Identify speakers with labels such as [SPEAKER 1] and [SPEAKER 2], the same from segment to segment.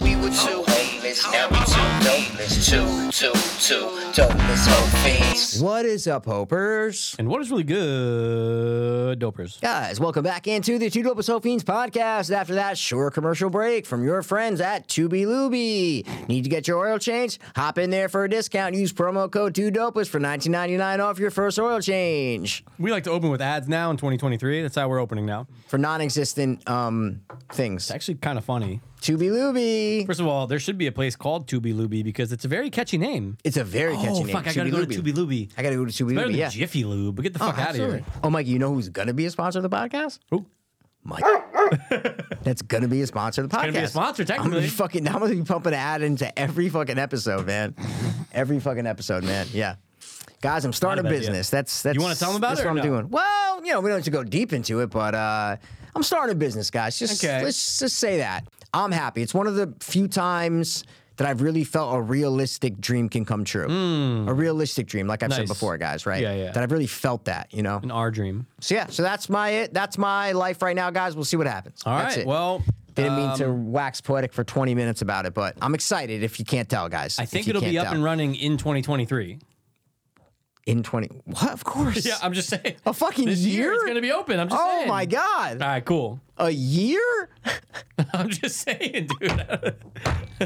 [SPEAKER 1] with you. Aimless, now we two. Dopeless, two, two, two. Dopeless, whole fiends.
[SPEAKER 2] What is up, Hopers?
[SPEAKER 3] And what is really good, dopers?
[SPEAKER 2] Guys, welcome back into the Two Dopeless Hope Fiends podcast. After that short commercial break from your friends at Tubi Luby. Need to get your oil changed? Hop in there for a discount. Use promo code 2DOPUS for $19.99 off your first oil change.
[SPEAKER 3] We like to open with ads now in 2023. That's how we're opening now.
[SPEAKER 2] For non existent um, things.
[SPEAKER 3] It's actually kind of funny.
[SPEAKER 2] Tubi Luby.
[SPEAKER 3] First of all, there should be a place called Tubi Luby because it's a very catchy name.
[SPEAKER 2] It's a very catchy
[SPEAKER 3] oh,
[SPEAKER 2] name.
[SPEAKER 3] fuck, I gotta go to Tubi Luby.
[SPEAKER 2] I gotta go to Tubi
[SPEAKER 3] Better
[SPEAKER 2] Luby.
[SPEAKER 3] than
[SPEAKER 2] Yeah.
[SPEAKER 3] Jiffy Lube. Get the fuck out of here.
[SPEAKER 2] Oh, Mike, you know who's gonna be a sponsor of the podcast?
[SPEAKER 3] Ooh,
[SPEAKER 2] Mike. That's gonna be a sponsor of the podcast.
[SPEAKER 3] gonna be a sponsor,
[SPEAKER 2] I'm gonna
[SPEAKER 3] technically.
[SPEAKER 2] be fucking. I'm gonna be pumping an ad into every fucking episode, man. every fucking episode, man. Yeah. Guys, I'm starting a
[SPEAKER 3] Not a bad idea.
[SPEAKER 2] business. That's that's.
[SPEAKER 3] You wanna tell 'em about
[SPEAKER 2] that's
[SPEAKER 3] it
[SPEAKER 2] What
[SPEAKER 3] or
[SPEAKER 2] I'm
[SPEAKER 3] no?
[SPEAKER 2] doing. Well, you know, we don't have to go deep into it, but uh, I'm starting a business, guys. Just
[SPEAKER 3] Okay.
[SPEAKER 2] let's just say that I'm happy. It's one of the few times that I've really felt a realistic dream can come true. A realistic dream, like I've said
[SPEAKER 3] Hmm. Nice.
[SPEAKER 2] before, guys. Right?
[SPEAKER 3] Yeah, yeah.
[SPEAKER 2] That I've really felt that, you know.
[SPEAKER 3] in our dream.
[SPEAKER 2] So yeah, so that's my it. That's my life right now, guys. We'll see what happens.
[SPEAKER 3] All right.
[SPEAKER 2] that's it.
[SPEAKER 3] Well,
[SPEAKER 2] didn't mean to
[SPEAKER 3] um,
[SPEAKER 2] wax poetic for 20 minutes about it, but I'm excited. If you can't tell, guys,
[SPEAKER 3] I think it'll be up and running in 2023.
[SPEAKER 2] in 20. What? Of course.
[SPEAKER 3] Yeah, I'm just saying.
[SPEAKER 2] a fucking
[SPEAKER 3] this year,
[SPEAKER 2] year.
[SPEAKER 3] it's gonna be open. I'm just
[SPEAKER 2] oh
[SPEAKER 3] saying.
[SPEAKER 2] my god,
[SPEAKER 3] All right, cool.
[SPEAKER 2] a year?
[SPEAKER 3] I'm just saying, dude.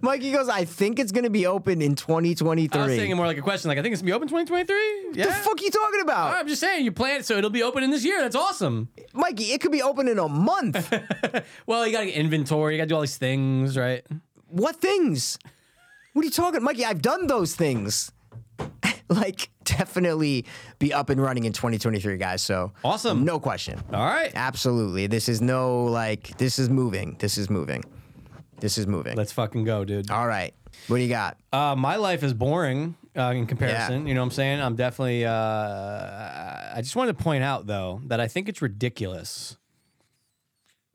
[SPEAKER 2] Mikey goes. I think it's gonna be open in 2023.
[SPEAKER 3] I was saying it more like a question. Like, I think it's gonna be open 2023. Yeah.
[SPEAKER 2] the fuck you talking about,
[SPEAKER 3] I'm just saying, you plan it so it'll be open in this year. That's awesome.
[SPEAKER 2] Mikey? It could be open in a month.
[SPEAKER 3] Well, you gotta get inventory. You gotta do all these things, right?
[SPEAKER 2] what things? What are you talking, Mikey? I've done those things. like definitely be up and running in 2023, guys. So
[SPEAKER 3] Awesome.
[SPEAKER 2] no question.
[SPEAKER 3] All right.
[SPEAKER 2] Absolutely. This is no like this is moving. This is moving. This is moving.
[SPEAKER 3] Let's fucking go, dude.
[SPEAKER 2] All right. What do you got?
[SPEAKER 3] Uh, my life is boring uh, in comparison. You know what I'm saying? I'm definitely. Uh, I just wanted to point out though that I think it's ridiculous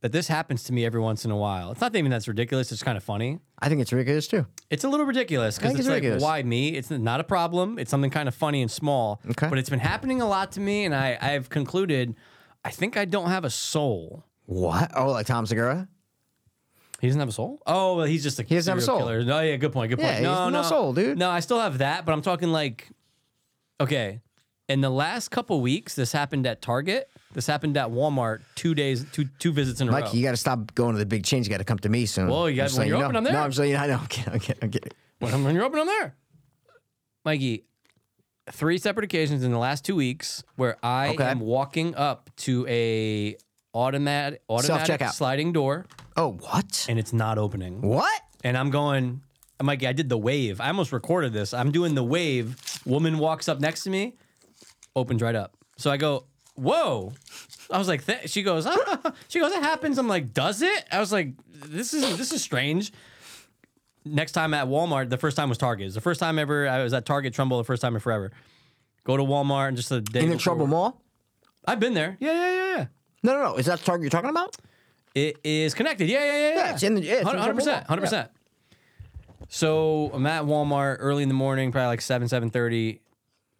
[SPEAKER 3] that this happens to me every once in a while. It's not even that's ridiculous. It's kind of funny.
[SPEAKER 2] I think it's ridiculous too.
[SPEAKER 3] It's a little ridiculous
[SPEAKER 2] I
[SPEAKER 3] because
[SPEAKER 2] think
[SPEAKER 3] it's,
[SPEAKER 2] it's
[SPEAKER 3] like,
[SPEAKER 2] ridiculous.
[SPEAKER 3] why me? It's not a problem. It's something kind of funny and small.
[SPEAKER 2] Okay.
[SPEAKER 3] But it's been happening a lot to me, and I I've concluded, I think I don't have a soul.
[SPEAKER 2] What? Oh, like Tom Segura?
[SPEAKER 3] He doesn't have a soul. Oh, well, he's just a he
[SPEAKER 2] doesn't have a soul.
[SPEAKER 3] Killer. No, yeah, good point. Good
[SPEAKER 2] Yeah,
[SPEAKER 3] point.
[SPEAKER 2] he's
[SPEAKER 3] no,
[SPEAKER 2] no
[SPEAKER 3] no
[SPEAKER 2] soul, dude.
[SPEAKER 3] No, I still have that, but I'm talking like, okay, in the last couple weeks, this happened at Target. This happened at Walmart. Two days, two two visits in a row.
[SPEAKER 2] Mikey, you got to stop going to the big change. You got to come to me soon.
[SPEAKER 3] Well, you got-
[SPEAKER 2] I'm just
[SPEAKER 3] when
[SPEAKER 2] letting
[SPEAKER 3] you're
[SPEAKER 2] you know.
[SPEAKER 3] open, I'm there.
[SPEAKER 2] No, I'm saying I know. I'm kidding. I'm kidding. I'm kidding.
[SPEAKER 3] when, I'm- when you're open, I'm there. Mikey, three separate occasions in the last two weeks where I
[SPEAKER 2] Okay.
[SPEAKER 3] am walking up to a automatic automatic
[SPEAKER 2] Self-checkout.
[SPEAKER 3] sliding door
[SPEAKER 2] Oh, what?
[SPEAKER 3] and it's not opening.
[SPEAKER 2] What?
[SPEAKER 3] and I'm going, Mikey, I did the wave. I almost recorded this. I'm doing the wave. Woman walks up next to me, opens right up. So I go, whoa. I was like, th-. she goes, she goes, it happens. I'm like, does it? I was like, this is this is strange. Next time at Walmart, the first time was Target. It was the first time ever I was at Target Trumbull, the first time in forever. Go to Walmart and just a day.
[SPEAKER 2] In the
[SPEAKER 3] before-
[SPEAKER 2] Trouble Mall?
[SPEAKER 3] I've been there. Yeah, yeah, yeah, yeah.
[SPEAKER 2] No, no, no. Is that the target you're talking about?
[SPEAKER 3] It is connected. Yeah, yeah, yeah.
[SPEAKER 2] Yeah, it's in the- yeah, it's in the
[SPEAKER 3] hundred
[SPEAKER 2] Trouble Mall.
[SPEAKER 3] percent, hundred percent. So I'm at Walmart early in the morning, probably like seven, seven thirty.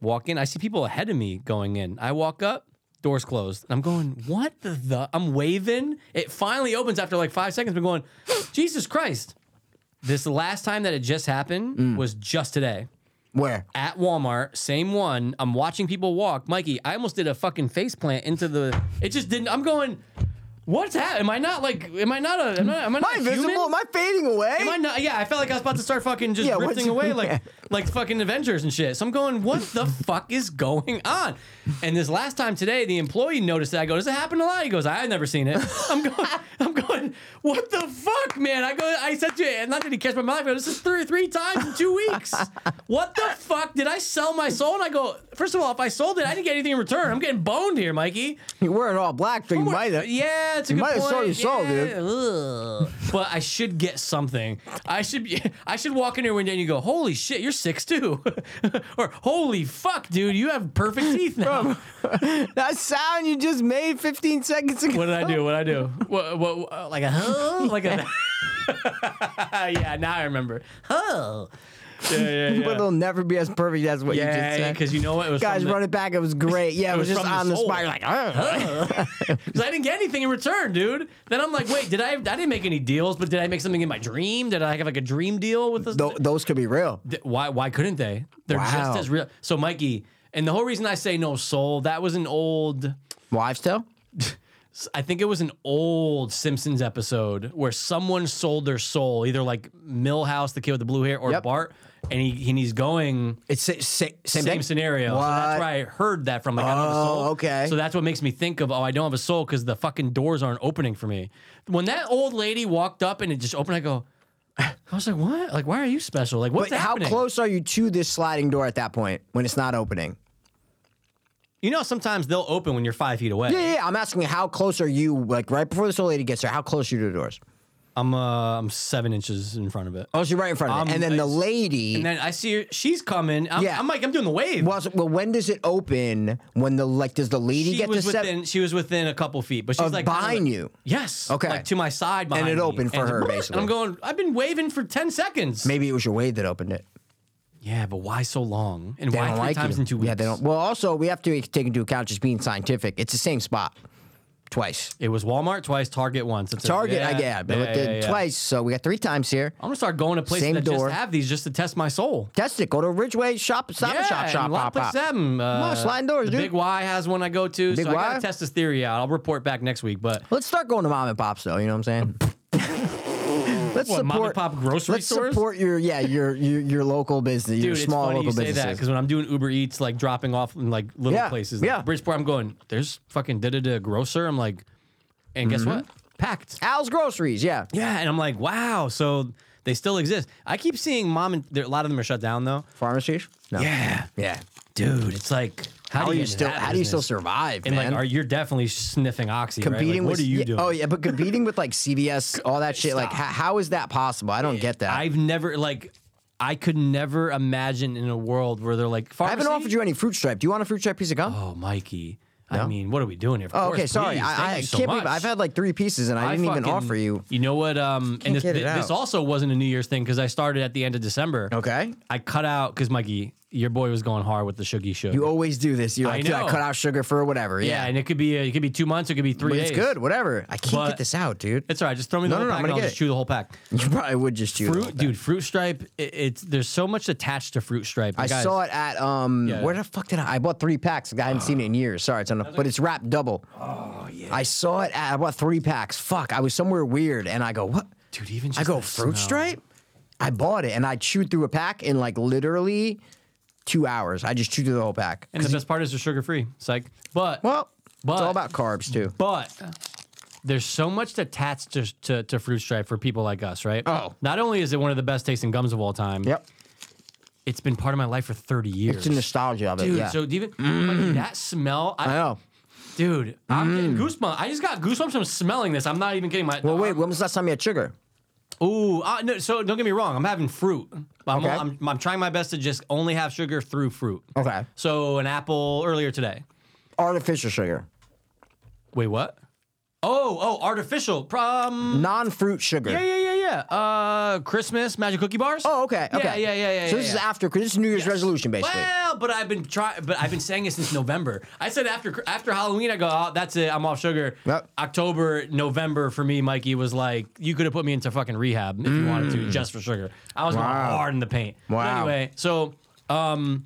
[SPEAKER 3] Walk in, I see people ahead of me going in. I walk up, doors closed. I'm going, what the? the? I'm waving. It finally opens after like five seconds. I'm going, Jesus Christ! This last time that it just happened
[SPEAKER 2] Mm.
[SPEAKER 3] was just today
[SPEAKER 2] Where?
[SPEAKER 3] at Walmart, same one. I'm watching people walk. Mikey, I almost did a fucking face plant into the. It just didn't. I'm going. What's happening? Am I not like? Am I not a? Am I, am I
[SPEAKER 2] Am
[SPEAKER 3] not
[SPEAKER 2] I
[SPEAKER 3] a human?
[SPEAKER 2] visible? Am I fading away?
[SPEAKER 3] Am I not? Yeah, I felt like I was about to start fucking just
[SPEAKER 2] Yeah, what's-
[SPEAKER 3] drifting away like like fucking Avengers and shit. So I'm going, what the fuck is going on? And this last time today, the employee noticed that. I go, does it happen a lot? He goes, I've never seen it. I'm going, I'm going, what the fuck, man? I go, I said to him, not that he catch my mind, but this is three three times in two weeks. What the fuck did I sell my soul? And I go, first of all, if I sold it, I didn't get anything in return. I'm getting boned here, Mikey.
[SPEAKER 2] you were in all black, so you might have.
[SPEAKER 3] Yeah, it's a
[SPEAKER 2] You
[SPEAKER 3] good
[SPEAKER 2] might have
[SPEAKER 3] point.
[SPEAKER 2] sold your soul,
[SPEAKER 3] yeah. dude. but I should get something. I should be, I should walk in here one day and you go, "Holy shit, you're six too," or "Holy fuck, dude, you have perfect teeth now."
[SPEAKER 2] That sound you just made 15 seconds ago.
[SPEAKER 3] what did I do? What did I do? What? uh, What? what like a huh? Like a. yeah, now I remember. Oh. yeah, yeah.
[SPEAKER 2] but it'll never be as perfect as what you just
[SPEAKER 3] yeah,
[SPEAKER 2] said.
[SPEAKER 3] because you know what? It was
[SPEAKER 2] Guys,
[SPEAKER 3] from the-
[SPEAKER 2] run it back. It was great. Yeah, it, was,
[SPEAKER 3] was
[SPEAKER 2] just
[SPEAKER 3] from the
[SPEAKER 2] on the,
[SPEAKER 3] soul.
[SPEAKER 2] spot. You're like, "Ugh."
[SPEAKER 3] Because I didn't get anything in return, dude. Then I'm like, wait, did I? I didn't make any deals, but did I make something in my dream? Did I have like a dream deal with this?
[SPEAKER 2] Tho- those could be real.
[SPEAKER 3] Th- why? Why couldn't they? They're
[SPEAKER 2] Wow.
[SPEAKER 3] just as real. So, Mikey, and the whole reason I say no soul, that was an old.
[SPEAKER 2] Wives tale?
[SPEAKER 3] I think it was an old Simpsons episode where someone sold their soul, either like Millhouse, the kid with the blue hair, or
[SPEAKER 2] Yep.
[SPEAKER 3] Bart, and he and he's going
[SPEAKER 2] It's sa- sa- same,
[SPEAKER 3] same,
[SPEAKER 2] thing?
[SPEAKER 3] scenario. So
[SPEAKER 2] What?
[SPEAKER 3] that's where I heard that from. Like, I don't have a
[SPEAKER 2] Oh,
[SPEAKER 3] soul.
[SPEAKER 2] okay.
[SPEAKER 3] So that's what makes me think of, oh, I don't have a soul because the fucking doors aren't opening for me. When that old lady walked up and it just opened, I go, I was like, what? Like, why are you special? Like, what's
[SPEAKER 2] But how
[SPEAKER 3] happening?
[SPEAKER 2] close are you to this sliding door at that point when it's not opening?
[SPEAKER 3] You know, sometimes they'll open when you're five feet away.
[SPEAKER 2] Yeah, yeah, yeah. I'm asking how close are you, like right before this old lady gets there, how close are you to the doors?
[SPEAKER 3] I'm uh, I'm seven inches in front of it.
[SPEAKER 2] Oh, she's right in front of it.
[SPEAKER 3] Um,
[SPEAKER 2] And then the
[SPEAKER 3] it's-
[SPEAKER 2] lady.
[SPEAKER 3] And then I see her, she's coming. I'm,
[SPEAKER 2] Yeah.
[SPEAKER 3] I'm like, I'm doing the wave.
[SPEAKER 2] well, so- well, when does it open? When the like does the lady
[SPEAKER 3] she
[SPEAKER 2] get to
[SPEAKER 3] was
[SPEAKER 2] step
[SPEAKER 3] within, she was within a couple feet, but she's
[SPEAKER 2] Of
[SPEAKER 3] like
[SPEAKER 2] behind
[SPEAKER 3] kinda-
[SPEAKER 2] you?
[SPEAKER 3] Yes.
[SPEAKER 2] Okay.
[SPEAKER 3] Like to my side behind
[SPEAKER 2] it
[SPEAKER 3] me.
[SPEAKER 2] opened for
[SPEAKER 3] And-
[SPEAKER 2] her,
[SPEAKER 3] And
[SPEAKER 2] basically.
[SPEAKER 3] I'm going, I've been waving for 10 seconds.
[SPEAKER 2] Maybe it was your wave that opened it.
[SPEAKER 3] Yeah, but why so long? And
[SPEAKER 2] They
[SPEAKER 3] why
[SPEAKER 2] don't
[SPEAKER 3] three
[SPEAKER 2] like
[SPEAKER 3] times
[SPEAKER 2] you.
[SPEAKER 3] in two weeks?
[SPEAKER 2] Yeah, they don't. Well, also we have to take into account just being scientific. It's the same spot twice.
[SPEAKER 3] It was Walmart twice, Target once. It's a-
[SPEAKER 2] Target, I get, but
[SPEAKER 3] yeah,
[SPEAKER 2] with the-
[SPEAKER 3] yeah, yeah.
[SPEAKER 2] twice. So we got three times here.
[SPEAKER 3] I'm gonna start going to places
[SPEAKER 2] Same
[SPEAKER 3] that
[SPEAKER 2] door.
[SPEAKER 3] just have these just to test my soul.
[SPEAKER 2] Test it. Go to Ridgeway Shop, Stop
[SPEAKER 3] yeah,
[SPEAKER 2] and Shop,
[SPEAKER 3] and
[SPEAKER 2] Shop,
[SPEAKER 3] a lot of
[SPEAKER 2] Pop, Pop.
[SPEAKER 3] places have 'em. Uh,
[SPEAKER 2] sliding doors,
[SPEAKER 3] the
[SPEAKER 2] dude.
[SPEAKER 3] Big Y has one I go to.
[SPEAKER 2] Big
[SPEAKER 3] so I
[SPEAKER 2] Y?
[SPEAKER 3] gotta test this theory out. I'll report back next week. But
[SPEAKER 2] Let's start going to mom and pops though. You know what I'm saying? let's
[SPEAKER 3] What, mom and pop grocery
[SPEAKER 2] let's
[SPEAKER 3] stores?
[SPEAKER 2] support your yeah your your, your local business, your
[SPEAKER 3] dude, it's
[SPEAKER 2] small
[SPEAKER 3] funny
[SPEAKER 2] local
[SPEAKER 3] you say that
[SPEAKER 2] businesses.
[SPEAKER 3] because when I'm doing Uber Eats, like dropping off in like little
[SPEAKER 2] Yeah,
[SPEAKER 3] places, like
[SPEAKER 2] yeah.
[SPEAKER 3] Bridgeport, I'm going. There's fucking da da da grocer. I'm like, and
[SPEAKER 2] Mm-hmm.
[SPEAKER 3] guess what? Packed.
[SPEAKER 2] Al's groceries, yeah.
[SPEAKER 3] Yeah, and I'm like, wow. So they still exist. I keep seeing mom and there, a lot of them are shut down though.
[SPEAKER 2] Pharmacies, no.
[SPEAKER 3] Yeah,
[SPEAKER 2] yeah.
[SPEAKER 3] dude, it's like how,
[SPEAKER 2] How,
[SPEAKER 3] do
[SPEAKER 2] are
[SPEAKER 3] you,
[SPEAKER 2] you
[SPEAKER 3] get into
[SPEAKER 2] still?
[SPEAKER 3] that
[SPEAKER 2] How do you still
[SPEAKER 3] business?
[SPEAKER 2] survive,
[SPEAKER 3] And
[SPEAKER 2] man?
[SPEAKER 3] like, are you're definitely sniffing oxy? right? Like,
[SPEAKER 2] competing with
[SPEAKER 3] what are you
[SPEAKER 2] yeah,
[SPEAKER 3] doing?
[SPEAKER 2] Oh yeah, but competing with like CVS, all that shit. Like, how, how is that possible? I don't get that. I,
[SPEAKER 3] I've never like, I could never imagine in a world where they're like, pharmacy?
[SPEAKER 2] haven't offered you any fruit stripe. Do you want a fruit stripe piece of gum?
[SPEAKER 3] Oh, Mikey.
[SPEAKER 2] No?
[SPEAKER 3] I mean, what are we doing here? Of
[SPEAKER 2] Oh,
[SPEAKER 3] course,
[SPEAKER 2] okay, sorry.
[SPEAKER 3] please. Thank
[SPEAKER 2] I, I
[SPEAKER 3] you so
[SPEAKER 2] can't
[SPEAKER 3] much.
[SPEAKER 2] believe I've had like three pieces and I,
[SPEAKER 3] I
[SPEAKER 2] didn't even
[SPEAKER 3] fucking-
[SPEAKER 2] offer you.
[SPEAKER 3] You know what? Um, and this,
[SPEAKER 2] get it out.
[SPEAKER 3] this also wasn't a New Year's thing because I started at the end of December.
[SPEAKER 2] Okay.
[SPEAKER 3] I cut out because Mikey, your boy was going hard with the Shuggy Shug.
[SPEAKER 2] You always do this. You're
[SPEAKER 3] I
[SPEAKER 2] like, dude, I
[SPEAKER 3] know.
[SPEAKER 2] cut out sugar for whatever.
[SPEAKER 3] yeah,
[SPEAKER 2] Yeah,
[SPEAKER 3] and it could be uh, it could be two months, it could be three
[SPEAKER 2] but
[SPEAKER 3] days.
[SPEAKER 2] it's good. Whatever. I can't get
[SPEAKER 3] But-
[SPEAKER 2] this out, dude.
[SPEAKER 3] It's all right. Just throw me the
[SPEAKER 2] No,
[SPEAKER 3] whole
[SPEAKER 2] no, no, I'm
[SPEAKER 3] pack.
[SPEAKER 2] gonna
[SPEAKER 3] and I'll
[SPEAKER 2] get
[SPEAKER 3] just
[SPEAKER 2] it.
[SPEAKER 3] chew the whole pack.
[SPEAKER 2] You probably would just chew the whole
[SPEAKER 3] Fruit,
[SPEAKER 2] thing.
[SPEAKER 3] dude. Fruit stripe. It, it's there's so much attached to fruit stripe.
[SPEAKER 2] I saw it at um.
[SPEAKER 3] Yeah.
[SPEAKER 2] Where the fuck did I? I bought three packs. I hadn't seen it in years. Sorry, it's on. the- But it's wrapped double. Oh yeah. I saw it at. I bought three packs. Fuck. I was somewhere weird, and I go what?
[SPEAKER 3] dude. Even just
[SPEAKER 2] I go
[SPEAKER 3] that
[SPEAKER 2] fruit
[SPEAKER 3] smell.
[SPEAKER 2] stripe. I bought it, and I chewed through a pack in like literally two hours. I just chewed through the whole pack.
[SPEAKER 3] And the best part is they're sugar free. Psych. But
[SPEAKER 2] Well, it's
[SPEAKER 3] But-
[SPEAKER 2] all about carbs too.
[SPEAKER 3] But there's so much attached to, to, to fruit stripe for people like us, right?
[SPEAKER 2] Oh.
[SPEAKER 3] Not only is it one of the best tasting gums of all time,
[SPEAKER 2] Yep.
[SPEAKER 3] it's been part of my life for 30 years.
[SPEAKER 2] It's the nostalgia of it.
[SPEAKER 3] Dude,
[SPEAKER 2] yeah. Mm.
[SPEAKER 3] so do you even like, that smell? I,
[SPEAKER 2] I know.
[SPEAKER 3] Dude, I'm getting goosebumps. I just got goosebumps from smelling this. I'm not even kidding. My
[SPEAKER 2] Well, wait. When was the last time you had sugar?
[SPEAKER 3] Ooh, uh, no, so don't get me wrong. I'm having fruit. I'm,
[SPEAKER 2] Okay. Oh.
[SPEAKER 3] I'm, I'm trying my best to just only have sugar through fruit.
[SPEAKER 2] Okay.
[SPEAKER 3] So an apple earlier today.
[SPEAKER 2] Artificial sugar,
[SPEAKER 3] Wait, what? Oh, oh, artificial. Um,
[SPEAKER 2] Mm. non-fruit sugar.
[SPEAKER 3] yeah, yeah, yeah, yeah. Uh, Christmas magic cookie bars.
[SPEAKER 2] Oh, okay.
[SPEAKER 3] Yeah,
[SPEAKER 2] Okay.
[SPEAKER 3] yeah, yeah, yeah,
[SPEAKER 2] So
[SPEAKER 3] yeah,
[SPEAKER 2] this is
[SPEAKER 3] yeah.
[SPEAKER 2] after. This is New Year's resolution, basically.
[SPEAKER 3] Well, but I've been trying. But I've been saying it since November. I said after after Halloween, I go, oh, that's it. I'm off sugar.
[SPEAKER 2] Yep.
[SPEAKER 3] October, November for me, Mikey was like, you could have put me into fucking rehab if you wanted to, just for sugar. I was going
[SPEAKER 2] Mm. Wow.
[SPEAKER 3] hard in the paint. But
[SPEAKER 2] Wow.
[SPEAKER 3] anyway, so um,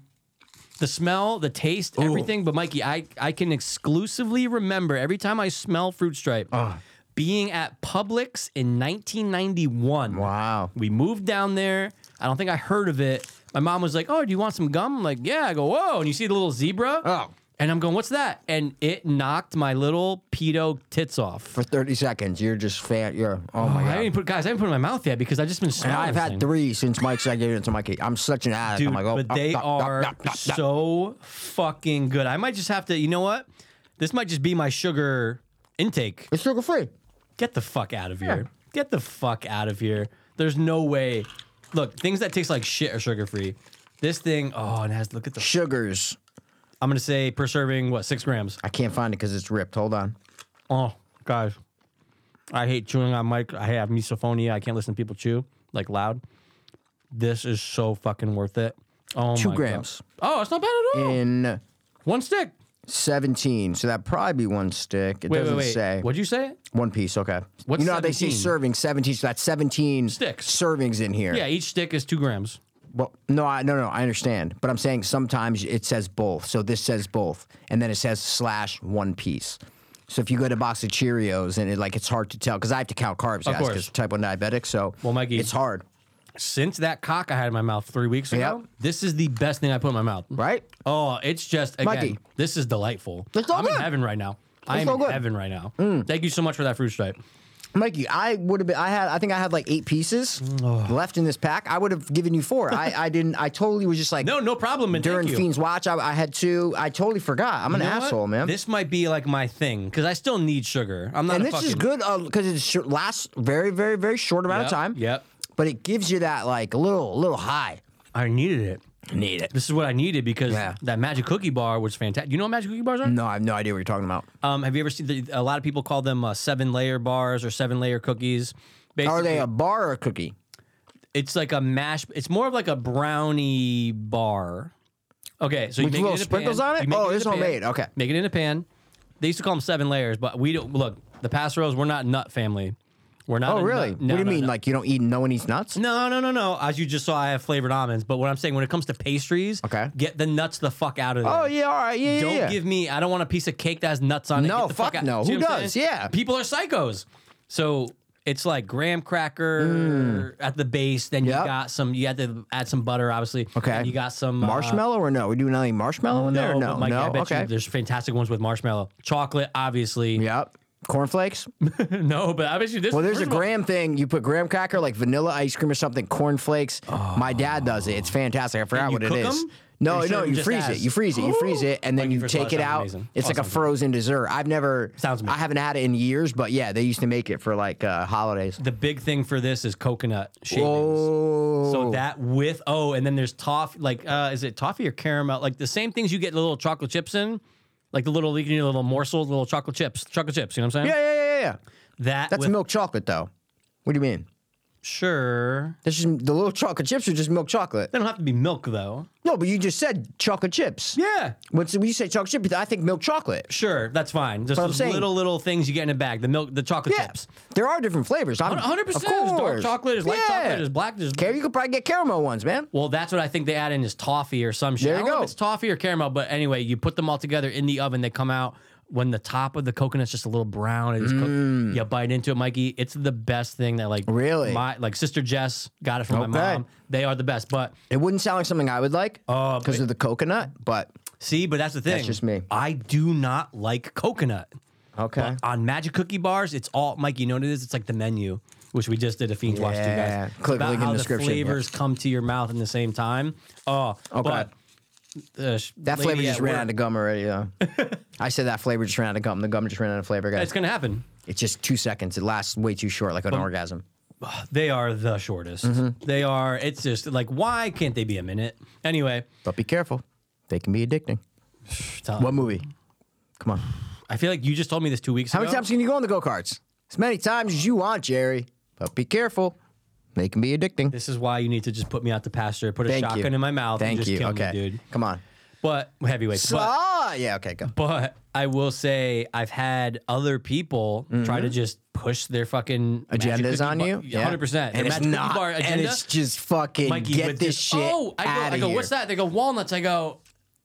[SPEAKER 3] the smell, the taste, everything. But Mikey, I I can exclusively remember every time I smell fruit stripe.
[SPEAKER 2] Uh.
[SPEAKER 3] Being at Publix in 1991.
[SPEAKER 2] Wow.
[SPEAKER 3] We moved down there. I don't think I heard of it. My mom was like, "Oh, do you want some gum?" I'm like, "Yeah." I go, "Whoa!" And you see the little zebra?
[SPEAKER 2] Oh.
[SPEAKER 3] And I'm going, "What's that?" And it knocked my little pedo tits off.
[SPEAKER 2] For 30 seconds, you're just fat. You're oh my
[SPEAKER 3] I
[SPEAKER 2] god.
[SPEAKER 3] haven't even put guys. I haven't put it in my mouth yet because I've just been.
[SPEAKER 2] And
[SPEAKER 3] smelling
[SPEAKER 2] I've
[SPEAKER 3] this
[SPEAKER 2] had
[SPEAKER 3] thing.
[SPEAKER 2] three since Mike said I gave it to Mikey. I'm such an addict.
[SPEAKER 3] Dude,
[SPEAKER 2] I'm like, oh,
[SPEAKER 3] but
[SPEAKER 2] oh,
[SPEAKER 3] they
[SPEAKER 2] oh, oh,
[SPEAKER 3] are
[SPEAKER 2] oh, oh, oh.
[SPEAKER 3] so fucking good. I might just have to. You know what? This might just be my sugar intake.
[SPEAKER 2] It's sugar free.
[SPEAKER 3] Get the fuck out of here. Get the fuck out of here. There's no way. Look, things that taste like shit are sugar free. This thing, oh, it has. Look at the
[SPEAKER 2] Sugars.
[SPEAKER 3] I'm gonna say per serving what six grams.
[SPEAKER 2] I can't find it because it's ripped. Hold on.
[SPEAKER 3] Oh, guys, I hate chewing on mic. I have misophonia. I can't listen to people chew like loud. this is so fucking worth it. Oh,
[SPEAKER 2] Two
[SPEAKER 3] my God.
[SPEAKER 2] grams.
[SPEAKER 3] Oh, it's not bad at all.
[SPEAKER 2] in
[SPEAKER 3] One stick.
[SPEAKER 2] 17. So that'd probably be one stick. It
[SPEAKER 3] Wait,
[SPEAKER 2] doesn't
[SPEAKER 3] wait, wait.
[SPEAKER 2] say.
[SPEAKER 3] What'd you say?
[SPEAKER 2] One piece, okay.
[SPEAKER 3] What's
[SPEAKER 2] you know how they say
[SPEAKER 3] 17?
[SPEAKER 2] serving 17, so that's 17
[SPEAKER 3] Sticks.
[SPEAKER 2] servings in here.
[SPEAKER 3] Yeah, each stick is two grams.
[SPEAKER 2] Well, no, I, no, no, I understand. But I'm saying sometimes it says both. So this says both, and then it says slash one piece. So if you go to a box of Cheerios and it like it's hard to tell because I have to count carbs, guys,
[SPEAKER 3] course.
[SPEAKER 2] because type one diabetic. So
[SPEAKER 3] Well, Mikey-
[SPEAKER 2] it's hard,
[SPEAKER 3] Since that cock I had in my mouth three weeks ago,
[SPEAKER 2] Yep.
[SPEAKER 3] this is the best thing I put in my mouth.
[SPEAKER 2] right?
[SPEAKER 3] Oh, it's just again.
[SPEAKER 2] Mikey.
[SPEAKER 3] This is delightful.
[SPEAKER 2] It's all
[SPEAKER 3] I'm in
[SPEAKER 2] good.
[SPEAKER 3] heaven right now. I am
[SPEAKER 2] all
[SPEAKER 3] in
[SPEAKER 2] good. Mm.
[SPEAKER 3] heaven right now. Thank you so much for that fruit stripe.
[SPEAKER 2] Mikey, I would have been. I had. I think I had like eight pieces left in this pack. I would have given you four. I, I didn't. I totally was just like
[SPEAKER 3] No, no problem. And
[SPEAKER 2] during
[SPEAKER 3] thank you.
[SPEAKER 2] Fiend's Watch. I, I had two. I totally forgot. I'm an
[SPEAKER 3] You know what?
[SPEAKER 2] asshole, man.
[SPEAKER 3] This might be like my thing because I still need sugar. I'm not.
[SPEAKER 2] and
[SPEAKER 3] a
[SPEAKER 2] this is
[SPEAKER 3] fucking-
[SPEAKER 2] good because it sh- lasts very, very, very short amount
[SPEAKER 3] Yep,
[SPEAKER 2] of time.
[SPEAKER 3] Yep.
[SPEAKER 2] but it gives you that like little little high.
[SPEAKER 3] I needed it.
[SPEAKER 2] Need it.
[SPEAKER 3] This is what I needed because
[SPEAKER 2] Yeah.
[SPEAKER 3] that magic cookie bar was fantastic. You know what magic cookie bars are?
[SPEAKER 2] No, I have no idea what you're talking about.
[SPEAKER 3] Um, have you ever seen? The, a lot of people call them uh, seven layer bars or seven layer cookies. Basically,
[SPEAKER 2] Are they um, a bar or a cookie?
[SPEAKER 3] it's like a mash. It's more of like a brownie bar. Okay, so you
[SPEAKER 2] With
[SPEAKER 3] make
[SPEAKER 2] little
[SPEAKER 3] it in a
[SPEAKER 2] sprinkles
[SPEAKER 3] pan.
[SPEAKER 2] on it?
[SPEAKER 3] You make
[SPEAKER 2] Oh,
[SPEAKER 3] in
[SPEAKER 2] it's
[SPEAKER 3] a pan.
[SPEAKER 2] homemade. Okay.
[SPEAKER 3] make it in a pan. They used to call them seven layers, but we don't look. The Passeros, we're not nut family. We're not.
[SPEAKER 2] Oh,
[SPEAKER 3] a
[SPEAKER 2] really?
[SPEAKER 3] nut-
[SPEAKER 2] what
[SPEAKER 3] no,
[SPEAKER 2] do you
[SPEAKER 3] no,
[SPEAKER 2] mean?
[SPEAKER 3] no.
[SPEAKER 2] Like you don't eat? No one eats nuts?
[SPEAKER 3] No, no, no, no. As you just saw, I have flavored almonds. But what I'm saying, when it comes to pastries,
[SPEAKER 2] Okay.
[SPEAKER 3] get the nuts the fuck out of there.
[SPEAKER 2] Oh yeah, all right, yeah, yeah.
[SPEAKER 3] Don't
[SPEAKER 2] yeah.
[SPEAKER 3] give me. I don't want a piece of cake that has nuts on it.
[SPEAKER 2] No,
[SPEAKER 3] Get the
[SPEAKER 2] fuck
[SPEAKER 3] out.
[SPEAKER 2] no.
[SPEAKER 3] See
[SPEAKER 2] Who
[SPEAKER 3] what I'm
[SPEAKER 2] does?
[SPEAKER 3] saying?
[SPEAKER 2] Yeah.
[SPEAKER 3] people are psychos. So it's like graham cracker at the base. Then
[SPEAKER 2] Mm. Yep.
[SPEAKER 3] you got some. You had to add some butter, obviously.
[SPEAKER 2] Okay.
[SPEAKER 3] And you got some uh, Oh,
[SPEAKER 2] marshmallow or no? We doing anything marshmallow in there? Or
[SPEAKER 3] No,
[SPEAKER 2] no,
[SPEAKER 3] but Mikey, I
[SPEAKER 2] no.
[SPEAKER 3] bet you
[SPEAKER 2] Okay.
[SPEAKER 3] there's fantastic ones with marshmallow, chocolate, obviously.
[SPEAKER 2] Yep. Cornflakes.
[SPEAKER 3] no, but I bet you this.
[SPEAKER 2] Well, there's
[SPEAKER 3] first
[SPEAKER 2] a
[SPEAKER 3] of all-
[SPEAKER 2] graham thing. You put graham cracker, like vanilla ice cream or something, cornflakes. My dad does it. It's fantastic. I forgot
[SPEAKER 3] you
[SPEAKER 2] what it
[SPEAKER 3] cook
[SPEAKER 2] is.
[SPEAKER 3] 'em?
[SPEAKER 2] No,
[SPEAKER 3] Or you serve
[SPEAKER 2] no,
[SPEAKER 3] 'em
[SPEAKER 2] you
[SPEAKER 3] just
[SPEAKER 2] freeze it.
[SPEAKER 3] as?
[SPEAKER 2] You freeze it. You freeze it, and then
[SPEAKER 3] Like,
[SPEAKER 2] you
[SPEAKER 3] first of all,
[SPEAKER 2] take it
[SPEAKER 3] that sounds
[SPEAKER 2] out.
[SPEAKER 3] amazing.
[SPEAKER 2] It's like a
[SPEAKER 3] Awesome.
[SPEAKER 2] frozen dessert. I've never.
[SPEAKER 3] Sounds
[SPEAKER 2] I
[SPEAKER 3] amazing.
[SPEAKER 2] haven't had it in years, but yeah, they used to make it for like uh, holidays.
[SPEAKER 3] The big thing for this is coconut shavings.
[SPEAKER 2] Oh,
[SPEAKER 3] So that with oh, and then there's toffee. Like, uh, is it toffee or caramel? Like the same things you get the little chocolate chips in, like the little you can get little morsels, little chocolate chips, chocolate chips. You know what I'm saying?
[SPEAKER 2] yeah, yeah, yeah, yeah, yeah.
[SPEAKER 3] That
[SPEAKER 2] That's
[SPEAKER 3] with,
[SPEAKER 2] milk chocolate, though. What do you mean?
[SPEAKER 3] sure.
[SPEAKER 2] That's just the little chocolate chips are just milk chocolate.
[SPEAKER 3] They don't have to be milk though.
[SPEAKER 2] No, but you just said chocolate chips.
[SPEAKER 3] Yeah,
[SPEAKER 2] When when you say chocolate chips, I think milk chocolate.
[SPEAKER 3] sure. That's fine. Just
[SPEAKER 2] I'm
[SPEAKER 3] those
[SPEAKER 2] saying-
[SPEAKER 3] little little things you get in a bag. The milk, the chocolate
[SPEAKER 2] Yeah,
[SPEAKER 3] chips.
[SPEAKER 2] there are different flavors. I'm-
[SPEAKER 3] 100.
[SPEAKER 2] Of
[SPEAKER 3] percent There's
[SPEAKER 2] course.
[SPEAKER 3] dark chocolate. There's light
[SPEAKER 2] Yeah.
[SPEAKER 3] chocolate. There's black. There's
[SPEAKER 2] Car- you could probably get caramel ones, man.
[SPEAKER 3] Well, that's what I think they add in is toffee or some shit.
[SPEAKER 2] There
[SPEAKER 3] I
[SPEAKER 2] you
[SPEAKER 3] don't know
[SPEAKER 2] go.
[SPEAKER 3] if it's toffee or caramel, but anyway, you put them all together in the oven. They come out when the top of the coconut's just a little brown. It is cooked. You bite into it, Mikey. It's the best thing that like
[SPEAKER 2] Mm. Really?
[SPEAKER 3] my like sister Jess got it from my
[SPEAKER 2] Okay.
[SPEAKER 3] mom. They are the best. But
[SPEAKER 2] It wouldn't sound like something I would like
[SPEAKER 3] Oh,
[SPEAKER 2] because of the coconut, but
[SPEAKER 3] see, but that's the thing.
[SPEAKER 2] just me.
[SPEAKER 3] I do not like coconut.
[SPEAKER 2] okay.
[SPEAKER 3] But on Magic Cookie bars, it's all Mike. You know what it is? It's like the menu, which we just did a Fiends Watch too,
[SPEAKER 2] Yeah.
[SPEAKER 3] guys. It's
[SPEAKER 2] Click
[SPEAKER 3] about
[SPEAKER 2] link in
[SPEAKER 3] how
[SPEAKER 2] the
[SPEAKER 3] the
[SPEAKER 2] description, yeah.
[SPEAKER 3] flavors come to your mouth in the same time. Oh, but uh, sh-
[SPEAKER 2] That flavor
[SPEAKER 3] lady
[SPEAKER 2] just
[SPEAKER 3] at
[SPEAKER 2] ran
[SPEAKER 3] work-
[SPEAKER 2] out of gum already, though. I said that flavor just ran out of gum. The gum just ran out of flavor, guys.
[SPEAKER 3] It's gonna happen.
[SPEAKER 2] It's just two seconds. It lasts way too short, like an orgasm.
[SPEAKER 3] They are the shortest.
[SPEAKER 2] Mm-hmm.
[SPEAKER 3] They are. It's just like why can't they be a minute? Anyway,
[SPEAKER 2] But be careful. They can be addicting.
[SPEAKER 3] Tom,
[SPEAKER 2] What movie? Come on.
[SPEAKER 3] I feel like you just told me this two weeks
[SPEAKER 2] How
[SPEAKER 3] ago.
[SPEAKER 2] many times can you go on the go karts? As many times as you want, Jerry. But be careful. They can be addicting.
[SPEAKER 3] This is why you need to just put me out the pasture, put a
[SPEAKER 2] Thank
[SPEAKER 3] shotgun
[SPEAKER 2] you.
[SPEAKER 3] in my mouth,
[SPEAKER 2] Thank
[SPEAKER 3] and just
[SPEAKER 2] you.
[SPEAKER 3] kill
[SPEAKER 2] okay.
[SPEAKER 3] me, dude.
[SPEAKER 2] Come on.
[SPEAKER 3] But heavyweight.
[SPEAKER 2] So,
[SPEAKER 3] But,
[SPEAKER 2] ah, yeah, okay, go.
[SPEAKER 3] but I will say I've had other people try to just push their fucking magic
[SPEAKER 2] Mm-hmm. agendas
[SPEAKER 3] cookie
[SPEAKER 2] on
[SPEAKER 3] bar-
[SPEAKER 2] you. Yeah.
[SPEAKER 3] 100%. Their
[SPEAKER 2] And it's
[SPEAKER 3] magic cookie
[SPEAKER 2] not.
[SPEAKER 3] bar
[SPEAKER 2] And
[SPEAKER 3] agenda,
[SPEAKER 2] it's just fucking
[SPEAKER 3] Mikey
[SPEAKER 2] get
[SPEAKER 3] would
[SPEAKER 2] this
[SPEAKER 3] just-
[SPEAKER 2] shit.
[SPEAKER 3] Oh, I go,
[SPEAKER 2] outta
[SPEAKER 3] I go
[SPEAKER 2] here.
[SPEAKER 3] what's that? They go walnuts. I go,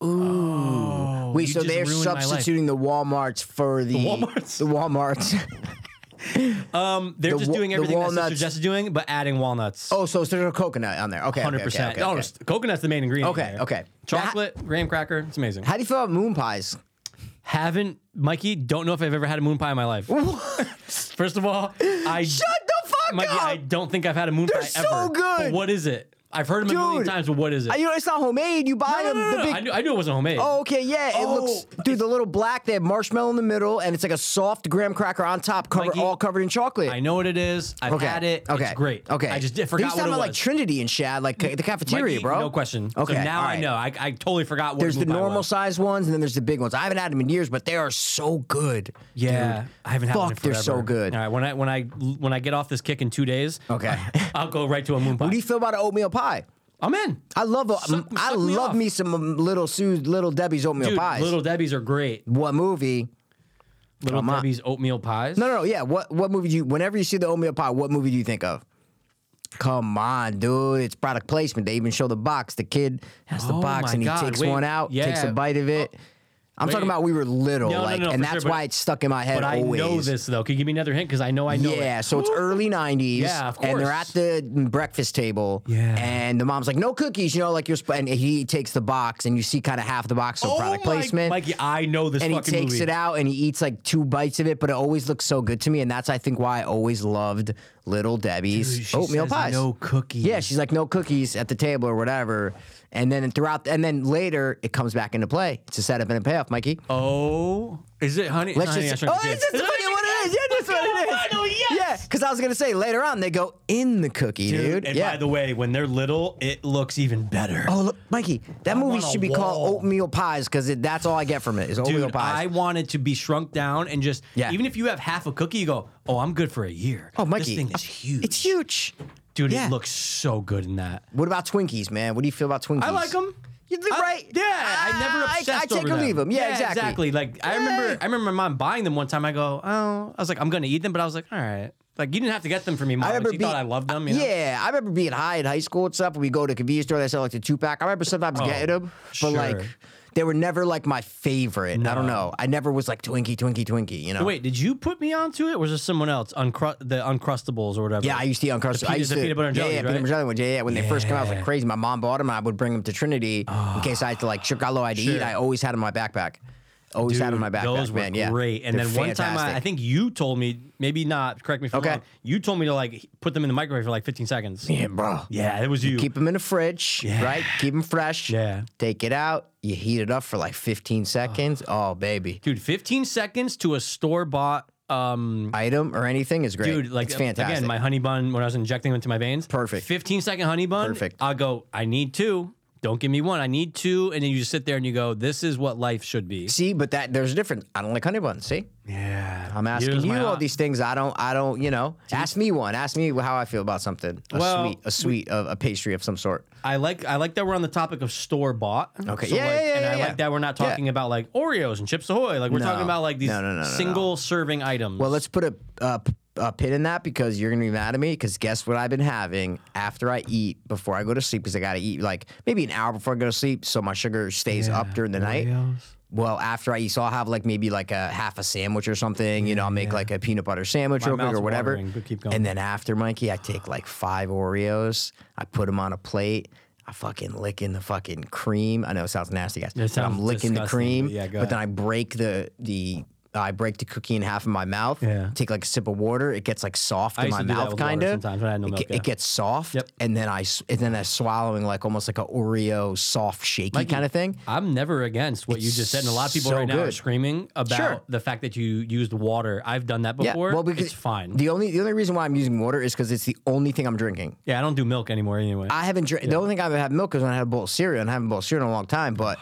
[SPEAKER 3] ooh.
[SPEAKER 2] Wait,
[SPEAKER 3] you
[SPEAKER 2] so
[SPEAKER 3] just
[SPEAKER 2] they're
[SPEAKER 3] ruined my life.
[SPEAKER 2] substituting the Walmarts for the,
[SPEAKER 3] Walmarts?
[SPEAKER 2] The Walmarts.
[SPEAKER 3] They're just
[SPEAKER 2] wa-
[SPEAKER 3] doing
[SPEAKER 2] the
[SPEAKER 3] everything that Sister
[SPEAKER 2] walnuts-
[SPEAKER 3] Jess is doing, but adding walnuts.
[SPEAKER 2] oh, so there's a coconut on there. Okay,
[SPEAKER 3] Hundred
[SPEAKER 2] hundred
[SPEAKER 3] percent.
[SPEAKER 2] Okay, okay, okay.
[SPEAKER 3] coconut's the main ingredient.
[SPEAKER 2] Okay,
[SPEAKER 3] there.
[SPEAKER 2] okay.
[SPEAKER 3] Chocolate, graham cracker, it's amazing.
[SPEAKER 2] How do you feel about moon pies?
[SPEAKER 3] Haven't Mikey? Don't know if I've ever had a moon pie in my life. First of all, I shut
[SPEAKER 2] the fuck
[SPEAKER 3] Mikey,
[SPEAKER 2] up!
[SPEAKER 3] I don't think I've had a moon pie
[SPEAKER 2] so
[SPEAKER 3] ever.
[SPEAKER 2] good!
[SPEAKER 3] But what is it? I've heard them a million
[SPEAKER 2] Dude,
[SPEAKER 3] times, but what is it?
[SPEAKER 2] I, you know, it's not homemade. You buy
[SPEAKER 3] no,
[SPEAKER 2] them.
[SPEAKER 3] no, no,
[SPEAKER 2] the
[SPEAKER 3] no.
[SPEAKER 2] big.
[SPEAKER 3] I, knew, I knew it wasn't homemade.
[SPEAKER 2] Oh, okay, yeah. It looks, dude. The little black. They have marshmallow in the middle, and it's like a soft graham cracker on top, covered
[SPEAKER 3] Mikey,
[SPEAKER 2] all covered in chocolate.
[SPEAKER 3] I know what it is. I've
[SPEAKER 2] Okay.
[SPEAKER 3] had it.
[SPEAKER 2] Okay.
[SPEAKER 3] It's great.
[SPEAKER 2] Okay.
[SPEAKER 3] I just
[SPEAKER 2] But
[SPEAKER 3] did, forgot
[SPEAKER 2] He's
[SPEAKER 3] what
[SPEAKER 2] talking
[SPEAKER 3] it
[SPEAKER 2] about
[SPEAKER 3] was.
[SPEAKER 2] like Trinity and Shad, like ca- the cafeteria,
[SPEAKER 3] Mikey,
[SPEAKER 2] bro.
[SPEAKER 3] No question.
[SPEAKER 2] Okay.
[SPEAKER 3] So now
[SPEAKER 2] all
[SPEAKER 3] I
[SPEAKER 2] right.
[SPEAKER 3] know. I, I totally forgot what
[SPEAKER 2] There's
[SPEAKER 3] moon
[SPEAKER 2] the
[SPEAKER 3] pie
[SPEAKER 2] normal
[SPEAKER 3] was.
[SPEAKER 2] size ones, and then there's the big ones. I haven't had them in years, but they are so good.
[SPEAKER 3] Yeah,
[SPEAKER 2] Dude.
[SPEAKER 3] I haven't had one in
[SPEAKER 2] Fuck, they're so
[SPEAKER 3] forever.
[SPEAKER 2] good.
[SPEAKER 3] All right, when I when I when I get off this kick in two days,
[SPEAKER 2] Okay.
[SPEAKER 3] I'll go right to a moon pie.
[SPEAKER 2] What do you feel about an oatmeal pie.
[SPEAKER 3] I'm in.
[SPEAKER 2] I love a,
[SPEAKER 3] Suck-
[SPEAKER 2] I
[SPEAKER 3] suck me
[SPEAKER 2] love
[SPEAKER 3] off.
[SPEAKER 2] me some um, little Sue's little Debbie's oatmeal
[SPEAKER 3] Dude,
[SPEAKER 2] pies.
[SPEAKER 3] Little Debbie's are great.
[SPEAKER 2] what movie?
[SPEAKER 3] Little
[SPEAKER 2] I'm out.
[SPEAKER 3] Debbie's oatmeal pies.
[SPEAKER 2] No, no, no. Yeah. What what movie do you? Whenever you see the oatmeal pie, what movie do you think of? Come on, dude. It's product placement. They even show the box. The kid has the
[SPEAKER 3] Oh
[SPEAKER 2] box
[SPEAKER 3] my
[SPEAKER 2] and he
[SPEAKER 3] God,
[SPEAKER 2] takes
[SPEAKER 3] wait,
[SPEAKER 2] one out, takes a
[SPEAKER 3] yeah. Oh,
[SPEAKER 2] bite of it. I'm
[SPEAKER 3] wait.
[SPEAKER 2] talking about we were little,
[SPEAKER 3] No, no,
[SPEAKER 2] like,
[SPEAKER 3] no,
[SPEAKER 2] and
[SPEAKER 3] for
[SPEAKER 2] that's
[SPEAKER 3] sure, but-
[SPEAKER 2] why it's stuck in my head
[SPEAKER 3] But I
[SPEAKER 2] always.
[SPEAKER 3] know this though. Can you give me another hint? Because I know I know
[SPEAKER 2] yeah,
[SPEAKER 3] it.
[SPEAKER 2] so it's early 90s.
[SPEAKER 3] Yeah, of
[SPEAKER 2] And they're at
[SPEAKER 3] course.
[SPEAKER 2] the breakfast table.
[SPEAKER 3] Yeah.
[SPEAKER 2] And the mom's like, no cookies, you know, like you're, sp- and he takes the box and you see kind of half the box of
[SPEAKER 3] Oh
[SPEAKER 2] product
[SPEAKER 3] my-
[SPEAKER 2] placement.
[SPEAKER 3] Mikey, I know this
[SPEAKER 2] and he
[SPEAKER 3] fucking
[SPEAKER 2] takes
[SPEAKER 3] movie.
[SPEAKER 2] it out and he eats like two bites of it, but it always looks so good to me. And that's, I think, why I always loved Little Debbie's
[SPEAKER 3] Dude, she
[SPEAKER 2] oatmeal
[SPEAKER 3] says
[SPEAKER 2] pies.
[SPEAKER 3] No cookies.
[SPEAKER 2] Yeah, she's like no cookies at the table or whatever, and then throughout, and then later it comes back into play. It's a setup and a payoff, Mikey.
[SPEAKER 3] Oh, is it honey?
[SPEAKER 2] Let's
[SPEAKER 3] honey,
[SPEAKER 2] just.
[SPEAKER 3] I Shrunk
[SPEAKER 2] Oh,
[SPEAKER 3] the Kids.
[SPEAKER 2] it's just
[SPEAKER 3] Is it
[SPEAKER 2] fucking
[SPEAKER 3] Honey,
[SPEAKER 2] what it is. Yeah, that's what it is.
[SPEAKER 3] Finally, yes!
[SPEAKER 2] Yeah, because I was gonna say later on they go in the cookie, dude.
[SPEAKER 3] And
[SPEAKER 2] yeah.
[SPEAKER 3] by the way, when they're little, it looks even better.
[SPEAKER 2] Oh, look, Mikey, that movie
[SPEAKER 3] want a
[SPEAKER 2] should be called
[SPEAKER 3] wall.
[SPEAKER 2] Oatmeal Pies because that's all I get from it is
[SPEAKER 3] Dude,
[SPEAKER 2] oatmeal pies.
[SPEAKER 3] I wanted to be shrunk down and just
[SPEAKER 2] Yeah.
[SPEAKER 3] even if you have half a cookie, you go, oh, I'm good for a year.
[SPEAKER 2] oh, Mikey,
[SPEAKER 3] this thing is
[SPEAKER 2] it's
[SPEAKER 3] huge.
[SPEAKER 2] It's huge.
[SPEAKER 3] dude.
[SPEAKER 2] yeah.
[SPEAKER 3] It looks so good in that.
[SPEAKER 2] What about Twinkies, man? What do you feel about Twinkies?
[SPEAKER 3] I like them.
[SPEAKER 2] You think, right?
[SPEAKER 3] Yeah, I never
[SPEAKER 2] I-
[SPEAKER 3] obsessed
[SPEAKER 2] I take
[SPEAKER 3] over
[SPEAKER 2] or leave 'em. Yeah, exactly.
[SPEAKER 3] Like I
[SPEAKER 2] Yeah.
[SPEAKER 3] remember, I remember my mom buying them one time. I go, oh, I was like, I'm gonna eat them, but I was like, all right. Like you didn't have to get them for me, mom.
[SPEAKER 2] I
[SPEAKER 3] but
[SPEAKER 2] remember
[SPEAKER 3] she
[SPEAKER 2] being-
[SPEAKER 3] thought I loved them. You know?
[SPEAKER 2] Yeah, I remember being high in high school and stuff. When we go to a convenience store, they sell like the two pack. I remember sometimes getting them, but
[SPEAKER 3] Oh, sure.
[SPEAKER 2] like they were never like my favorite. I don't
[SPEAKER 3] No.
[SPEAKER 2] know. I never was like Twinkie, Twinkie, Twinkie. You know?
[SPEAKER 3] Wait, did you put me onto it, or was there someone else? Uncru- the Uncrustables or whatever.
[SPEAKER 2] Yeah, I used to eat uncrusted. I
[SPEAKER 3] pe-
[SPEAKER 2] used
[SPEAKER 3] the
[SPEAKER 2] to
[SPEAKER 3] peanut butter and
[SPEAKER 2] yeah,
[SPEAKER 3] jellies,
[SPEAKER 2] yeah, peanut
[SPEAKER 3] right?
[SPEAKER 2] butter jelly ones. Yeah, yeah. When they first came out, I was like
[SPEAKER 3] Yeah.
[SPEAKER 2] crazy. My mom bought them. I would bring them to Trinity in case I had to like Chicago. I had to eat.
[SPEAKER 3] Sure.
[SPEAKER 2] I always had 'em in my backpack. Always had 'em in my backpack.
[SPEAKER 3] Those were
[SPEAKER 2] man. Yeah,
[SPEAKER 3] great. And
[SPEAKER 2] They're
[SPEAKER 3] then one time, I, I
[SPEAKER 2] fantastic.
[SPEAKER 3] think you told me, maybe not. Correct me if I'm
[SPEAKER 2] Okay.
[SPEAKER 3] wrong. You told me to like put them in the microwave for like 15 seconds.
[SPEAKER 2] yeah, bro.
[SPEAKER 3] Yeah, it was you.
[SPEAKER 2] Keep them in the fridge,
[SPEAKER 3] Yeah.
[SPEAKER 2] right? Keep them fresh.
[SPEAKER 3] Yeah.
[SPEAKER 2] Take it out. You heat it up for like 15 seconds. Oh, baby.
[SPEAKER 3] dude, 15 seconds to a store bought. Um,
[SPEAKER 2] Item or anything is great.
[SPEAKER 3] dude, like uh,
[SPEAKER 2] it's fantastic.
[SPEAKER 3] again, my honey bun when I was injecting them into my veins.
[SPEAKER 2] Perfect.
[SPEAKER 3] 15 second honey bun.
[SPEAKER 2] Perfect.
[SPEAKER 3] I go, I need two. Don't give me one. I need two. And then you just sit there and you go, this is what life should be.
[SPEAKER 2] See, but that there's a difference. I don't like honey buns. See,
[SPEAKER 3] Yeah.
[SPEAKER 2] I'm asking you all these things. I don't. I don't. You know, ask me one. Ask me how I feel about something. A
[SPEAKER 3] Well,
[SPEAKER 2] sweet, a sweet, of a pastry of some sort.
[SPEAKER 3] I like I like that we're on the topic of store bought.
[SPEAKER 2] Okay. Yeah,
[SPEAKER 3] like,
[SPEAKER 2] yeah, yeah,
[SPEAKER 3] And
[SPEAKER 2] yeah,
[SPEAKER 3] I
[SPEAKER 2] yeah.
[SPEAKER 3] like that we're not talking about like Oreos and Chips Ahoy. Like we're
[SPEAKER 2] No.
[SPEAKER 3] talking about like these
[SPEAKER 2] No, no, no, no, no.
[SPEAKER 3] single serving items.
[SPEAKER 2] Well, let's put a, a, a pin in that because you're gonna be mad at me. Because guess what I've been having after I eat before I go to sleep? Because I gotta eat like maybe an hour before I go to sleep, so my sugar stays up during the night.
[SPEAKER 3] Oreos.
[SPEAKER 2] Well, after I eat, so I'll have like maybe like a half a sandwich or something. You know, I'll make like a peanut butter sandwich real quick
[SPEAKER 3] mouth's
[SPEAKER 2] or whatever.
[SPEAKER 3] watering, but keep going.
[SPEAKER 2] And then after Mikey, I take like five Oreos. I put them on a plate. I fucking lick in the fucking cream. I know it sounds nasty, guys. but I'm
[SPEAKER 3] sounds
[SPEAKER 2] licking the
[SPEAKER 3] disgusting,
[SPEAKER 2] cream.
[SPEAKER 3] but yeah, go
[SPEAKER 2] but then I break the the. I break the cookie in half in my mouth.
[SPEAKER 3] Yeah.
[SPEAKER 2] Take like a sip of water. It gets like soft
[SPEAKER 3] I
[SPEAKER 2] in
[SPEAKER 3] used
[SPEAKER 2] my
[SPEAKER 3] to do that
[SPEAKER 2] mouth,
[SPEAKER 3] with water
[SPEAKER 2] kind of.
[SPEAKER 3] sometimes when I had no
[SPEAKER 2] it,
[SPEAKER 3] milk,
[SPEAKER 2] ge-
[SPEAKER 3] yeah.
[SPEAKER 2] it gets soft,
[SPEAKER 3] Yep.
[SPEAKER 2] and then I s- and then I swallowing like almost like a Oreo soft shaky kind of thing.
[SPEAKER 3] I'm never against what you just said, and a lot of people
[SPEAKER 2] so
[SPEAKER 3] right now are
[SPEAKER 2] good.
[SPEAKER 3] screaming about
[SPEAKER 2] Sure.
[SPEAKER 3] the fact that you used water. I've done that before. it's fine.
[SPEAKER 2] The only the only reason why I'm using water is because it's the only thing I'm drinking.
[SPEAKER 3] yeah, I don't do milk anymore anyway.
[SPEAKER 2] I haven't drink. The only thing I've had milk is when I had a bowl of cereal, and I haven't bowl of cereal in a long time. But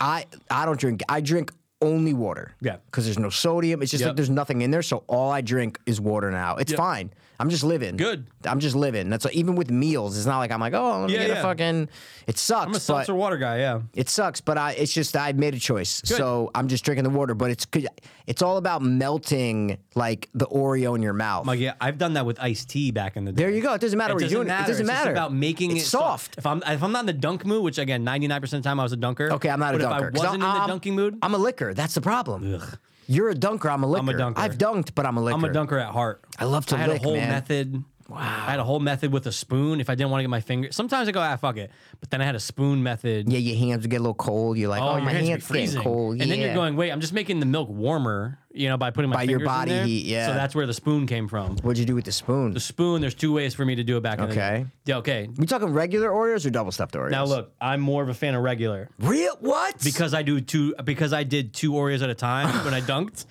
[SPEAKER 2] I I don't drink. I drink only water.
[SPEAKER 3] Yeah.
[SPEAKER 2] because there's no sodium. It's just like
[SPEAKER 3] Yep.
[SPEAKER 2] there's nothing in there, so all I drink is water now. It's fine. I'm just living.
[SPEAKER 3] Good.
[SPEAKER 2] I'm just living. That's what, even with meals. It's not like I'm like oh let me
[SPEAKER 3] Yeah,
[SPEAKER 2] get a
[SPEAKER 3] yeah.
[SPEAKER 2] fucking. It sucks.
[SPEAKER 3] I'm a
[SPEAKER 2] but-
[SPEAKER 3] seltzer water guy. Yeah.
[SPEAKER 2] it sucks, but I it's just I made a choice. So I'm just drinking the water, but it's 'cause it's all about melting like the Oreo in your mouth.
[SPEAKER 3] Like, yeah, I've done that with iced tea back in the day.
[SPEAKER 2] there you go. It doesn't matter
[SPEAKER 3] It
[SPEAKER 2] what
[SPEAKER 3] doesn't
[SPEAKER 2] you're doing.
[SPEAKER 3] matter.
[SPEAKER 2] It doesn't
[SPEAKER 3] it's
[SPEAKER 2] matter.
[SPEAKER 3] Just about making
[SPEAKER 2] It's
[SPEAKER 3] it
[SPEAKER 2] soft.
[SPEAKER 3] If I'm if I'm not in the dunk mood, which again, 99% of the time I was a dunker.
[SPEAKER 2] Okay, I'm not a
[SPEAKER 3] but
[SPEAKER 2] dunker.
[SPEAKER 3] If I
[SPEAKER 2] 'cause
[SPEAKER 3] wasn't
[SPEAKER 2] I'm,
[SPEAKER 3] in the dunking mood,
[SPEAKER 2] I'm a licker. That's the problem. You're a dunker. I'm a licker.
[SPEAKER 3] dunker.
[SPEAKER 2] I've dunked, but I'm a licker.
[SPEAKER 3] I'm a dunker at heart.
[SPEAKER 2] I love to
[SPEAKER 3] I had
[SPEAKER 2] lick,
[SPEAKER 3] a whole
[SPEAKER 2] man.
[SPEAKER 3] method. Wow. I had a whole method with a spoon if I didn't want to get my finger. Sometimes I go, ah, fuck it. But then I had a spoon method.
[SPEAKER 2] Yeah, your hands would get a little cold. You're like, oh,
[SPEAKER 3] Oh, your
[SPEAKER 2] my
[SPEAKER 3] hands,
[SPEAKER 2] hands
[SPEAKER 3] be freezing.
[SPEAKER 2] getting cold.
[SPEAKER 3] And then
[SPEAKER 2] Yeah.
[SPEAKER 3] you're going, wait, I'm just making the milk warmer, you know, by putting my
[SPEAKER 2] By your
[SPEAKER 3] fingers in
[SPEAKER 2] body
[SPEAKER 3] there.
[SPEAKER 2] heat, yeah.
[SPEAKER 3] So that's where the spoon came from.
[SPEAKER 2] What'd you do with the spoon?
[SPEAKER 3] The spoon. There's two ways for me to do it back. in the day.
[SPEAKER 2] Okay.
[SPEAKER 3] Yeah. Okay.
[SPEAKER 2] we talking regular Oreos or double stuffed Oreos?
[SPEAKER 3] Now look, I'm more of a fan of regular
[SPEAKER 2] real what?
[SPEAKER 3] because I do two because I did two Oreos at a time when I dunked.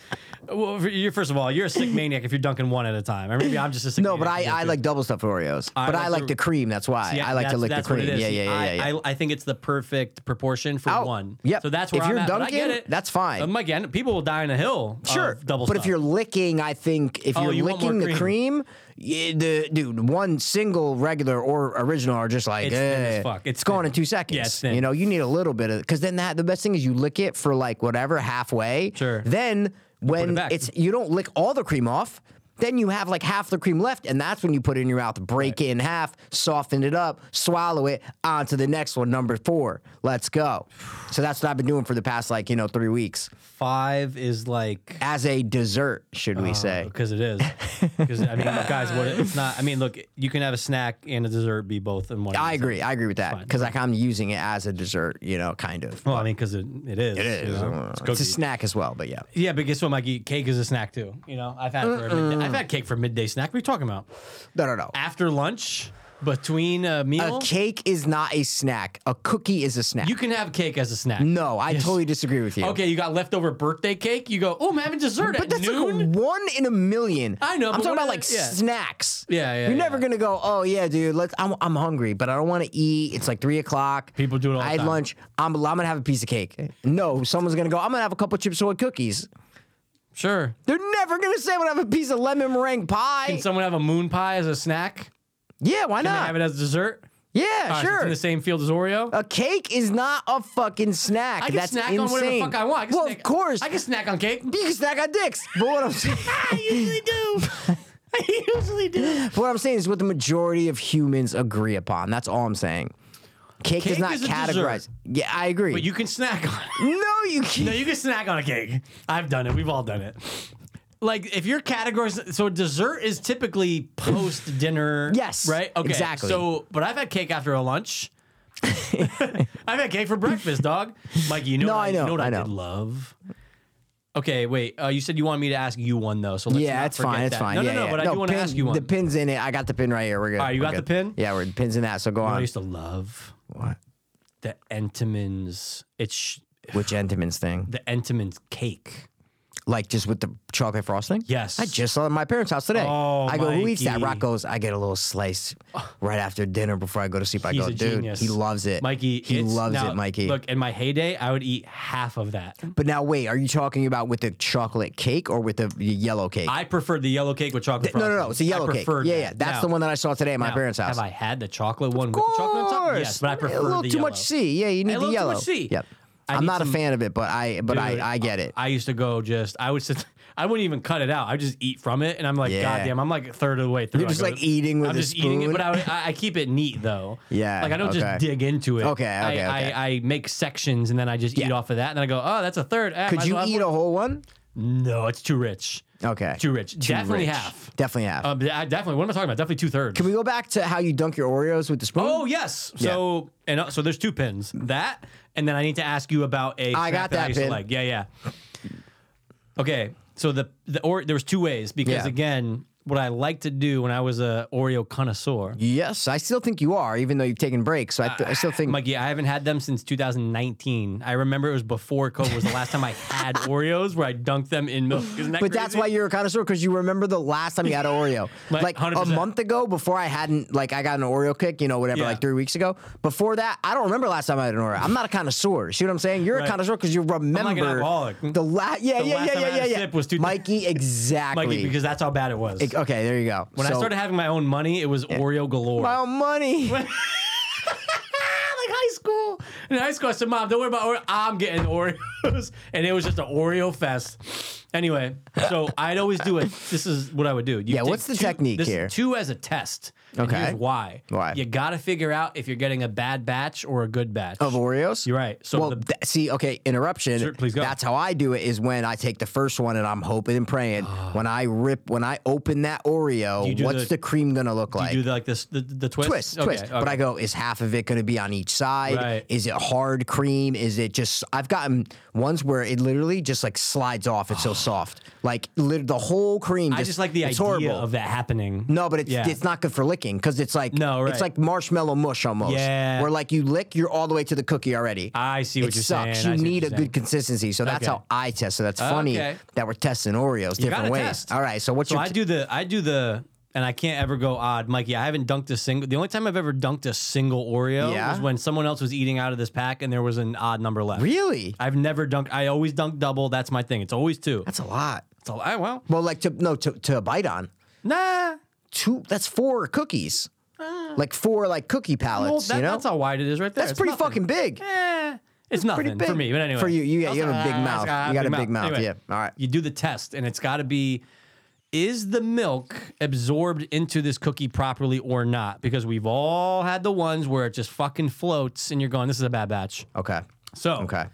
[SPEAKER 3] Well, for- you're first of all, you're a sick maniac if you're dunking one at a time. Or maybe I'm just a sick.
[SPEAKER 2] no, but I,
[SPEAKER 3] maniac.
[SPEAKER 2] I like double stuffed Oreos. but I
[SPEAKER 3] like
[SPEAKER 2] like
[SPEAKER 3] the-
[SPEAKER 2] the cream. That's why
[SPEAKER 3] Yeah,
[SPEAKER 2] I like to
[SPEAKER 3] that's-
[SPEAKER 2] lick the
[SPEAKER 3] that's what
[SPEAKER 2] cream.
[SPEAKER 3] it is.
[SPEAKER 2] Yeah, yeah, yeah,
[SPEAKER 3] I,
[SPEAKER 2] yeah.
[SPEAKER 3] I, I think it's the perfect proportion for
[SPEAKER 2] Out.
[SPEAKER 3] one.
[SPEAKER 2] Yep.
[SPEAKER 3] So that's
[SPEAKER 2] If
[SPEAKER 3] where I'm
[SPEAKER 2] you're
[SPEAKER 3] at, but I
[SPEAKER 2] dunking,
[SPEAKER 3] get it.
[SPEAKER 2] that's fine.
[SPEAKER 3] Um, again, people will die on a hill.
[SPEAKER 2] Sure,
[SPEAKER 3] of double
[SPEAKER 2] but
[SPEAKER 3] stuff.
[SPEAKER 2] if you're licking, I think if
[SPEAKER 3] Oh,
[SPEAKER 2] you're
[SPEAKER 3] you want more
[SPEAKER 2] licking the cream, y the dude one single regular or original are just like
[SPEAKER 3] It's thin as
[SPEAKER 2] eh,
[SPEAKER 3] fuck. It's
[SPEAKER 2] gone
[SPEAKER 3] thin.
[SPEAKER 2] in two seconds.
[SPEAKER 3] Yeah, it's thin.
[SPEAKER 2] you know you need a little bit of because then that the best thing is you lick it for like whatever halfway.
[SPEAKER 3] Sure.
[SPEAKER 2] Then when
[SPEAKER 3] back.
[SPEAKER 2] it's you don't lick all the cream off. Then you have like half the cream left, and that's when you put it in your mouth, break it in half, soften it up, swallow it, on to the next one, number four. Let's go. So that's what I've been doing for the past like, you know, three weeks
[SPEAKER 3] Five is like
[SPEAKER 2] as a dessert, should
[SPEAKER 3] Oh,
[SPEAKER 2] we say?
[SPEAKER 3] because it is. Because I mean, guys, what it's not. I mean, look, you can have a snack and a dessert be both in one.
[SPEAKER 2] I agree. I agree with that because like I'm using it as a dessert, you know, kind of.
[SPEAKER 3] Well, I mean, because it, it is.
[SPEAKER 2] It is.
[SPEAKER 3] you know?
[SPEAKER 2] uh, It's
[SPEAKER 3] It's
[SPEAKER 2] a
[SPEAKER 3] cookies.
[SPEAKER 2] snack as well, but yeah.
[SPEAKER 3] yeah, but guess what, Mikey? Cake is a snack too. You know, I've had for a midday, I've had cake for midday snack. What are you talking about?
[SPEAKER 2] No, no, no.
[SPEAKER 3] After lunch, between a
[SPEAKER 2] A
[SPEAKER 3] meal,
[SPEAKER 2] cake is not a snack. A cookie is a snack.
[SPEAKER 3] you can have cake as a snack.
[SPEAKER 2] no, I
[SPEAKER 3] Yes.
[SPEAKER 2] totally disagree with you.
[SPEAKER 3] Okay, you got leftover birthday cake. You go, oh, I'm having dessert
[SPEAKER 2] But
[SPEAKER 3] at
[SPEAKER 2] that's
[SPEAKER 3] noon.
[SPEAKER 2] like a one in a million.
[SPEAKER 3] I know,
[SPEAKER 2] I'm
[SPEAKER 3] but
[SPEAKER 2] talking
[SPEAKER 3] what
[SPEAKER 2] about
[SPEAKER 3] is
[SPEAKER 2] like
[SPEAKER 3] it? Yeah.
[SPEAKER 2] snacks.
[SPEAKER 3] Yeah, yeah,
[SPEAKER 2] You're never
[SPEAKER 3] yeah.
[SPEAKER 2] gonna go. Oh yeah, dude. Let's. I'm, I'm hungry, but I don't want to eat. It's like three o'clock.
[SPEAKER 3] People do it all
[SPEAKER 2] I
[SPEAKER 3] the
[SPEAKER 2] had
[SPEAKER 3] time.
[SPEAKER 2] lunch. I'm. I'm gonna have a piece of cake. No, someone's gonna go. I'm gonna have a couple chips soy cookies.
[SPEAKER 3] sure.
[SPEAKER 2] They're never gonna say I'm gonna have a piece of lemon meringue pie.
[SPEAKER 3] Can someone have a moon pie as a snack?
[SPEAKER 2] yeah, why
[SPEAKER 3] Can they
[SPEAKER 2] not?
[SPEAKER 3] have it as dessert?
[SPEAKER 2] Yeah,
[SPEAKER 3] All right, so it's
[SPEAKER 2] sure.
[SPEAKER 3] in the same field as Oreo.
[SPEAKER 2] a cake is not a fucking snack.
[SPEAKER 3] I can
[SPEAKER 2] That's
[SPEAKER 3] snack
[SPEAKER 2] insane.
[SPEAKER 3] on whatever the fuck I want. I can
[SPEAKER 2] well,
[SPEAKER 3] snack,
[SPEAKER 2] of course.
[SPEAKER 3] I can snack on cake.
[SPEAKER 2] you can snack on dicks. But what I'm saying.
[SPEAKER 3] I usually do. I usually do.
[SPEAKER 2] But what I'm saying is what the majority of humans agree upon. That's all I'm saying. Cake, does
[SPEAKER 3] Cake
[SPEAKER 2] not
[SPEAKER 3] is a
[SPEAKER 2] categorize.
[SPEAKER 3] dessert.
[SPEAKER 2] Yeah, I agree.
[SPEAKER 3] But you can snack on it.
[SPEAKER 2] no, you can't.
[SPEAKER 3] No, you can snack on a cake. I've done it. We've all done it. Like if your categories, so dessert is typically post dinner.
[SPEAKER 2] Yes,
[SPEAKER 3] Right. Okay.
[SPEAKER 2] exactly.
[SPEAKER 3] So, but I've had cake after a lunch. I've had cake for breakfast, dog. Mikey, you know,
[SPEAKER 2] No,
[SPEAKER 3] what
[SPEAKER 2] I know,
[SPEAKER 3] You know what
[SPEAKER 2] I
[SPEAKER 3] I,
[SPEAKER 2] know.
[SPEAKER 3] did love. Okay, wait. Uh, you said you wanted me to ask you one though, so let's
[SPEAKER 2] yeah,
[SPEAKER 3] not
[SPEAKER 2] it's
[SPEAKER 3] forget
[SPEAKER 2] fine. It's
[SPEAKER 3] that.
[SPEAKER 2] fine.
[SPEAKER 3] No,
[SPEAKER 2] yeah,
[SPEAKER 3] no, no.
[SPEAKER 2] yeah.
[SPEAKER 3] But I do want to
[SPEAKER 2] pin-
[SPEAKER 3] ask you one.
[SPEAKER 2] The pin's in it. I got the pin right here. We're good.
[SPEAKER 3] All right, you
[SPEAKER 2] We're
[SPEAKER 3] got the
[SPEAKER 2] good.
[SPEAKER 3] pin?
[SPEAKER 2] Yeah, we're pins in that. So go
[SPEAKER 3] I
[SPEAKER 2] on.
[SPEAKER 3] used to love
[SPEAKER 2] What?
[SPEAKER 3] the Entenmann's. It's sh-
[SPEAKER 2] Which Entenmann's thing?
[SPEAKER 3] the Entenmann's cake.
[SPEAKER 2] Like just with the chocolate frosting?
[SPEAKER 3] Yes.
[SPEAKER 2] I just saw it at my parents' house today.
[SPEAKER 3] Oh,
[SPEAKER 2] I go, who eats that?
[SPEAKER 3] Mikey.
[SPEAKER 2] Rock goes, I get a little slice right after dinner before I go to sleep. I
[SPEAKER 3] He's
[SPEAKER 2] go,
[SPEAKER 3] a
[SPEAKER 2] dude,
[SPEAKER 3] genius.
[SPEAKER 2] he loves it.
[SPEAKER 3] Mikey,
[SPEAKER 2] he
[SPEAKER 3] it's-
[SPEAKER 2] loves
[SPEAKER 3] now,
[SPEAKER 2] it, Mikey.
[SPEAKER 3] Look, in my heyday, I would eat half of that.
[SPEAKER 2] but now wait, are you talking about with the chocolate cake or with the yellow cake?
[SPEAKER 3] I preferred the yellow cake with chocolate.
[SPEAKER 2] no, no, no.
[SPEAKER 3] frosting.
[SPEAKER 2] It's a yellow
[SPEAKER 3] I
[SPEAKER 2] cake.
[SPEAKER 3] preferred
[SPEAKER 2] Yeah,
[SPEAKER 3] that.
[SPEAKER 2] yeah. That's
[SPEAKER 3] Now-
[SPEAKER 2] the one that I saw today at my
[SPEAKER 3] now,
[SPEAKER 2] parents' house.
[SPEAKER 3] Have I had the chocolate one with
[SPEAKER 2] Of
[SPEAKER 3] the chocolate on top?
[SPEAKER 2] course.
[SPEAKER 3] Yes, but I prefer
[SPEAKER 2] a little
[SPEAKER 3] the
[SPEAKER 2] too much
[SPEAKER 3] yellow.
[SPEAKER 2] C. Yeah, you need
[SPEAKER 3] A
[SPEAKER 2] the
[SPEAKER 3] little too
[SPEAKER 2] yellow.
[SPEAKER 3] much C.
[SPEAKER 2] Yep.
[SPEAKER 3] I
[SPEAKER 2] I'm
[SPEAKER 3] need
[SPEAKER 2] not a
[SPEAKER 3] some-
[SPEAKER 2] fan of it, but I but
[SPEAKER 3] Dude,
[SPEAKER 2] I, I get it.
[SPEAKER 3] I used to go just. I would sit. I wouldn't even cut it out. I would just eat from it, and I'm like,
[SPEAKER 2] Yeah.
[SPEAKER 3] God damn, I'm like a third of the way through.
[SPEAKER 2] You're just,
[SPEAKER 3] I go-
[SPEAKER 2] like, eating with
[SPEAKER 3] I'm
[SPEAKER 2] a
[SPEAKER 3] just eating it,
[SPEAKER 2] spoon?
[SPEAKER 3] but I, would- I, I keep it neat though.
[SPEAKER 2] Yeah,
[SPEAKER 3] like I don't
[SPEAKER 2] okay.
[SPEAKER 3] just dig into it.
[SPEAKER 2] Okay,
[SPEAKER 3] I-
[SPEAKER 2] okay,
[SPEAKER 3] I,
[SPEAKER 2] okay.
[SPEAKER 3] I, make sections and then I just eat
[SPEAKER 2] Yeah.
[SPEAKER 3] off of that, and then I go, oh, that's a third. Eh, might
[SPEAKER 2] Could
[SPEAKER 3] as
[SPEAKER 2] you
[SPEAKER 3] well have
[SPEAKER 2] eat
[SPEAKER 3] one."
[SPEAKER 2] a whole one?
[SPEAKER 3] No, it's too rich.
[SPEAKER 2] Okay.
[SPEAKER 3] Too rich. Definitely half.
[SPEAKER 2] Definitely half.
[SPEAKER 3] Um, I definitely. What am I talking about? Definitely two thirds.
[SPEAKER 2] Can we go back to how you dunk your Oreos with the spoon?
[SPEAKER 3] Oh yes.
[SPEAKER 2] Yeah.
[SPEAKER 3] So and uh, so there's two pins. That and then I need to ask you about a.
[SPEAKER 2] I
[SPEAKER 3] snack
[SPEAKER 2] got that
[SPEAKER 3] I used to
[SPEAKER 2] pin.
[SPEAKER 3] Like yeah yeah. Okay, so the the or there was two ways because
[SPEAKER 2] Yeah.
[SPEAKER 3] again, what I like to do when I was a Oreo connoisseur,
[SPEAKER 2] Yes, I still think you are, even though you've taken breaks. So I, th- I still think
[SPEAKER 3] Mikey, I haven't had them since 2019. I remember it was before COVID was the last time I had Oreos where I dunked them in milk. Isn't that
[SPEAKER 2] But that's
[SPEAKER 3] crazy?
[SPEAKER 2] why you're a connoisseur because you remember the last time you had an Oreo.
[SPEAKER 3] Like,
[SPEAKER 2] like a
[SPEAKER 3] 100%.
[SPEAKER 2] month ago, before I hadn't, like I got an Oreo kick, you know, whatever,
[SPEAKER 3] Yeah.
[SPEAKER 2] like three weeks ago. Before that, I don't remember last time I had an Oreo. I'm not a connoisseur. See what I'm saying? You're a
[SPEAKER 3] Right.
[SPEAKER 2] connoisseur because you remember
[SPEAKER 3] like an alcoholic.
[SPEAKER 2] the last. Yeah,
[SPEAKER 3] The
[SPEAKER 2] yeah,
[SPEAKER 3] last
[SPEAKER 2] yeah,
[SPEAKER 3] time I
[SPEAKER 2] yeah,
[SPEAKER 3] had a
[SPEAKER 2] yeah, yeah.
[SPEAKER 3] sip was two-
[SPEAKER 2] Mikey, exactly.
[SPEAKER 3] Mikey, because that's how bad it was.
[SPEAKER 2] okay, there you go.
[SPEAKER 3] when I started having my own money, it was Oreo galore.
[SPEAKER 2] my own money.
[SPEAKER 3] like high school. In high school, I said, "Mom, don't worry about Oreo. I'm getting Oreos," and it was just an Oreo fest. Anyway, so I'd always do it. This is what I would do. You
[SPEAKER 2] Yeah,
[SPEAKER 3] take
[SPEAKER 2] what's the
[SPEAKER 3] two-
[SPEAKER 2] technique
[SPEAKER 3] this is
[SPEAKER 2] here?
[SPEAKER 3] Two as a test. And
[SPEAKER 2] Okay.
[SPEAKER 3] here's why?
[SPEAKER 2] Why?
[SPEAKER 3] You got to figure out if you're getting a bad batch or a good batch
[SPEAKER 2] Of Oreos?
[SPEAKER 3] You're right. So
[SPEAKER 2] well,
[SPEAKER 3] the-
[SPEAKER 2] th- see, okay, interruption.
[SPEAKER 3] Sure, please go.
[SPEAKER 2] That's how I do it. Is when I take the first one and I'm hoping and praying. when I rip, when I open that Oreo,
[SPEAKER 3] Ah. do
[SPEAKER 2] what's the,
[SPEAKER 3] the-
[SPEAKER 2] cream gonna look like?
[SPEAKER 3] you do the, like this the, the twist.
[SPEAKER 2] twist, twist. But I go, is half of it going to be on each side?
[SPEAKER 3] Right.
[SPEAKER 2] Is it hard cream? Is it just? I've gotten ones where it literally just like slides off. It's so soft, like lit- the whole cream. Just,
[SPEAKER 3] I just like the
[SPEAKER 2] it's
[SPEAKER 3] idea
[SPEAKER 2] horrible.
[SPEAKER 3] of that happening.
[SPEAKER 2] No, but it's
[SPEAKER 3] Yeah.
[SPEAKER 2] it's not good for licking because it's like
[SPEAKER 3] No,
[SPEAKER 2] it's
[SPEAKER 3] right.
[SPEAKER 2] like marshmallow mush almost.
[SPEAKER 3] Yeah.
[SPEAKER 2] Where like you lick, you're all the way to the cookie already.
[SPEAKER 3] I see
[SPEAKER 2] it
[SPEAKER 3] what you're
[SPEAKER 2] sucks.
[SPEAKER 3] saying. I see what
[SPEAKER 2] You need
[SPEAKER 3] you're
[SPEAKER 2] a
[SPEAKER 3] saying.
[SPEAKER 2] good consistency. So that's
[SPEAKER 3] Okay.
[SPEAKER 2] how I test. So that's funny
[SPEAKER 3] Okay.
[SPEAKER 2] that we're testing Oreos
[SPEAKER 3] You gotta
[SPEAKER 2] different ways.
[SPEAKER 3] test.
[SPEAKER 2] All right. So what's
[SPEAKER 3] So
[SPEAKER 2] your
[SPEAKER 3] I do the I do the and I can't ever go odd, Mikey. I haven't dunked a single. The only time I've ever dunked a single Oreo
[SPEAKER 2] Yeah?
[SPEAKER 3] was when someone else was eating out of this pack and there was an odd number left.
[SPEAKER 2] Really?
[SPEAKER 3] I've never dunked. I always dunk double. That's my thing. It's always two.
[SPEAKER 2] That's a lot.
[SPEAKER 3] So I well,
[SPEAKER 2] Well, like to no to, to bite on.
[SPEAKER 3] nah.
[SPEAKER 2] Two. That's four cookies. Like four like cookie palettes.
[SPEAKER 3] Ah. Well, that,
[SPEAKER 2] you know.
[SPEAKER 3] that's how wide it is right there.
[SPEAKER 2] That's
[SPEAKER 3] It's
[SPEAKER 2] pretty
[SPEAKER 3] nothing.
[SPEAKER 2] fucking big.
[SPEAKER 3] Eh, it's nothing
[SPEAKER 2] pretty big.
[SPEAKER 3] for me. But anyway,
[SPEAKER 2] For you, you- yeah, you have a big
[SPEAKER 3] Ah,
[SPEAKER 2] mouth.
[SPEAKER 3] it's got
[SPEAKER 2] You got a big mouth,
[SPEAKER 3] Anyway,
[SPEAKER 2] yeah. All right.
[SPEAKER 3] You do the test, and it's got to be: is the milk absorbed into this cookie properly or not? Because we've all had the ones where it just fucking floats, and you're going, "This is a bad batch."
[SPEAKER 2] Okay.
[SPEAKER 3] So,
[SPEAKER 2] Okay.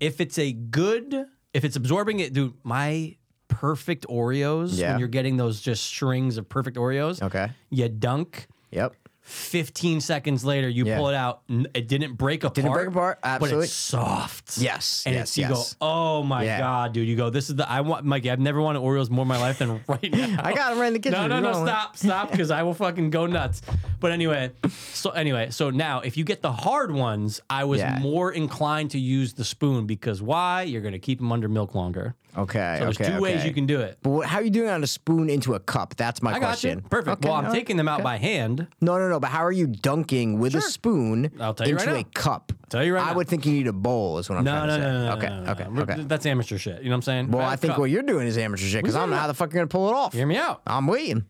[SPEAKER 3] if it's a good, if it's absorbing it, dude, my perfect Oreos
[SPEAKER 2] Yeah.
[SPEAKER 3] when you're getting those just strings of perfect Oreos.
[SPEAKER 2] Okay.
[SPEAKER 3] you dunk.
[SPEAKER 2] Yep.
[SPEAKER 3] 15 seconds later, you
[SPEAKER 2] Yeah.
[SPEAKER 3] pull it out. n- It didn't break apart.
[SPEAKER 2] break apart,
[SPEAKER 3] But
[SPEAKER 2] absolutely.
[SPEAKER 3] it's soft.
[SPEAKER 2] Yes,
[SPEAKER 3] And
[SPEAKER 2] yes,
[SPEAKER 3] it's, you
[SPEAKER 2] yes.
[SPEAKER 3] go, oh my
[SPEAKER 2] Yeah.
[SPEAKER 3] God, dude. You go, this is the, I want, Mikey, I've never wanted Oreos more in my life than right now.
[SPEAKER 2] I got 'em right in the kitchen.
[SPEAKER 3] No, no,
[SPEAKER 2] You
[SPEAKER 3] no,
[SPEAKER 2] want one?
[SPEAKER 3] stop, stop, because I will fucking go nuts. But anyway, so anyway, so now if you get the hard ones, I was
[SPEAKER 2] Yeah.
[SPEAKER 3] more inclined to use the spoon because why? You're going to keep them under milk longer.
[SPEAKER 2] Okay.
[SPEAKER 3] So there's
[SPEAKER 2] okay.
[SPEAKER 3] two ways
[SPEAKER 2] okay.
[SPEAKER 3] you can do it.
[SPEAKER 2] But what, how are you doing on a spoon into a cup? That's my
[SPEAKER 3] I got
[SPEAKER 2] question.
[SPEAKER 3] you. Perfect.
[SPEAKER 2] Okay,
[SPEAKER 3] well, I'm
[SPEAKER 2] all right.
[SPEAKER 3] taking them out by hand.
[SPEAKER 2] No, no, no. But how are you dunking with a spoon
[SPEAKER 3] I'll tell you
[SPEAKER 2] into
[SPEAKER 3] right
[SPEAKER 2] a
[SPEAKER 3] now.
[SPEAKER 2] cup?
[SPEAKER 3] Tell you right
[SPEAKER 2] I
[SPEAKER 3] now.
[SPEAKER 2] would think you need a bowl. Is what I'm
[SPEAKER 3] No,
[SPEAKER 2] trying
[SPEAKER 3] no,
[SPEAKER 2] to say.
[SPEAKER 3] no, no,
[SPEAKER 2] okay,
[SPEAKER 3] no, no,
[SPEAKER 2] okay,
[SPEAKER 3] no.
[SPEAKER 2] okay.
[SPEAKER 3] That's amateur shit. You know what I'm saying?
[SPEAKER 2] Well, I think
[SPEAKER 3] Cup.
[SPEAKER 2] what you're doing is amateur shit because I don't know how the fuck you're gonna pull it off.
[SPEAKER 3] Hear me out.
[SPEAKER 2] I'm waiting.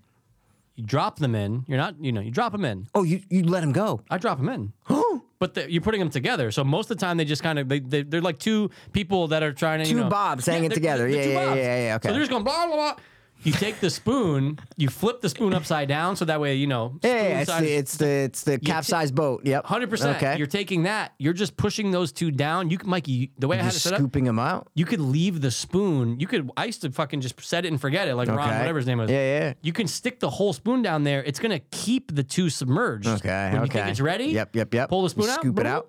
[SPEAKER 3] You drop them in. You're not, you know, you drop them in.
[SPEAKER 2] Oh, you you let him go.
[SPEAKER 3] I drop them in. but the, you're putting them together. So most of the time, they just kind of, they, they, they're like two people that are trying to,
[SPEAKER 2] Two
[SPEAKER 3] you know,
[SPEAKER 2] bobs hanging
[SPEAKER 3] they're-
[SPEAKER 2] together.
[SPEAKER 3] they're
[SPEAKER 2] Yeah,
[SPEAKER 3] two
[SPEAKER 2] yeah,
[SPEAKER 3] bobs.
[SPEAKER 2] yeah, yeah, okay.
[SPEAKER 3] So they're just going blah, blah, blah. You take the spoon, you flip the spoon upside down. So that way, you know,
[SPEAKER 2] Yeah,
[SPEAKER 3] spoon
[SPEAKER 2] yeah, it's
[SPEAKER 3] side
[SPEAKER 2] the
[SPEAKER 3] is-
[SPEAKER 2] it's the it's the capsized boat. Yep,
[SPEAKER 3] 100%.
[SPEAKER 2] Okay,
[SPEAKER 3] You're taking that. You're just pushing those two down. You can, Mikey, you- the way I had it
[SPEAKER 2] just
[SPEAKER 3] set up,
[SPEAKER 2] scooping him out.
[SPEAKER 3] you could leave the spoon. You could. I used to fucking just set it and forget it, like Ron,
[SPEAKER 2] Okay.
[SPEAKER 3] whatever his name was.
[SPEAKER 2] Yeah, yeah.
[SPEAKER 3] You can stick the whole spoon down there. It's gonna keep the two submerged.
[SPEAKER 2] Okay,
[SPEAKER 3] When you
[SPEAKER 2] okay.
[SPEAKER 3] think it's ready,
[SPEAKER 2] Yep, yep, yep.
[SPEAKER 3] Pull the
[SPEAKER 2] You
[SPEAKER 3] spoon out,
[SPEAKER 2] scoop it
[SPEAKER 3] boop,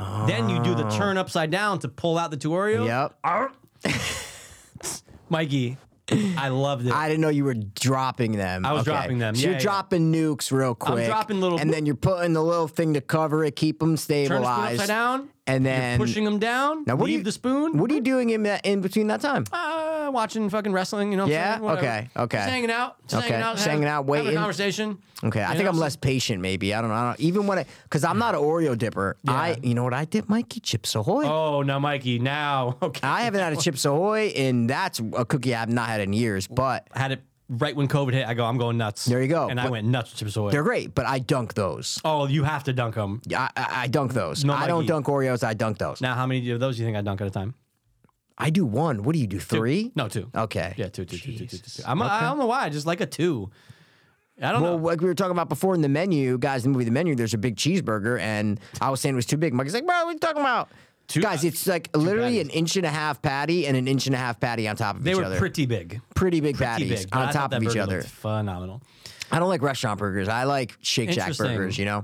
[SPEAKER 2] out.
[SPEAKER 3] Then you do the turn upside down to pull out the two Oreos.
[SPEAKER 2] Oh. Yep.
[SPEAKER 3] Mikey, I loved it.
[SPEAKER 2] I didn't know you were dropping them.
[SPEAKER 3] I was
[SPEAKER 2] Okay.
[SPEAKER 3] dropping them.
[SPEAKER 2] So
[SPEAKER 3] Yeah,
[SPEAKER 2] you're
[SPEAKER 3] yeah.
[SPEAKER 2] dropping nukes real quick.
[SPEAKER 3] dropping little-
[SPEAKER 2] and then you're putting the little thing to cover it, keep them
[SPEAKER 3] turn the
[SPEAKER 2] stabilized.
[SPEAKER 3] spoon upside down,
[SPEAKER 2] and
[SPEAKER 3] you're
[SPEAKER 2] then
[SPEAKER 3] pushing them down.
[SPEAKER 2] Now, what do
[SPEAKER 3] leave
[SPEAKER 2] you-
[SPEAKER 3] the spoon.
[SPEAKER 2] What are you doing in that in between that time?
[SPEAKER 3] uh, watching fucking wrestling, you know. What I'm
[SPEAKER 2] Yeah?
[SPEAKER 3] saying? Whatever.
[SPEAKER 2] Okay, okay.
[SPEAKER 3] Just hanging out, just
[SPEAKER 2] Okay,
[SPEAKER 3] hanging out,
[SPEAKER 2] just
[SPEAKER 3] having-
[SPEAKER 2] hanging out,
[SPEAKER 3] having
[SPEAKER 2] waiting.
[SPEAKER 3] a conversation.
[SPEAKER 2] Okay, I
[SPEAKER 3] You
[SPEAKER 2] think
[SPEAKER 3] know,
[SPEAKER 2] I'm
[SPEAKER 3] so-
[SPEAKER 2] less patient. Maybe I don't know. I don't, even when I, because I'm not an Oreo dipper. I, you know what I dip, Mikey? Chips Ahoy.
[SPEAKER 3] Oh no, Mikey! Now, okay.
[SPEAKER 2] I haven't had a Chips Ahoy, and that's a cookie I've not had in years. But
[SPEAKER 3] had it right when COVID hit. I go, I'm going nuts.
[SPEAKER 2] There you go.
[SPEAKER 3] And I
[SPEAKER 2] But-
[SPEAKER 3] went nuts with Chips Ahoy.
[SPEAKER 2] they're great. But I dunk those.
[SPEAKER 3] Oh, you have to dunk them.
[SPEAKER 2] I, I, I dunk those.
[SPEAKER 3] No,
[SPEAKER 2] I don't
[SPEAKER 3] Mikey.
[SPEAKER 2] dunk Oreos. I dunk those.
[SPEAKER 3] Now, how many of those do you think I dunk at a time?
[SPEAKER 2] I do one. What do you do? Three?
[SPEAKER 3] No, two.
[SPEAKER 2] Okay.
[SPEAKER 3] Yeah, two, two, two, two, two, two, two. I'm, I don't know why. I just like a two. I don't
[SPEAKER 2] Well,
[SPEAKER 3] know.
[SPEAKER 2] like we were talking about before in the menu, guys, in the movie The Menu, there's a big cheeseburger, and I was saying it was too big. Mike's like, bro, what are you talking about?
[SPEAKER 3] Two-
[SPEAKER 2] guys, it's like literally
[SPEAKER 3] patties.
[SPEAKER 2] an inch and a half patty and an inch and a half patty on top of
[SPEAKER 3] They
[SPEAKER 2] each
[SPEAKER 3] were
[SPEAKER 2] other.
[SPEAKER 3] pretty big.
[SPEAKER 2] pretty big
[SPEAKER 3] Pretty
[SPEAKER 2] patties
[SPEAKER 3] big. but I
[SPEAKER 2] on
[SPEAKER 3] thought
[SPEAKER 2] top
[SPEAKER 3] that
[SPEAKER 2] of each
[SPEAKER 3] burger
[SPEAKER 2] other.
[SPEAKER 3] looked Phenomenal.
[SPEAKER 2] I don't like restaurant burgers. I like Shake Shack burgers,
[SPEAKER 3] Interesting.
[SPEAKER 2] you know?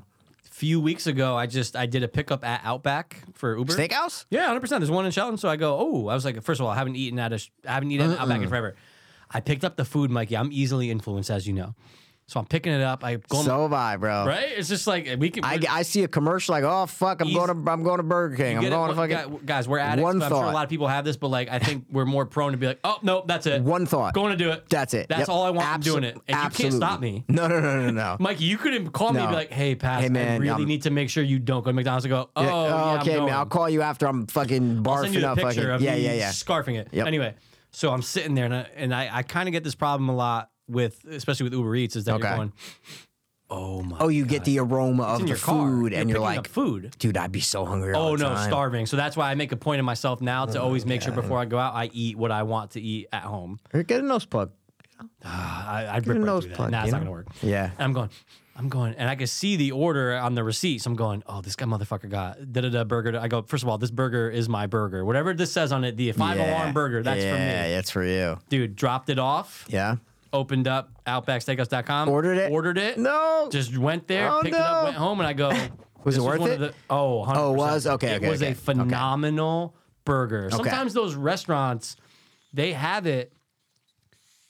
[SPEAKER 3] A few weeks ago, I just I did a pickup at Outback for Uber.
[SPEAKER 2] Steakhouse?
[SPEAKER 3] Yeah, hundred percent. There's one in Shelton, so I go. Oh, I was like, first of all, I haven't eaten at a, sh- I haven't eaten
[SPEAKER 2] Uh-uh.
[SPEAKER 3] at Outback in forever. I picked up the food, Mikey. I'm easily influenced, as you know. So I'm picking it up. I go,
[SPEAKER 2] So have I, bro.
[SPEAKER 3] right? It's just like we can.
[SPEAKER 2] I, I see a commercial like, oh, fuck, I'm
[SPEAKER 3] Easy.
[SPEAKER 2] going to I'm going to Burger King. I'm
[SPEAKER 3] Get it?
[SPEAKER 2] going to
[SPEAKER 3] What-
[SPEAKER 2] fucking.
[SPEAKER 3] guy- guys, we're addicts.
[SPEAKER 2] One
[SPEAKER 3] but I'm sure
[SPEAKER 2] thought.
[SPEAKER 3] a lot of people have this, but like I think we're more prone to be like, oh nope, that's it.
[SPEAKER 2] One thought.
[SPEAKER 3] Going to do it.
[SPEAKER 2] That's it.
[SPEAKER 3] That's
[SPEAKER 2] Yep.
[SPEAKER 3] all I want.
[SPEAKER 2] Abso-
[SPEAKER 3] I'm doing it. And
[SPEAKER 2] absolutely.
[SPEAKER 3] you can't stop me.
[SPEAKER 2] No, no, no, no, no.
[SPEAKER 3] Mikey, you couldn't call me and
[SPEAKER 2] No.
[SPEAKER 3] be like, hey, Pat,
[SPEAKER 2] Hey,
[SPEAKER 3] I
[SPEAKER 2] man,
[SPEAKER 3] really
[SPEAKER 2] I'm-
[SPEAKER 3] need to make sure you don't go to McDonald's and go, oh,
[SPEAKER 2] Yeah,
[SPEAKER 3] yeah, I'm
[SPEAKER 2] okay,
[SPEAKER 3] going.
[SPEAKER 2] man. I'll call you after I'm fucking barfing
[SPEAKER 3] I'll send you the
[SPEAKER 2] up.
[SPEAKER 3] picture
[SPEAKER 2] fucking,
[SPEAKER 3] of
[SPEAKER 2] yeah,
[SPEAKER 3] me
[SPEAKER 2] yeah, yeah.
[SPEAKER 3] scarfing it.
[SPEAKER 2] Yep.
[SPEAKER 3] Anyway, so I'm sitting there and I, and I, I kind of get this problem a lot with, especially with Uber Eats, is that
[SPEAKER 2] Okay.
[SPEAKER 3] you're going, oh my,
[SPEAKER 2] Oh, you get the aroma of
[SPEAKER 3] in
[SPEAKER 2] the
[SPEAKER 3] your car.
[SPEAKER 2] food, and
[SPEAKER 3] You're
[SPEAKER 2] you're
[SPEAKER 3] picking up
[SPEAKER 2] like,
[SPEAKER 3] food.
[SPEAKER 2] dude, I'd be so hungry. all
[SPEAKER 3] Oh
[SPEAKER 2] the
[SPEAKER 3] no,
[SPEAKER 2] time. Oh,
[SPEAKER 3] starving. So that's why I make a point of myself now to always make sure before I go out, I eat what I want to eat at home.
[SPEAKER 2] Get a nose plug.
[SPEAKER 3] I, I'd rip
[SPEAKER 2] a
[SPEAKER 3] right
[SPEAKER 2] nose
[SPEAKER 3] through
[SPEAKER 2] plug,
[SPEAKER 3] that. Nah,
[SPEAKER 2] you
[SPEAKER 3] it's
[SPEAKER 2] know?
[SPEAKER 3] not gonna work.
[SPEAKER 2] Yeah.
[SPEAKER 3] And I'm going, I'm going, and I can see the order on the receipt. So I'm going, oh, this guy motherfucker got da da da burger. I go, first of all, this burger is my burger. Whatever this says on it, the five alarm burger, that's
[SPEAKER 2] yeah,
[SPEAKER 3] for me.
[SPEAKER 2] Yeah, that's for you.
[SPEAKER 3] Dude, dropped it off,
[SPEAKER 2] Yeah.
[SPEAKER 3] opened up outbacksteakhouse.com,
[SPEAKER 2] Ordered it?
[SPEAKER 3] ordered it.
[SPEAKER 2] No.
[SPEAKER 3] Just went there,
[SPEAKER 2] Oh,
[SPEAKER 3] picked it up,
[SPEAKER 2] no.
[SPEAKER 3] went home, and I go,
[SPEAKER 2] Was it
[SPEAKER 3] this
[SPEAKER 2] worth
[SPEAKER 3] one
[SPEAKER 2] it?
[SPEAKER 3] of The, oh, 100%.
[SPEAKER 2] Oh, it was? Okay,
[SPEAKER 3] It
[SPEAKER 2] okay,
[SPEAKER 3] was
[SPEAKER 2] okay,
[SPEAKER 3] a
[SPEAKER 2] okay.
[SPEAKER 3] phenomenal burger. Sometimes those restaurants, they have it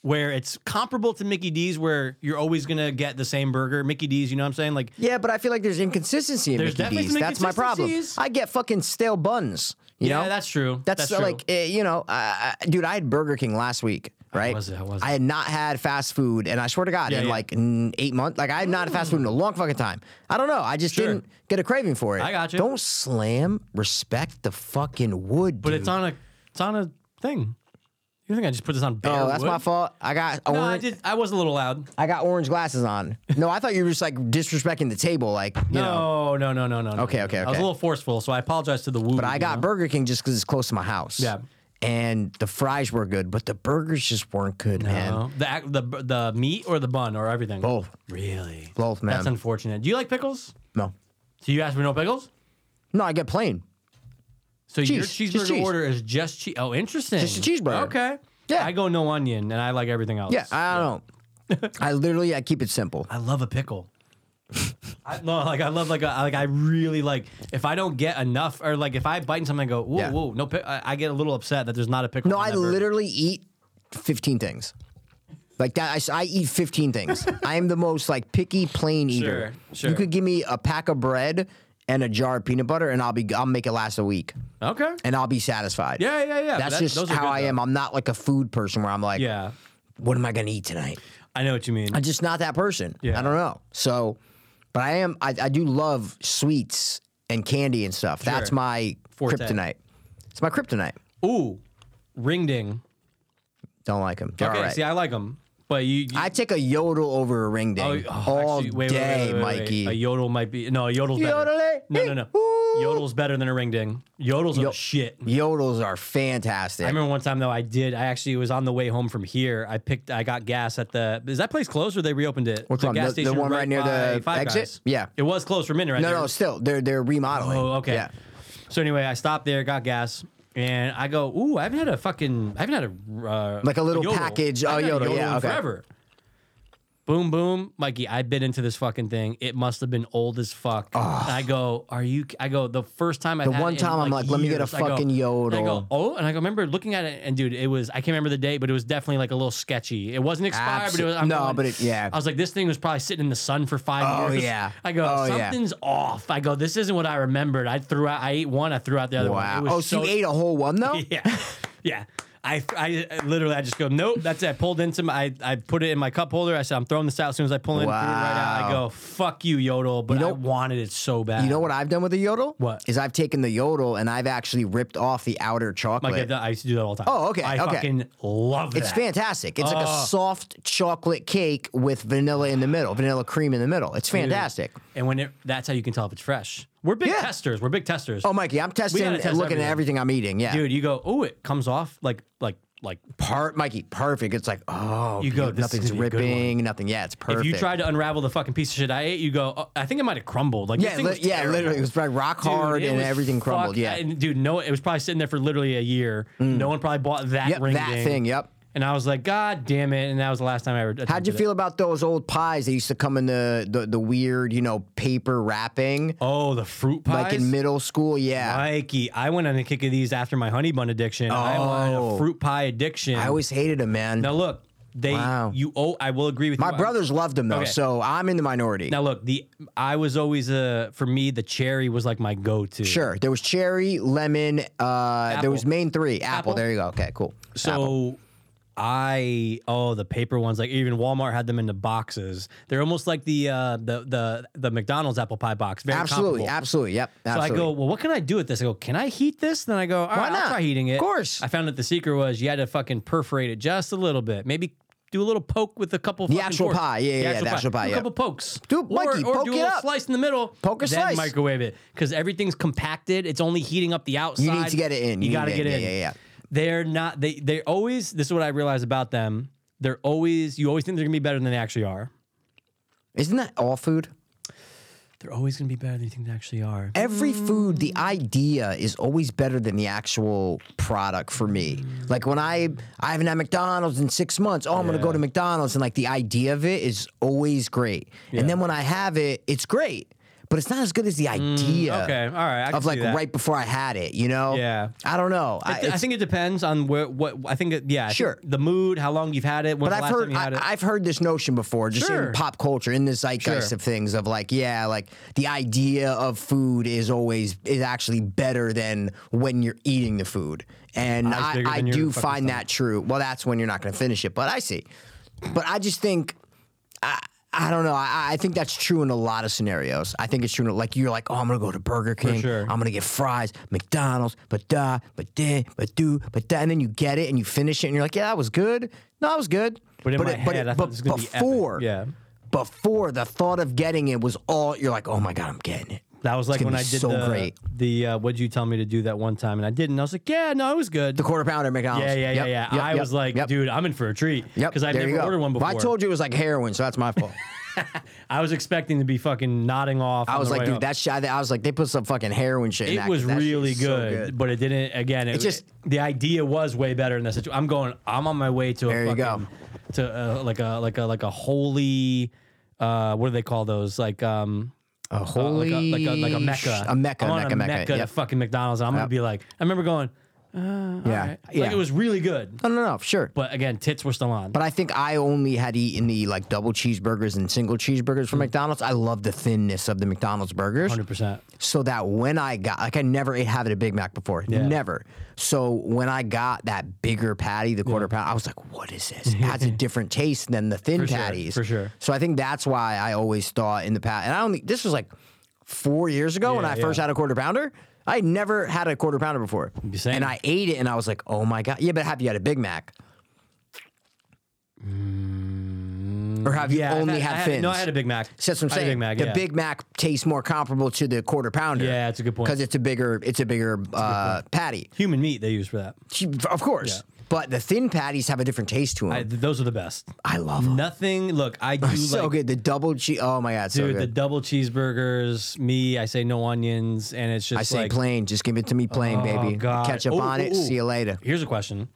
[SPEAKER 3] where it's comparable to Mickey D's, where you're always gonna get the same burger. Mickey D's, you know what I'm saying? Like
[SPEAKER 2] yeah, but I feel like there's inconsistency in
[SPEAKER 3] There's
[SPEAKER 2] Mickey
[SPEAKER 3] definitely
[SPEAKER 2] D's.
[SPEAKER 3] some
[SPEAKER 2] That's my problem.
[SPEAKER 3] inconsistencies.
[SPEAKER 2] I get fucking stale buns. You
[SPEAKER 3] Yeah,
[SPEAKER 2] know,
[SPEAKER 3] that's true.
[SPEAKER 2] That's,
[SPEAKER 3] That's true.
[SPEAKER 2] like eh, you know, I I- dude, I had Burger King last week. right?
[SPEAKER 3] was it? How was
[SPEAKER 2] I
[SPEAKER 3] it?
[SPEAKER 2] had not had fast food, and I swear to God,
[SPEAKER 3] Yeah,
[SPEAKER 2] in
[SPEAKER 3] yeah.
[SPEAKER 2] like n- eight months, like I had not had fast food in a long fucking time. I don't know. I just
[SPEAKER 3] Sure.
[SPEAKER 2] didn't get a craving for it.
[SPEAKER 3] I got you.
[SPEAKER 2] Don't slam. Respect the fucking wood,
[SPEAKER 3] But
[SPEAKER 2] dude.
[SPEAKER 3] it's on a it's on a thing. You think I just put this on bare
[SPEAKER 2] Oh, that's
[SPEAKER 3] wood?
[SPEAKER 2] my fault. I got
[SPEAKER 3] No, I
[SPEAKER 2] orange.
[SPEAKER 3] did. I was a little loud.
[SPEAKER 2] I got orange glasses on. No, I thought you were just like disrespecting the table, like you know.
[SPEAKER 3] No, no, no, no, no, no.
[SPEAKER 2] Okay,
[SPEAKER 3] no.
[SPEAKER 2] okay,
[SPEAKER 3] I was
[SPEAKER 2] okay.
[SPEAKER 3] a little forceful, so I apologize to the woo.
[SPEAKER 2] But I got Burger King just because it's close to my house.
[SPEAKER 3] Yeah.
[SPEAKER 2] And the fries were good, but the burgers just weren't good, man.
[SPEAKER 3] Uh-huh. the ac- the the meat or the bun or everything.
[SPEAKER 2] Both.
[SPEAKER 3] Really.
[SPEAKER 2] Both, man.
[SPEAKER 3] That's unfortunate. Do you like pickles?
[SPEAKER 2] No,
[SPEAKER 3] So you asked for no pickles?
[SPEAKER 2] no, I get plain.
[SPEAKER 3] So your
[SPEAKER 2] Cheese,
[SPEAKER 3] cheeseburger
[SPEAKER 2] just cheese.
[SPEAKER 3] order is just cheese. Oh, interesting.
[SPEAKER 2] Just a cheeseburger.
[SPEAKER 3] Okay.
[SPEAKER 2] Yeah.
[SPEAKER 3] I go no onion, and I like everything else.
[SPEAKER 2] Yeah, I don't. know. I literally I keep it simple.
[SPEAKER 3] I love a pickle. I, no, like I love like a, like I really like if I don't get enough or like if I bite in something and go whoa
[SPEAKER 2] Yeah.
[SPEAKER 3] whoa no pick, I, I get a little upset that there's not a pickle.
[SPEAKER 2] No,
[SPEAKER 3] on
[SPEAKER 2] I
[SPEAKER 3] that burger.
[SPEAKER 2] literally eat 15 things. Like that, I s- I, eat 15 things. I am the most like picky plain eater.
[SPEAKER 3] Sure,
[SPEAKER 2] You
[SPEAKER 3] sure.
[SPEAKER 2] could give me a pack of bread and a jar of peanut butter, and I'll be I'll make it last a week,
[SPEAKER 3] okay.
[SPEAKER 2] and I'll be satisfied.
[SPEAKER 3] Yeah, yeah, yeah.
[SPEAKER 2] That's
[SPEAKER 3] That-
[SPEAKER 2] just
[SPEAKER 3] those are
[SPEAKER 2] how
[SPEAKER 3] good,
[SPEAKER 2] I
[SPEAKER 3] though.
[SPEAKER 2] am. I'm not like a food person where I'm like,
[SPEAKER 3] Yeah,
[SPEAKER 2] what am I gonna eat tonight?
[SPEAKER 3] I know what you mean.
[SPEAKER 2] I'm just not that person.
[SPEAKER 3] Yeah.
[SPEAKER 2] I don't know. So, but I am. I, I do love sweets and candy and stuff. That's
[SPEAKER 3] Sure.
[SPEAKER 2] my
[SPEAKER 3] Forte.
[SPEAKER 2] kryptonite. It's my kryptonite.
[SPEAKER 3] Ooh, ring ding.
[SPEAKER 2] Don't like them. They're
[SPEAKER 3] Okay,
[SPEAKER 2] all right.
[SPEAKER 3] see, I like them, but you. you
[SPEAKER 2] I take a yodel over a ring ding
[SPEAKER 3] oh,
[SPEAKER 2] all
[SPEAKER 3] actually, wait, wait, wait,
[SPEAKER 2] day,
[SPEAKER 3] wait, wait, wait.
[SPEAKER 2] Mikey.
[SPEAKER 3] A yodel might be no a yodel's better.
[SPEAKER 2] Yodel-y,
[SPEAKER 3] No, no, no.
[SPEAKER 2] ooh.
[SPEAKER 3] Yodel's better than a ring ding. Yodel's are
[SPEAKER 2] Yo-
[SPEAKER 3] shit.
[SPEAKER 2] Yodels are fantastic.
[SPEAKER 3] I remember one time though I did I actually was on the way home from here I picked I got gas at the is that place closed or they reopened it
[SPEAKER 2] Which
[SPEAKER 3] the
[SPEAKER 2] one? The- the one right near
[SPEAKER 3] by
[SPEAKER 2] the
[SPEAKER 3] Five
[SPEAKER 2] exit?
[SPEAKER 3] Guys.
[SPEAKER 2] Yeah.
[SPEAKER 3] it was closed for a minute right
[SPEAKER 2] no,
[SPEAKER 3] there.
[SPEAKER 2] no, still they're they're remodeling.
[SPEAKER 3] oh okay
[SPEAKER 2] Yeah.
[SPEAKER 3] so anyway I stopped there got gas and I go ooh I haven't had a fucking I haven't had a uh,
[SPEAKER 2] Like a little
[SPEAKER 3] yodel.
[SPEAKER 2] package-
[SPEAKER 3] I
[SPEAKER 2] oh,
[SPEAKER 3] haven't had a
[SPEAKER 2] yodel, yeah,
[SPEAKER 3] in
[SPEAKER 2] okay.
[SPEAKER 3] forever boom boom Mikey I bit into this fucking thing it must have been old as fuck And I go are you I go the first time I
[SPEAKER 2] The one time I'm like, let me get a fucking
[SPEAKER 3] And I
[SPEAKER 2] yodel.
[SPEAKER 3] go, oh, and I remember looking at it, and dude, it was I can't remember the date, but it was definitely like a little sketchy. It wasn't expired, but it was
[SPEAKER 2] Absol-
[SPEAKER 3] I'm
[SPEAKER 2] no,
[SPEAKER 3] going-
[SPEAKER 2] but it- yeah.
[SPEAKER 3] I was like, this thing was probably sitting in the sun for five
[SPEAKER 2] Oh,
[SPEAKER 3] years.
[SPEAKER 2] yeah.
[SPEAKER 3] I go,
[SPEAKER 2] Oh, yeah.
[SPEAKER 3] something's off. I go, this isn't what I remembered. I threw out, I ate one, I threw out the other one.
[SPEAKER 2] Wow.
[SPEAKER 3] It was
[SPEAKER 2] Oh, so,
[SPEAKER 3] so-
[SPEAKER 2] you ate a whole one though?
[SPEAKER 3] yeah, yeah. I, I literally I just go nope that's it I pulled into my I, I put it in my cup holder I said I'm throwing this out as soon as I pull in threw it right out I
[SPEAKER 2] Wow.
[SPEAKER 3] go fuck you yodel but I wanted it so bad
[SPEAKER 2] You know what I've done with a yodel?
[SPEAKER 3] What?
[SPEAKER 2] Is I've taken the yodel and I've actually ripped off the outer chocolate.
[SPEAKER 3] Like, I, I used to do that all the time
[SPEAKER 2] Oh, okay,
[SPEAKER 3] I
[SPEAKER 2] okay.
[SPEAKER 3] fucking love
[SPEAKER 2] It's
[SPEAKER 3] that.
[SPEAKER 2] fantastic. It's like a
[SPEAKER 3] Oh.
[SPEAKER 2] soft chocolate cake with vanilla in the middle, vanilla cream in the middle. It's fantastic.
[SPEAKER 3] And when it, that's how you can tell if it's fresh. We're big
[SPEAKER 2] Yeah.
[SPEAKER 3] testers. We're big testers.
[SPEAKER 2] Oh, Mikey, I'm testing
[SPEAKER 3] gotta
[SPEAKER 2] and
[SPEAKER 3] test
[SPEAKER 2] looking at
[SPEAKER 3] everything.
[SPEAKER 2] everything I'm eating. Yeah.
[SPEAKER 3] dude, you go, oh, it comes off like like like.
[SPEAKER 2] Part Mikey, perfect. It's like, oh,
[SPEAKER 3] You go,
[SPEAKER 2] dude,
[SPEAKER 3] this is
[SPEAKER 2] nothing's
[SPEAKER 3] gonna be a good one.
[SPEAKER 2] ripping, nothing. Yeah, it's perfect.
[SPEAKER 3] If you tried to unravel the fucking piece of shit I ate, you go, oh, I think it might have crumbled. Like
[SPEAKER 2] yeah,
[SPEAKER 3] this thing
[SPEAKER 2] li-
[SPEAKER 3] was
[SPEAKER 2] yeah,
[SPEAKER 3] terrible.
[SPEAKER 2] literally, it was probably rock
[SPEAKER 3] Dude,
[SPEAKER 2] hard
[SPEAKER 3] it
[SPEAKER 2] and
[SPEAKER 3] was
[SPEAKER 2] everything crumbled.
[SPEAKER 3] fucked.
[SPEAKER 2] Yeah, Mm.
[SPEAKER 3] and dude, no, it was probably sitting there for literally a year. No one probably bought that
[SPEAKER 2] yep,
[SPEAKER 3] ring.
[SPEAKER 2] that
[SPEAKER 3] ding.
[SPEAKER 2] thing. Yep.
[SPEAKER 3] And I was like, God damn it! And that was the last time I ever.
[SPEAKER 2] How'd you
[SPEAKER 3] attempted it.
[SPEAKER 2] feel about those old pies that used to come in the the, the weird, you know, paper wrapping,
[SPEAKER 3] Oh, the fruit pies.
[SPEAKER 2] like in middle school? Yeah,
[SPEAKER 3] Mikey, I went on a kick of these after my honey bun addiction. I wanted
[SPEAKER 2] Oh.
[SPEAKER 3] a fruit pie addiction.
[SPEAKER 2] I always hated them, man.
[SPEAKER 3] Now look, they
[SPEAKER 2] Wow.
[SPEAKER 3] you oh I will agree with
[SPEAKER 2] My
[SPEAKER 3] you.
[SPEAKER 2] brothers loved them though,
[SPEAKER 3] Okay.
[SPEAKER 2] so I'm in the minority.
[SPEAKER 3] Now look, the I was always uh for me the cherry was like my go to.
[SPEAKER 2] Sure. There was cherry, lemon. Uh, there was main three. Apple.
[SPEAKER 3] Apple.
[SPEAKER 2] There you go. Okay, cool.
[SPEAKER 3] So
[SPEAKER 2] Apple.
[SPEAKER 3] I oh the paper ones like even Walmart had them in the boxes. They're almost like the uh the the the McDonald's apple pie box. Very
[SPEAKER 2] absolutely,
[SPEAKER 3] comparable.
[SPEAKER 2] absolutely. Yep.
[SPEAKER 3] So I
[SPEAKER 2] Absolutely.
[SPEAKER 3] go, well, what can I do with this? I go, can I heat this? Then I go, all right,
[SPEAKER 2] not?
[SPEAKER 3] I'll try heating it.
[SPEAKER 2] Of course.
[SPEAKER 3] I found that the secret was you had to fucking perforate it just a little bit. Maybe do a little poke with a couple. fucking
[SPEAKER 2] actual
[SPEAKER 3] forks.
[SPEAKER 2] pie. Yeah, yeah, yeah, the actual pie,
[SPEAKER 3] Do
[SPEAKER 2] yeah.
[SPEAKER 3] A couple pokes.
[SPEAKER 2] Do- Mikey,
[SPEAKER 3] or, or
[SPEAKER 2] poke
[SPEAKER 3] do a
[SPEAKER 2] it
[SPEAKER 3] little
[SPEAKER 2] up.
[SPEAKER 3] slice in the middle.
[SPEAKER 2] Poke a
[SPEAKER 3] then
[SPEAKER 2] slice.
[SPEAKER 3] microwave it because everything's compacted. It's only heating up the outside.
[SPEAKER 2] to get it in. You
[SPEAKER 3] You,
[SPEAKER 2] need
[SPEAKER 3] got to
[SPEAKER 2] to
[SPEAKER 3] get
[SPEAKER 2] get it
[SPEAKER 3] in.
[SPEAKER 2] in. Yeah, yeah, yeah.
[SPEAKER 3] They're not. They they always. This is what I realize about them. They're always. You always think they're gonna be better than they actually are.
[SPEAKER 2] Isn't that all food?
[SPEAKER 3] They're always gonna be better than you think they actually are.
[SPEAKER 2] Every food, the
[SPEAKER 3] Mm.
[SPEAKER 2] idea is always better than the actual product for me. Like when I I haven't had McDonald's in six months. Oh, I'm gonna go
[SPEAKER 3] Yeah.
[SPEAKER 2] to McDonald's, and like the idea of it is always great. And then when I have it, it's great. but it's not as good as the idea.
[SPEAKER 3] Mm, okay, all right, I can
[SPEAKER 2] of like
[SPEAKER 3] see that.
[SPEAKER 2] right before I had it, you know.
[SPEAKER 3] Yeah.
[SPEAKER 2] I don't know. I,
[SPEAKER 3] I
[SPEAKER 2] it's-
[SPEAKER 3] think it depends on where, what I think. It, yeah, I think
[SPEAKER 2] Sure.
[SPEAKER 3] The mood, how long you've had it, when
[SPEAKER 2] but
[SPEAKER 3] the
[SPEAKER 2] I've
[SPEAKER 3] last
[SPEAKER 2] heard
[SPEAKER 3] time you had it.
[SPEAKER 2] I, I've heard this notion before, just
[SPEAKER 3] Sure.
[SPEAKER 2] in pop culture, in the zeitgeist
[SPEAKER 3] Sure.
[SPEAKER 2] of things, of like, yeah, like the idea of food is always is actually better than when you're eating the food, and
[SPEAKER 3] Eyes
[SPEAKER 2] I,
[SPEAKER 3] bigger
[SPEAKER 2] I
[SPEAKER 3] than your
[SPEAKER 2] do
[SPEAKER 3] fucking
[SPEAKER 2] find that true. Well, that's when you're not going to finish it, but I see. But I just think I don't know. I, I think that's true in a lot of scenarios. I think it's true. In, like you're like, oh, I'm gonna go to Burger King.
[SPEAKER 3] sure.
[SPEAKER 2] I'm gonna get fries, McDonald's, but da, but then, but do, but da, and then you get it and you finish it and you're like, yeah, that was good. No, that was good.
[SPEAKER 3] But in my head, I thought this was gonna be epic.
[SPEAKER 2] before,
[SPEAKER 3] Yeah.
[SPEAKER 2] before the thought of getting it was all. You're like, oh my god, I'm getting it.
[SPEAKER 3] that was like
[SPEAKER 2] gonna
[SPEAKER 3] when
[SPEAKER 2] be
[SPEAKER 3] I did
[SPEAKER 2] so
[SPEAKER 3] the
[SPEAKER 2] great.
[SPEAKER 3] the uh, what'd you tell me to do that one time, and I didn't. I was like, yeah, no, it was good.
[SPEAKER 2] The quarter pounder at McDonald's.
[SPEAKER 3] yeah, yeah,
[SPEAKER 2] Yep,
[SPEAKER 3] yeah, yeah.
[SPEAKER 2] yep,
[SPEAKER 3] I
[SPEAKER 2] yep,
[SPEAKER 3] was like,
[SPEAKER 2] yep,
[SPEAKER 3] dude, I'm in for a treat
[SPEAKER 2] Yep,
[SPEAKER 3] because I've
[SPEAKER 2] there you
[SPEAKER 3] never
[SPEAKER 2] go.
[SPEAKER 3] ordered one before.
[SPEAKER 2] Well, I told you it was like heroin, so that's my fault.
[SPEAKER 3] I was expecting to be fucking nodding off.
[SPEAKER 2] I
[SPEAKER 3] on
[SPEAKER 2] was
[SPEAKER 3] the
[SPEAKER 2] like,
[SPEAKER 3] way
[SPEAKER 2] dude,
[SPEAKER 3] up.
[SPEAKER 2] that shit. I was like, they put some fucking heroin shit. in
[SPEAKER 3] It
[SPEAKER 2] that,
[SPEAKER 3] was
[SPEAKER 2] 'cause that shit
[SPEAKER 3] really
[SPEAKER 2] is so
[SPEAKER 3] good, but it didn't. Again, it,
[SPEAKER 2] just-
[SPEAKER 3] just the idea was way better in that situation. I'm going. I'm on my way to a
[SPEAKER 2] There you go.
[SPEAKER 3] fucking- to uh, like a like a like a holy. Uh, what do they call those? Like um.
[SPEAKER 2] A
[SPEAKER 3] uh, like
[SPEAKER 2] holy
[SPEAKER 3] a, like a like a mecca,
[SPEAKER 2] A mecca,
[SPEAKER 3] I'm on
[SPEAKER 2] mecca,
[SPEAKER 3] a
[SPEAKER 2] mecca.
[SPEAKER 3] mecca, to
[SPEAKER 2] yep.
[SPEAKER 3] fucking McDonald's. And I'm
[SPEAKER 2] Yep.
[SPEAKER 3] gonna be like, I remember going,
[SPEAKER 2] yeah,
[SPEAKER 3] "Alright."
[SPEAKER 2] yeah.
[SPEAKER 3] like it was really good,
[SPEAKER 2] no, no, no, sure. But,
[SPEAKER 3] but again, tits were still on.
[SPEAKER 2] I think I only had eaten the like double cheeseburgers and single cheeseburgers
[SPEAKER 3] Mm.
[SPEAKER 2] from McDonald's. I love the thinness of the McDonald's burgers,
[SPEAKER 3] Hundred percent.
[SPEAKER 2] so that when I got like I never ate having a Big Mac before, never. So when I got that bigger patty, the quarter pound, I was like, "What is this?" It has a different taste than the thin
[SPEAKER 3] For sure,
[SPEAKER 2] patties,
[SPEAKER 3] for sure.
[SPEAKER 2] So I think that's why I always thought in the past, and I only this was like four years ago when
[SPEAKER 3] Yeah,
[SPEAKER 2] I first
[SPEAKER 3] yeah.
[SPEAKER 2] had a quarter pounder. I had never had a quarter pounder before,
[SPEAKER 3] same.
[SPEAKER 2] and I ate it, and I was like, "Oh my god!" Yeah, but have you had a Big Mac? or have you
[SPEAKER 3] Mm. Yeah, I've
[SPEAKER 2] only
[SPEAKER 3] had,
[SPEAKER 2] had,
[SPEAKER 3] I had-
[SPEAKER 2] fins?
[SPEAKER 3] No, I had a Big Mac.
[SPEAKER 2] So that's what I'm
[SPEAKER 3] I had
[SPEAKER 2] saying.
[SPEAKER 3] a Big Mac.
[SPEAKER 2] the
[SPEAKER 3] yeah.
[SPEAKER 2] Big Mac tastes more comparable to the quarter pounder.
[SPEAKER 3] Yeah, that's a good point.
[SPEAKER 2] Because it's a bigger, it's a bigger uh, patty,
[SPEAKER 3] human meat they use for that.
[SPEAKER 2] of course. But the thin patties have a different taste to them.
[SPEAKER 3] I,
[SPEAKER 2] I,
[SPEAKER 3] th- those are the best.
[SPEAKER 2] love them.
[SPEAKER 3] Nothing. Look, I do
[SPEAKER 2] Oh, so
[SPEAKER 3] like
[SPEAKER 2] good. The double cheese. Oh my god, so
[SPEAKER 3] dude the
[SPEAKER 2] good.
[SPEAKER 3] double cheeseburgers. Me, I say no onions, and it's just
[SPEAKER 2] I say
[SPEAKER 3] like
[SPEAKER 2] plain. Just give it to me plain, baby.
[SPEAKER 3] Oh, God.
[SPEAKER 2] Ketchup
[SPEAKER 3] Ooh,
[SPEAKER 2] on
[SPEAKER 3] ooh,
[SPEAKER 2] it.
[SPEAKER 3] ooh.
[SPEAKER 2] See you later.
[SPEAKER 3] Here's a question.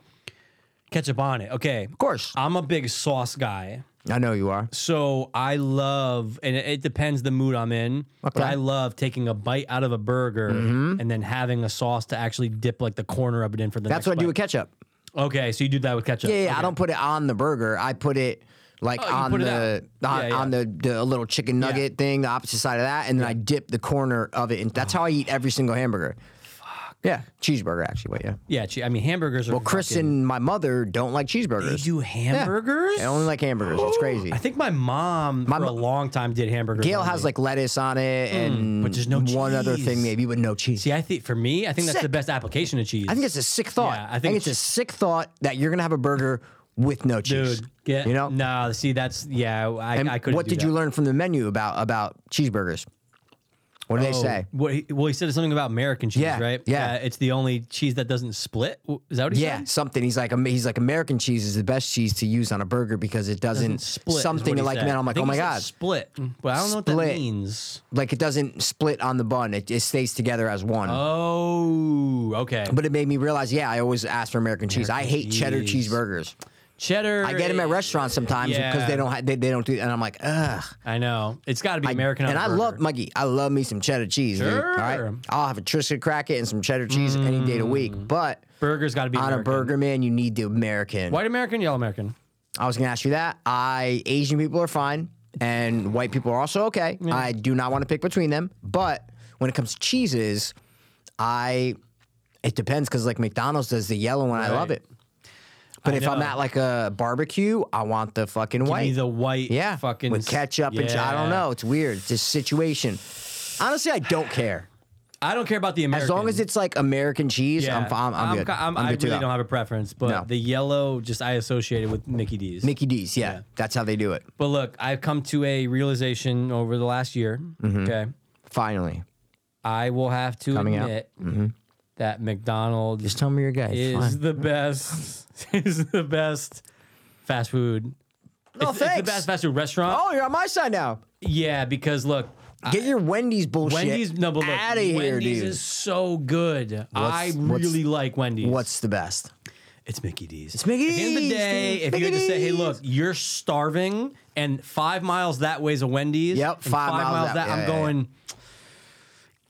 [SPEAKER 3] Ketchup on it. Okay. Of
[SPEAKER 2] course.
[SPEAKER 3] I'm a big sauce guy.
[SPEAKER 2] I know you are.
[SPEAKER 3] So I love, and it, it depends the mood I'm in, but
[SPEAKER 2] Okay. Mm-hmm.
[SPEAKER 3] I love taking a bite out of a burger and then having a sauce to actually dip like the corner of it in for the
[SPEAKER 2] That's
[SPEAKER 3] next
[SPEAKER 2] what I do with
[SPEAKER 3] bite.
[SPEAKER 2] ketchup.
[SPEAKER 3] Okay. So you do that with ketchup.
[SPEAKER 2] Yeah, yeah.
[SPEAKER 3] Okay.
[SPEAKER 2] I don't put it on the burger. I put it like
[SPEAKER 3] Oh, you
[SPEAKER 2] on
[SPEAKER 3] put it
[SPEAKER 2] the
[SPEAKER 3] out.
[SPEAKER 2] on,
[SPEAKER 3] Yeah, yeah.
[SPEAKER 2] on the, the little chicken nugget thing, the opposite side of that, and then I dip the corner of it. And that's how I eat every single hamburger. Fuck. Yeah, cheeseburger actually. Wait, yeah.
[SPEAKER 3] Yeah. Che- I mean, hamburgers are.
[SPEAKER 2] Well, Chris
[SPEAKER 3] fucking-
[SPEAKER 2] and my mother don't like
[SPEAKER 3] They
[SPEAKER 2] cheeseburgers.
[SPEAKER 3] do hamburgers?
[SPEAKER 2] I only like hamburgers. It's crazy.
[SPEAKER 3] I think my mom for a
[SPEAKER 2] mo-
[SPEAKER 3] long time did hamburgers.
[SPEAKER 2] Gail
[SPEAKER 3] only.
[SPEAKER 2] has like lettuce on it and
[SPEAKER 3] Mm, but there's no
[SPEAKER 2] one other
[SPEAKER 3] cheese.
[SPEAKER 2] thing maybe, but no cheese.
[SPEAKER 3] See, I think for me, I think that's the
[SPEAKER 2] Sick.
[SPEAKER 3] best application of cheese.
[SPEAKER 2] I think it's a sick thought.
[SPEAKER 3] Yeah, I
[SPEAKER 2] I, think
[SPEAKER 3] think
[SPEAKER 2] it's a sick thought that you're gonna have a burger with no cheese.
[SPEAKER 3] dude. Yeah,
[SPEAKER 2] you know.
[SPEAKER 3] No, see, that's yeah. I,
[SPEAKER 2] And
[SPEAKER 3] I couldn't.
[SPEAKER 2] what
[SPEAKER 3] do
[SPEAKER 2] did
[SPEAKER 3] that.
[SPEAKER 2] you learn from the menu about about cheeseburgers? What do they
[SPEAKER 3] Oh,
[SPEAKER 2] say?
[SPEAKER 3] What he, well, he said something about American cheese,
[SPEAKER 2] Yeah,
[SPEAKER 3] right? Uh,
[SPEAKER 2] yeah.
[SPEAKER 3] It's the only cheese that doesn't split. W- Is that what he
[SPEAKER 2] Yeah,
[SPEAKER 3] said?
[SPEAKER 2] something. He's like, um, he's like, American cheese is the best cheese to use on a burger because it doesn't,
[SPEAKER 3] Doesn't split. is
[SPEAKER 2] something
[SPEAKER 3] what he
[SPEAKER 2] like
[SPEAKER 3] said.
[SPEAKER 2] man. I'm
[SPEAKER 3] I
[SPEAKER 2] like,
[SPEAKER 3] think
[SPEAKER 2] oh my
[SPEAKER 3] he said
[SPEAKER 2] god,
[SPEAKER 3] split. But I don't know what
[SPEAKER 2] Split.
[SPEAKER 3] that means.
[SPEAKER 2] like it doesn't split on the bun. It, it stays together as one.
[SPEAKER 3] Oh, okay.
[SPEAKER 2] but it made me realize, yeah, I always ask for American cheese. I hate cheddar
[SPEAKER 3] cheese.
[SPEAKER 2] cheeseburgers.
[SPEAKER 3] cheddar.
[SPEAKER 2] I get them at restaurants sometimes because
[SPEAKER 3] yeah.
[SPEAKER 2] they don't ha- they, they don't do, and I'm like, ugh.
[SPEAKER 3] I know it's got to be American. on
[SPEAKER 2] and
[SPEAKER 3] a
[SPEAKER 2] I
[SPEAKER 3] burger.
[SPEAKER 2] love Muggy. I love me some cheddar cheese. Dude, all right,
[SPEAKER 3] Sure. Mm.
[SPEAKER 2] I'll have a Triscuit cracker and some cheddar cheese any day of the week. But
[SPEAKER 3] burgers. Got to be
[SPEAKER 2] on
[SPEAKER 3] American.
[SPEAKER 2] a burger, man, you need the American.
[SPEAKER 3] White American, yellow American.
[SPEAKER 2] I was gonna ask you that. I Asian people are fine, and white people are also okay. I do not want to pick between them, but when it comes to cheeses, I it depends because like McDonald's does the yellow one, I love
[SPEAKER 3] Right.
[SPEAKER 2] it. But
[SPEAKER 3] I
[SPEAKER 2] if I'm
[SPEAKER 3] know.
[SPEAKER 2] at like a barbecue, I want the fucking
[SPEAKER 3] Give me
[SPEAKER 2] white.
[SPEAKER 3] the white.
[SPEAKER 2] yeah,
[SPEAKER 3] Fucking
[SPEAKER 2] with ketchup and ch- I don't
[SPEAKER 3] yeah.
[SPEAKER 2] know. It's weird. It's just situation. Honestly, I don't care
[SPEAKER 3] I don't care about the American.
[SPEAKER 2] as long as it's like American cheese. I'm, I'm, I'm, good.
[SPEAKER 3] ki-
[SPEAKER 2] I'm,
[SPEAKER 3] I
[SPEAKER 2] good to
[SPEAKER 3] really
[SPEAKER 2] go.
[SPEAKER 3] don't have a preference, but
[SPEAKER 2] No.
[SPEAKER 3] the yellow just I associated with Mickey D's.
[SPEAKER 2] Mickey D's, yeah,
[SPEAKER 3] Yeah.
[SPEAKER 2] that's how they do it.
[SPEAKER 3] But look, I've come to a realization over the last year. Okay,
[SPEAKER 2] Finally,
[SPEAKER 3] I will have to
[SPEAKER 2] Mm-hmm. Coming out. Mm-hmm.
[SPEAKER 3] admit that McDonald's
[SPEAKER 2] just tell me your guy.
[SPEAKER 3] is the best. Is the best fast food.
[SPEAKER 2] No,
[SPEAKER 3] it's, it's the
[SPEAKER 2] thanks.
[SPEAKER 3] best fast food restaurant.
[SPEAKER 2] Oh, you're on my side now.
[SPEAKER 3] Yeah, because look,
[SPEAKER 2] Get your Wendy's bullshit.
[SPEAKER 3] Wendy's no, but look,
[SPEAKER 2] out of here,
[SPEAKER 3] Wendy's
[SPEAKER 2] dude.
[SPEAKER 3] is so good. I
[SPEAKER 2] what's-
[SPEAKER 3] really like Wendy's.
[SPEAKER 2] What's the best?
[SPEAKER 3] It's Mickey D's. It's
[SPEAKER 2] Mickey
[SPEAKER 3] At the end of the
[SPEAKER 2] D's,
[SPEAKER 3] day,
[SPEAKER 2] dude.
[SPEAKER 3] if
[SPEAKER 2] Mickey
[SPEAKER 3] you had to say, "Hey,
[SPEAKER 2] D's."
[SPEAKER 3] look, you're starving," and five miles that way is a Wendy's.
[SPEAKER 2] Yep,
[SPEAKER 3] and
[SPEAKER 2] five miles that-
[SPEAKER 3] that,
[SPEAKER 2] yeah,
[SPEAKER 3] I'm
[SPEAKER 2] yeah,
[SPEAKER 3] going.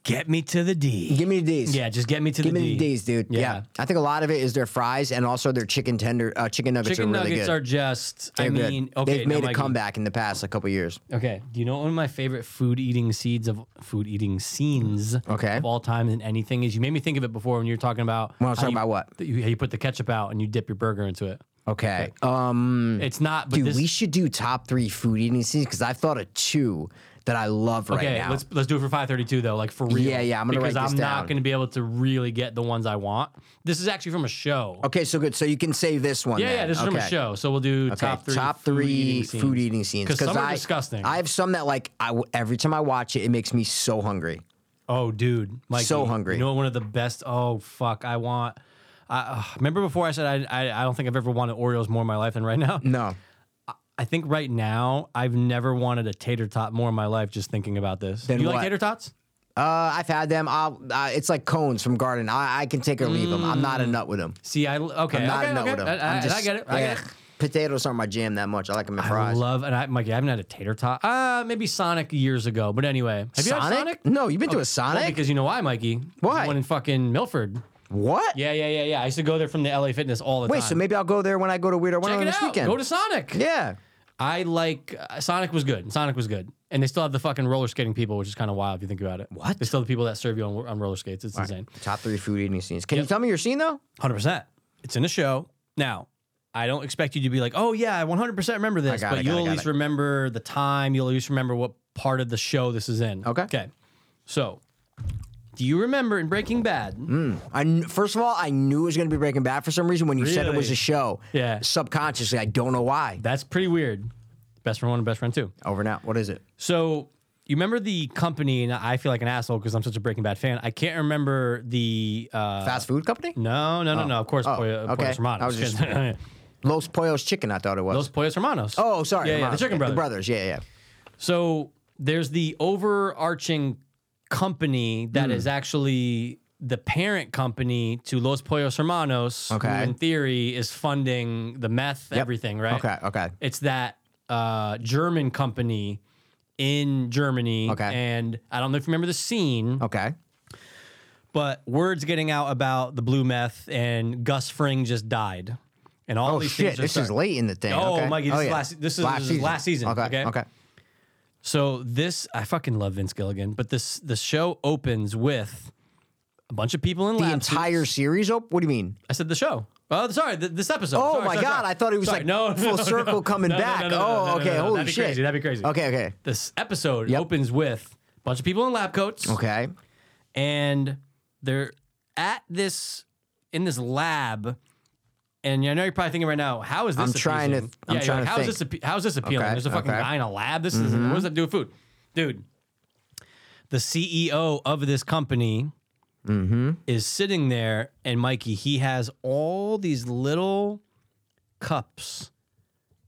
[SPEAKER 3] Get me to the D.
[SPEAKER 2] Give me the D's.
[SPEAKER 3] yeah, just get me to
[SPEAKER 2] Give
[SPEAKER 3] the
[SPEAKER 2] me the
[SPEAKER 3] D.
[SPEAKER 2] D's, dude. Yeah.
[SPEAKER 3] Yeah.
[SPEAKER 2] I think a lot of it is their fries and also their chicken tender, uh, chicken nuggets
[SPEAKER 3] Chicken
[SPEAKER 2] are really
[SPEAKER 3] nuggets
[SPEAKER 2] good.
[SPEAKER 3] are just. I
[SPEAKER 2] They're good.
[SPEAKER 3] mean, okay,
[SPEAKER 2] they've
[SPEAKER 3] no,
[SPEAKER 2] made a
[SPEAKER 3] Mikey.
[SPEAKER 2] comeback in the past a couple years.
[SPEAKER 3] Okay, do you know one of my favorite food eating seeds of food eating scenes
[SPEAKER 2] Okay.
[SPEAKER 3] of all time and anything is? You made me think of it before when you were talking about.
[SPEAKER 2] When I was
[SPEAKER 3] how
[SPEAKER 2] talking
[SPEAKER 3] you-
[SPEAKER 2] about what?
[SPEAKER 3] that You, how you put the ketchup out and you dip your burger into it.
[SPEAKER 2] Okay. Um,
[SPEAKER 3] It's not, but
[SPEAKER 2] dude,
[SPEAKER 3] this,
[SPEAKER 2] we should do top three food eating scenes because I thought of two that I love right
[SPEAKER 3] okay,
[SPEAKER 2] now.
[SPEAKER 3] let's let's do it for five thirty two though, like for real.
[SPEAKER 2] Yeah, yeah, I'm gonna write
[SPEAKER 3] because
[SPEAKER 2] this
[SPEAKER 3] I'm
[SPEAKER 2] down.
[SPEAKER 3] not gonna be able to really get the ones I want. This is actually from a show.
[SPEAKER 2] Okay, so good. So you can say this one.
[SPEAKER 3] Yeah,
[SPEAKER 2] then.
[SPEAKER 3] yeah, this is
[SPEAKER 2] okay.
[SPEAKER 3] from a show. So we'll do
[SPEAKER 2] Okay,
[SPEAKER 3] top three scenes.
[SPEAKER 2] food eating scenes
[SPEAKER 3] 'Cause some are
[SPEAKER 2] I,
[SPEAKER 3] disgusting.
[SPEAKER 2] I have some that like I w every time I watch it, it makes me so hungry.
[SPEAKER 3] Oh, dude, like
[SPEAKER 2] So hungry.
[SPEAKER 3] You know one of the best. Oh fuck, I want. I uh, remember before I said I, I I don't think I've ever wanted Oreos more in my life than right now.
[SPEAKER 2] No,
[SPEAKER 3] I think right now I've never wanted a tater tot more in my life. Just thinking about this.
[SPEAKER 2] Then
[SPEAKER 3] do you
[SPEAKER 2] what?
[SPEAKER 3] like tater tots?
[SPEAKER 2] uh, I've had them. I'll, uh, it's like cones from Garden. I, I can take or leave them. I'm not a nut with them.
[SPEAKER 3] See, I okay,
[SPEAKER 2] I'm not
[SPEAKER 3] Mm. okay,
[SPEAKER 2] a nut
[SPEAKER 3] okay.
[SPEAKER 2] with them.
[SPEAKER 3] I, I-
[SPEAKER 2] I'm
[SPEAKER 3] I get it. I get it.
[SPEAKER 2] yeah. Potatoes aren't my jam that much. I like them in
[SPEAKER 3] I
[SPEAKER 2] fries.
[SPEAKER 3] love and I, Mikey. I haven't had a tater tot. Uh maybe Sonic years ago, but anyway, have you had Sonic?
[SPEAKER 2] No, you've been to a
[SPEAKER 3] Well,
[SPEAKER 2] Sonic?
[SPEAKER 3] because you know why, Mikey?
[SPEAKER 2] Why?
[SPEAKER 3] One in fucking Milford.
[SPEAKER 2] what?
[SPEAKER 3] Yeah, yeah, yeah, yeah. I used to go there from the LA Fitness all the
[SPEAKER 2] Wait,
[SPEAKER 3] time.
[SPEAKER 2] so maybe I'll go there when I go to Weirdo
[SPEAKER 3] check
[SPEAKER 2] Wonderland
[SPEAKER 3] it
[SPEAKER 2] this
[SPEAKER 3] out.
[SPEAKER 2] weekend.
[SPEAKER 3] Go to Sonic.
[SPEAKER 2] yeah.
[SPEAKER 3] I like uh, Sonic was good. Sonic was good, and they still have the fucking roller skating people, which is kind of wild if you think about it.
[SPEAKER 2] What?
[SPEAKER 3] They still have the people that serve you on, on roller skates. It's insane.
[SPEAKER 2] Top three food eating scenes. Can you tell me your scene though?
[SPEAKER 3] Hundred percent. It's in a show now. I don't expect you to be like, oh yeah, I one hundred percent remember this,
[SPEAKER 2] got
[SPEAKER 3] but
[SPEAKER 2] it, got
[SPEAKER 3] you'll
[SPEAKER 2] it,
[SPEAKER 3] at
[SPEAKER 2] got
[SPEAKER 3] least
[SPEAKER 2] it.
[SPEAKER 3] remember the time. You'll at least remember what part of the show this is in.
[SPEAKER 2] Okay.
[SPEAKER 3] Okay. So, do you remember in Breaking Bad?
[SPEAKER 2] I kn- first of all, I knew it was going to be Breaking Bad for some reason when you said it was
[SPEAKER 3] Really?
[SPEAKER 2] a show.
[SPEAKER 3] Yeah.
[SPEAKER 2] Subconsciously, I don't know why.
[SPEAKER 3] That's pretty weird. Best friend one and best friend two.
[SPEAKER 2] Over now. What is it?
[SPEAKER 3] So you remember the company, and I feel like an asshole because I'm such a Breaking Bad fan. I can't remember the. Uh,
[SPEAKER 2] Fast food company?
[SPEAKER 3] no, no, no, no. Of course,
[SPEAKER 2] Oh,
[SPEAKER 3] Pollo,
[SPEAKER 2] okay.
[SPEAKER 3] Pollos Hermanos.
[SPEAKER 2] I was just- Los Pollos Chicken, I thought it was.
[SPEAKER 3] Those Pollos Hermanos.
[SPEAKER 2] oh, sorry.
[SPEAKER 3] Yeah, yeah,
[SPEAKER 2] Hermanos.
[SPEAKER 3] the Chicken Brothers.
[SPEAKER 2] The brothers, yeah, yeah.
[SPEAKER 3] So there's the overarching company
[SPEAKER 2] Hmm.
[SPEAKER 3] that is actually the parent company to Los Pollos Hermanos,
[SPEAKER 2] Okay.
[SPEAKER 3] who in theory is funding the meth, everything, right?
[SPEAKER 2] Okay, okay.
[SPEAKER 3] It's that uh, German company in Germany.
[SPEAKER 2] Okay. Oh.
[SPEAKER 3] And I don't know if you remember the scene.
[SPEAKER 2] Okay.
[SPEAKER 3] but word's getting out about the blue meth, and Gus Fring just died, and all
[SPEAKER 2] Oh,
[SPEAKER 3] these
[SPEAKER 2] shit.
[SPEAKER 3] things. Are
[SPEAKER 2] This is
[SPEAKER 3] starting-
[SPEAKER 2] late in the thing.
[SPEAKER 3] Oh,
[SPEAKER 2] okay.
[SPEAKER 3] Mikey, this is last- this is- this is last season,
[SPEAKER 2] Okay,
[SPEAKER 3] okay?
[SPEAKER 2] okay.
[SPEAKER 3] So this, I fucking love Vince Gilligan, but this the show opens with a bunch of people in
[SPEAKER 2] The
[SPEAKER 3] lab
[SPEAKER 2] entire
[SPEAKER 3] suits.
[SPEAKER 2] series? Oh, what do you mean?
[SPEAKER 3] I said the show. Oh, sorry, th- this episode.
[SPEAKER 2] Oh
[SPEAKER 3] Sorry,
[SPEAKER 2] my
[SPEAKER 3] sorry,
[SPEAKER 2] god,
[SPEAKER 3] sorry.
[SPEAKER 2] I thought it was
[SPEAKER 3] Sorry,
[SPEAKER 2] like
[SPEAKER 3] no, no,
[SPEAKER 2] full
[SPEAKER 3] no,
[SPEAKER 2] circle
[SPEAKER 3] no.
[SPEAKER 2] coming
[SPEAKER 3] No, no,
[SPEAKER 2] back.
[SPEAKER 3] no, no, no,
[SPEAKER 2] oh,
[SPEAKER 3] no, no,
[SPEAKER 2] okay.
[SPEAKER 3] no, no,
[SPEAKER 2] Holy
[SPEAKER 3] that'd be
[SPEAKER 2] shit.
[SPEAKER 3] Crazy, that'd be crazy.
[SPEAKER 2] Okay, okay.
[SPEAKER 3] This episode
[SPEAKER 2] Yep.
[SPEAKER 3] opens with a bunch of people in lab coats.
[SPEAKER 2] Okay.
[SPEAKER 3] and they're at this in this lab. And I know you're probably thinking right now, how is this?
[SPEAKER 2] I'm trying to-
[SPEAKER 3] appeasing?
[SPEAKER 2] I'm
[SPEAKER 3] yeah, you're
[SPEAKER 2] trying
[SPEAKER 3] like,
[SPEAKER 2] to
[SPEAKER 3] how is
[SPEAKER 2] think.
[SPEAKER 3] this? appe- How is this appealing?
[SPEAKER 2] Okay,
[SPEAKER 3] There's a fucking
[SPEAKER 2] okay. Mm-hmm.
[SPEAKER 3] guy in a lab. This is what does that do with food, dude? The CEO of this company
[SPEAKER 2] Mm-hmm.
[SPEAKER 3] is sitting there, and Mikey, he has all these little cups,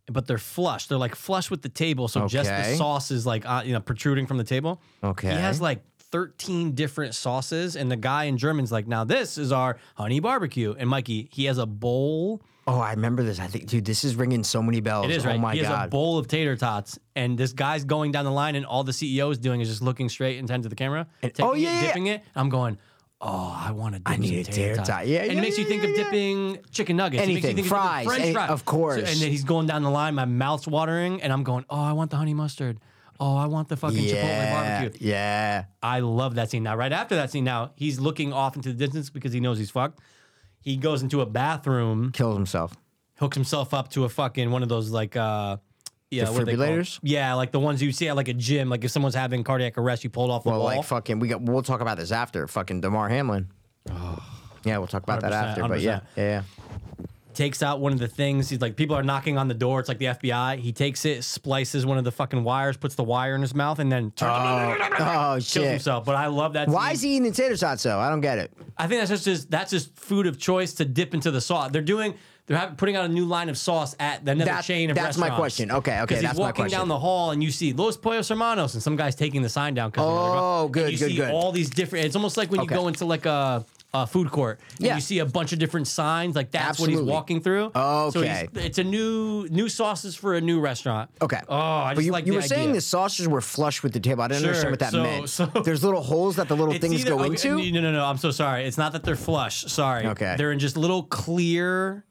[SPEAKER 3] but they're flush. They're like flush with the table, so just
[SPEAKER 2] Okay.
[SPEAKER 3] the sauce is like uh, you know protruding from the table.
[SPEAKER 2] Okay.
[SPEAKER 3] He has like 13 different sauces, and the guy in German's like, now this is our honey barbecue. And Mikey, he has a bowl.
[SPEAKER 2] Oh, I remember this. I think, dude, this is ringing so many bells.
[SPEAKER 3] It is
[SPEAKER 2] oh
[SPEAKER 3] right.
[SPEAKER 2] my
[SPEAKER 3] he has a
[SPEAKER 2] god.
[SPEAKER 3] bowl of tater tots, and this guy's going down the line, and all the CEO is doing is just looking straight and into the camera, taking
[SPEAKER 2] oh, yeah,
[SPEAKER 3] it,
[SPEAKER 2] yeah, yeah.
[SPEAKER 3] dipping it. I'm going. Oh, I want to dip I
[SPEAKER 2] need a
[SPEAKER 3] some
[SPEAKER 2] tater
[SPEAKER 3] tot.
[SPEAKER 2] tot. Yeah,
[SPEAKER 3] and
[SPEAKER 2] yeah,
[SPEAKER 3] it makes you
[SPEAKER 2] yeah,
[SPEAKER 3] think
[SPEAKER 2] yeah,
[SPEAKER 3] of
[SPEAKER 2] yeah.
[SPEAKER 3] dipping chicken nuggets. It makes you
[SPEAKER 2] Anything.
[SPEAKER 3] think of dipping
[SPEAKER 2] Fries, eh,
[SPEAKER 3] French fries.
[SPEAKER 2] of course.
[SPEAKER 3] So- and then he's going down the line. My mouth's watering, and I'm going. Oh, I want the honey mustard. Oh, I want the fucking Chipotle
[SPEAKER 2] Yeah.
[SPEAKER 3] barbecue.
[SPEAKER 2] Yeah.
[SPEAKER 3] I love that scene. Now, right after that scene, now he's looking off into the distance because he knows he's fucked. He goes into a bathroom,
[SPEAKER 2] Kills himself.
[SPEAKER 3] hooks himself up to a fucking one of those like uh yeah, what are they called?
[SPEAKER 2] Defibrillators?
[SPEAKER 3] Yeah, like the ones you see at like a gym. Like if someone's having cardiac arrest, you pulled off the
[SPEAKER 2] Well,
[SPEAKER 3] wall.
[SPEAKER 2] like fucking, we got. We'll talk about this after. Fucking Damar Hamlin. yeah, we'll talk about that
[SPEAKER 3] 100%,
[SPEAKER 2] after. But yeah,
[SPEAKER 3] Oh. 100%.
[SPEAKER 2] yeah,
[SPEAKER 3] takes out one of the things. He's like, people are knocking on the door. It's like the FBI. He takes it, splices one of the fucking wires, puts the wire in his mouth, and then turns
[SPEAKER 2] yeah. Oh
[SPEAKER 3] kills
[SPEAKER 2] Ah, shit.
[SPEAKER 3] himself. But I love that.
[SPEAKER 2] Why
[SPEAKER 3] scene.
[SPEAKER 2] is he eating tater tots though? I don't get it.
[SPEAKER 3] I think that's just his, that's his food of choice to dip into the sauce. They're doing they're having, putting out a new line of sauce at the another
[SPEAKER 2] That-
[SPEAKER 3] chain of
[SPEAKER 2] that's my
[SPEAKER 3] restaurants.
[SPEAKER 2] question. Okay, okay,
[SPEAKER 3] 'Cause he's
[SPEAKER 2] that's my
[SPEAKER 3] walking
[SPEAKER 2] question.
[SPEAKER 3] down the hall and you see Los Pollos Hermanos and some guy's taking the sign down. 'cause, you know, they're
[SPEAKER 2] Oh,
[SPEAKER 3] going-
[SPEAKER 2] good,
[SPEAKER 3] and you
[SPEAKER 2] good,
[SPEAKER 3] see
[SPEAKER 2] good.
[SPEAKER 3] All these different. It's almost like when
[SPEAKER 2] Okay.
[SPEAKER 3] you go into like a uh, food court, and
[SPEAKER 2] Yeah.
[SPEAKER 3] you see a bunch of different signs. Like that's what
[SPEAKER 2] Absolutely.
[SPEAKER 3] he's walking through. So
[SPEAKER 2] Okay.
[SPEAKER 3] he's- it's a new new sauces for a new restaurant.
[SPEAKER 2] Okay.
[SPEAKER 3] Oh, I
[SPEAKER 2] but
[SPEAKER 3] just
[SPEAKER 2] you,
[SPEAKER 3] like
[SPEAKER 2] you
[SPEAKER 3] the
[SPEAKER 2] were saying
[SPEAKER 3] idea.
[SPEAKER 2] the sausages were flush with the table. I didn't
[SPEAKER 3] Sure,
[SPEAKER 2] understand what that
[SPEAKER 3] so-
[SPEAKER 2] meant.
[SPEAKER 3] so-
[SPEAKER 2] There's little holes that the little
[SPEAKER 3] It's
[SPEAKER 2] things
[SPEAKER 3] either-
[SPEAKER 2] go
[SPEAKER 3] okay,
[SPEAKER 2] into.
[SPEAKER 3] No, no, no. I'm so sorry. It's not that they're flush. Sorry.
[SPEAKER 2] Okay.
[SPEAKER 3] They're in just little clear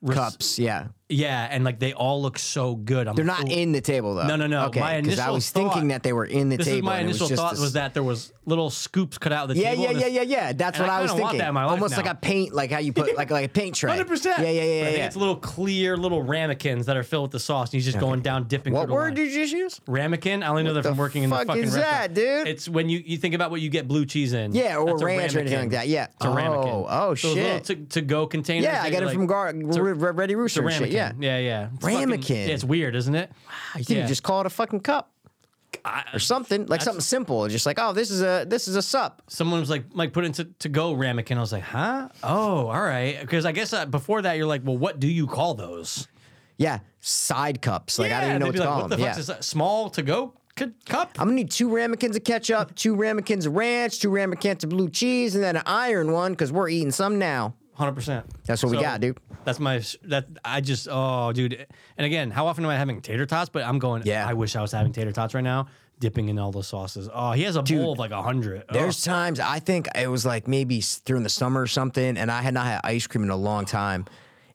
[SPEAKER 3] res-
[SPEAKER 2] Cups, yeah.
[SPEAKER 3] Yeah, and like they all look so good. I'm
[SPEAKER 2] They're not in the table though.
[SPEAKER 3] No, no, no. My
[SPEAKER 2] Okay, because I
[SPEAKER 3] initial
[SPEAKER 2] was
[SPEAKER 3] thought-
[SPEAKER 2] thinking that they were in the
[SPEAKER 3] This
[SPEAKER 2] table.
[SPEAKER 3] is my
[SPEAKER 2] and it was
[SPEAKER 3] initial
[SPEAKER 2] just
[SPEAKER 3] thought
[SPEAKER 2] this-
[SPEAKER 3] was that there was little scoops cut out of the
[SPEAKER 2] Yeah,
[SPEAKER 3] table.
[SPEAKER 2] yeah, yeah, yeah, yeah. That's
[SPEAKER 3] and
[SPEAKER 2] what
[SPEAKER 3] I
[SPEAKER 2] I, was
[SPEAKER 3] kinda want
[SPEAKER 2] thinking.
[SPEAKER 3] that in my life
[SPEAKER 2] Almost like
[SPEAKER 3] now.
[SPEAKER 2] a paint, like how you put like like a paint tray.
[SPEAKER 3] Hundred percent.
[SPEAKER 2] Yeah, yeah, yeah, yeah. yeah.
[SPEAKER 3] It's little clear little ramekins that are filled with the sauce, and he's just going down dipping.
[SPEAKER 2] what
[SPEAKER 3] through the
[SPEAKER 2] word
[SPEAKER 3] line.
[SPEAKER 2] did you just use?
[SPEAKER 3] ramekin? I only know that
[SPEAKER 2] the
[SPEAKER 3] from working in the
[SPEAKER 2] fuck
[SPEAKER 3] fucking
[SPEAKER 2] is that,
[SPEAKER 3] restaurant.
[SPEAKER 2] dude?
[SPEAKER 3] It's when you, you think about what you get blue cheese in.
[SPEAKER 2] Yeah, or
[SPEAKER 3] That's a
[SPEAKER 2] ranch or anything like
[SPEAKER 3] ramekin.
[SPEAKER 2] that. Yeah.
[SPEAKER 3] It's a ramekin.
[SPEAKER 2] Oh, oh
[SPEAKER 3] Those little
[SPEAKER 2] shit.
[SPEAKER 3] to, to go containers.
[SPEAKER 2] Yeah,
[SPEAKER 3] that
[SPEAKER 2] I
[SPEAKER 3] you're
[SPEAKER 2] got it
[SPEAKER 3] like-
[SPEAKER 2] from Gar-
[SPEAKER 3] it's a-
[SPEAKER 2] Re- Re- Ready
[SPEAKER 3] It's a
[SPEAKER 2] Rooster and shit.
[SPEAKER 3] ramekin.
[SPEAKER 2] Yeah.
[SPEAKER 3] Yeah, yeah. It's fucking-
[SPEAKER 2] Ramekin.
[SPEAKER 3] yeah, it's weird, isn't it?
[SPEAKER 2] You think you just call it a fucking cup or something like something simple? Just like oh, this is a this is a sup.
[SPEAKER 3] someone was like, "Like put into to go ramekin." I was like, "Huh? Oh, all right." Because I guess uh, before that, you're like, "Well, what do you call those?"
[SPEAKER 2] Yeah, side cups. Like I don't even know
[SPEAKER 3] and
[SPEAKER 2] what to
[SPEAKER 3] they'd be like,
[SPEAKER 2] call
[SPEAKER 3] "What
[SPEAKER 2] them.
[SPEAKER 3] the
[SPEAKER 2] yeah.
[SPEAKER 3] fuck is that? Small to go cup?"
[SPEAKER 2] I'm gonna need two ramekins of ketchup, two ramekins of ranch, two ramekins of blue cheese, and then an iron one because we're eating some now.
[SPEAKER 3] Hundred percent.
[SPEAKER 2] That's what we got, dude.
[SPEAKER 3] That's my sh- that I just oh, dude. And again, how often am I having tater tots? But I'm going.
[SPEAKER 2] Yeah.
[SPEAKER 3] I wish I was having tater tots right now, dipping in all those sauces. Oh, he has a bowl of like a hundred. Oh,
[SPEAKER 2] There's times I think it was like maybe s- during the summer or something, and I had not had ice cream in a long time,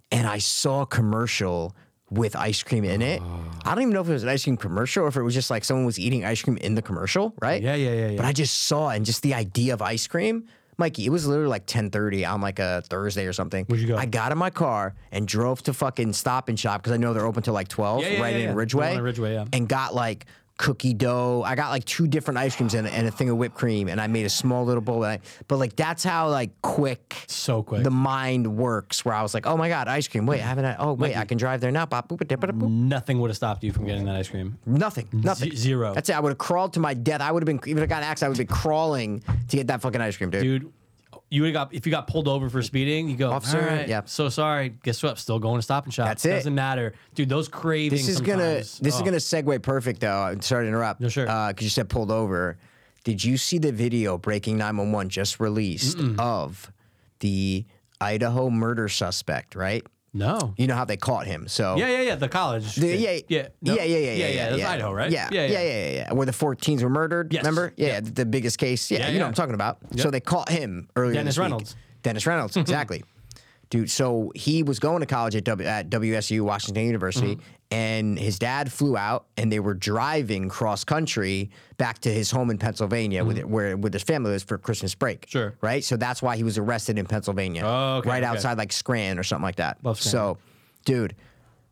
[SPEAKER 2] and I saw a commercial with ice cream in it.
[SPEAKER 3] Oh.
[SPEAKER 2] I don't even know if it was an ice cream commercial or if it was just like someone was eating ice cream in the commercial, right?
[SPEAKER 3] Yeah, yeah, yeah, yeah.
[SPEAKER 2] But I just saw it and just the idea of ice cream. Mikey, it was literally like 10:30 on like a Thursday or something.
[SPEAKER 3] Where'd you go?
[SPEAKER 2] I got in my car and drove to fucking Stop and Shop because I know they're open till like 12,
[SPEAKER 3] Yeah, yeah,
[SPEAKER 2] right
[SPEAKER 3] yeah, yeah.
[SPEAKER 2] in
[SPEAKER 3] The one
[SPEAKER 2] Ridgeway.
[SPEAKER 3] in Ridgeway, yeah.
[SPEAKER 2] And got like cookie dough. I got like two different ice creams and, and a thing of whipped cream, and I made a small little bowl. And I, but like that's how like quick
[SPEAKER 3] so quick.
[SPEAKER 2] the mind works. Where I was like, oh my god, ice cream. Wait, I haven't. Had, oh wait, I can drive there now. Bop, boop, a dip, a boop.
[SPEAKER 3] Nothing would have stopped you from getting that ice cream.
[SPEAKER 2] Nothing. Nothing.
[SPEAKER 3] Mm-hmm. zero.
[SPEAKER 2] That's it. I would have crawled to my death. I would have been even if I got an accident, I would have been crawling to get that fucking ice cream, dude.
[SPEAKER 3] dude. You would have got if you got pulled over for speeding, you go,
[SPEAKER 2] Officer,
[SPEAKER 3] All right,
[SPEAKER 2] yeah.
[SPEAKER 3] So sorry. Guess what? Still going to stop and shop.
[SPEAKER 2] That's it.
[SPEAKER 3] Doesn't matter, dude. Those
[SPEAKER 2] This
[SPEAKER 3] cravings.
[SPEAKER 2] is gonna
[SPEAKER 3] sometimes-
[SPEAKER 2] this
[SPEAKER 3] oh.
[SPEAKER 2] is gonna segue perfect though. I'm sorry to interrupt.
[SPEAKER 3] No, sure.
[SPEAKER 2] Because you said pulled over. Did you see the video breaking 911 just released of the Idaho murder suspect? Right.
[SPEAKER 3] no.
[SPEAKER 2] You know how they caught him. So
[SPEAKER 3] Yeah, yeah, yeah. The college.
[SPEAKER 2] The-
[SPEAKER 3] kid.
[SPEAKER 2] yeah,
[SPEAKER 3] yeah, no.
[SPEAKER 2] yeah, yeah, yeah, yeah, yeah,
[SPEAKER 3] That's
[SPEAKER 2] yeah.
[SPEAKER 3] Idaho, right?
[SPEAKER 2] Yeah, yeah, yeah, yeah, yeah. Where the 14s were murdered.
[SPEAKER 3] Yes.
[SPEAKER 2] Remember? Yeah, the- the biggest case. Yeah,
[SPEAKER 3] Yeah,
[SPEAKER 2] you know
[SPEAKER 3] yeah.
[SPEAKER 2] what I'm talking about. So they caught him earlier.
[SPEAKER 3] Dennis
[SPEAKER 2] this week.
[SPEAKER 3] Reynolds.
[SPEAKER 2] Dennis Reynolds, exactly. Dude, so he was going to college at, w- at WSU, Washington University,
[SPEAKER 3] Mm-hmm.
[SPEAKER 2] and his dad flew out, and they were driving cross country back to his home in Pennsylvania, with it, where with his family was for Christmas break.
[SPEAKER 3] Mm-hmm. Sure.
[SPEAKER 2] right? So that's why he was arrested in Pennsylvania,
[SPEAKER 3] Oh, okay,
[SPEAKER 2] right
[SPEAKER 3] okay.
[SPEAKER 2] outside like Scranton or something like that.
[SPEAKER 3] Love Scranton.
[SPEAKER 2] So, dude,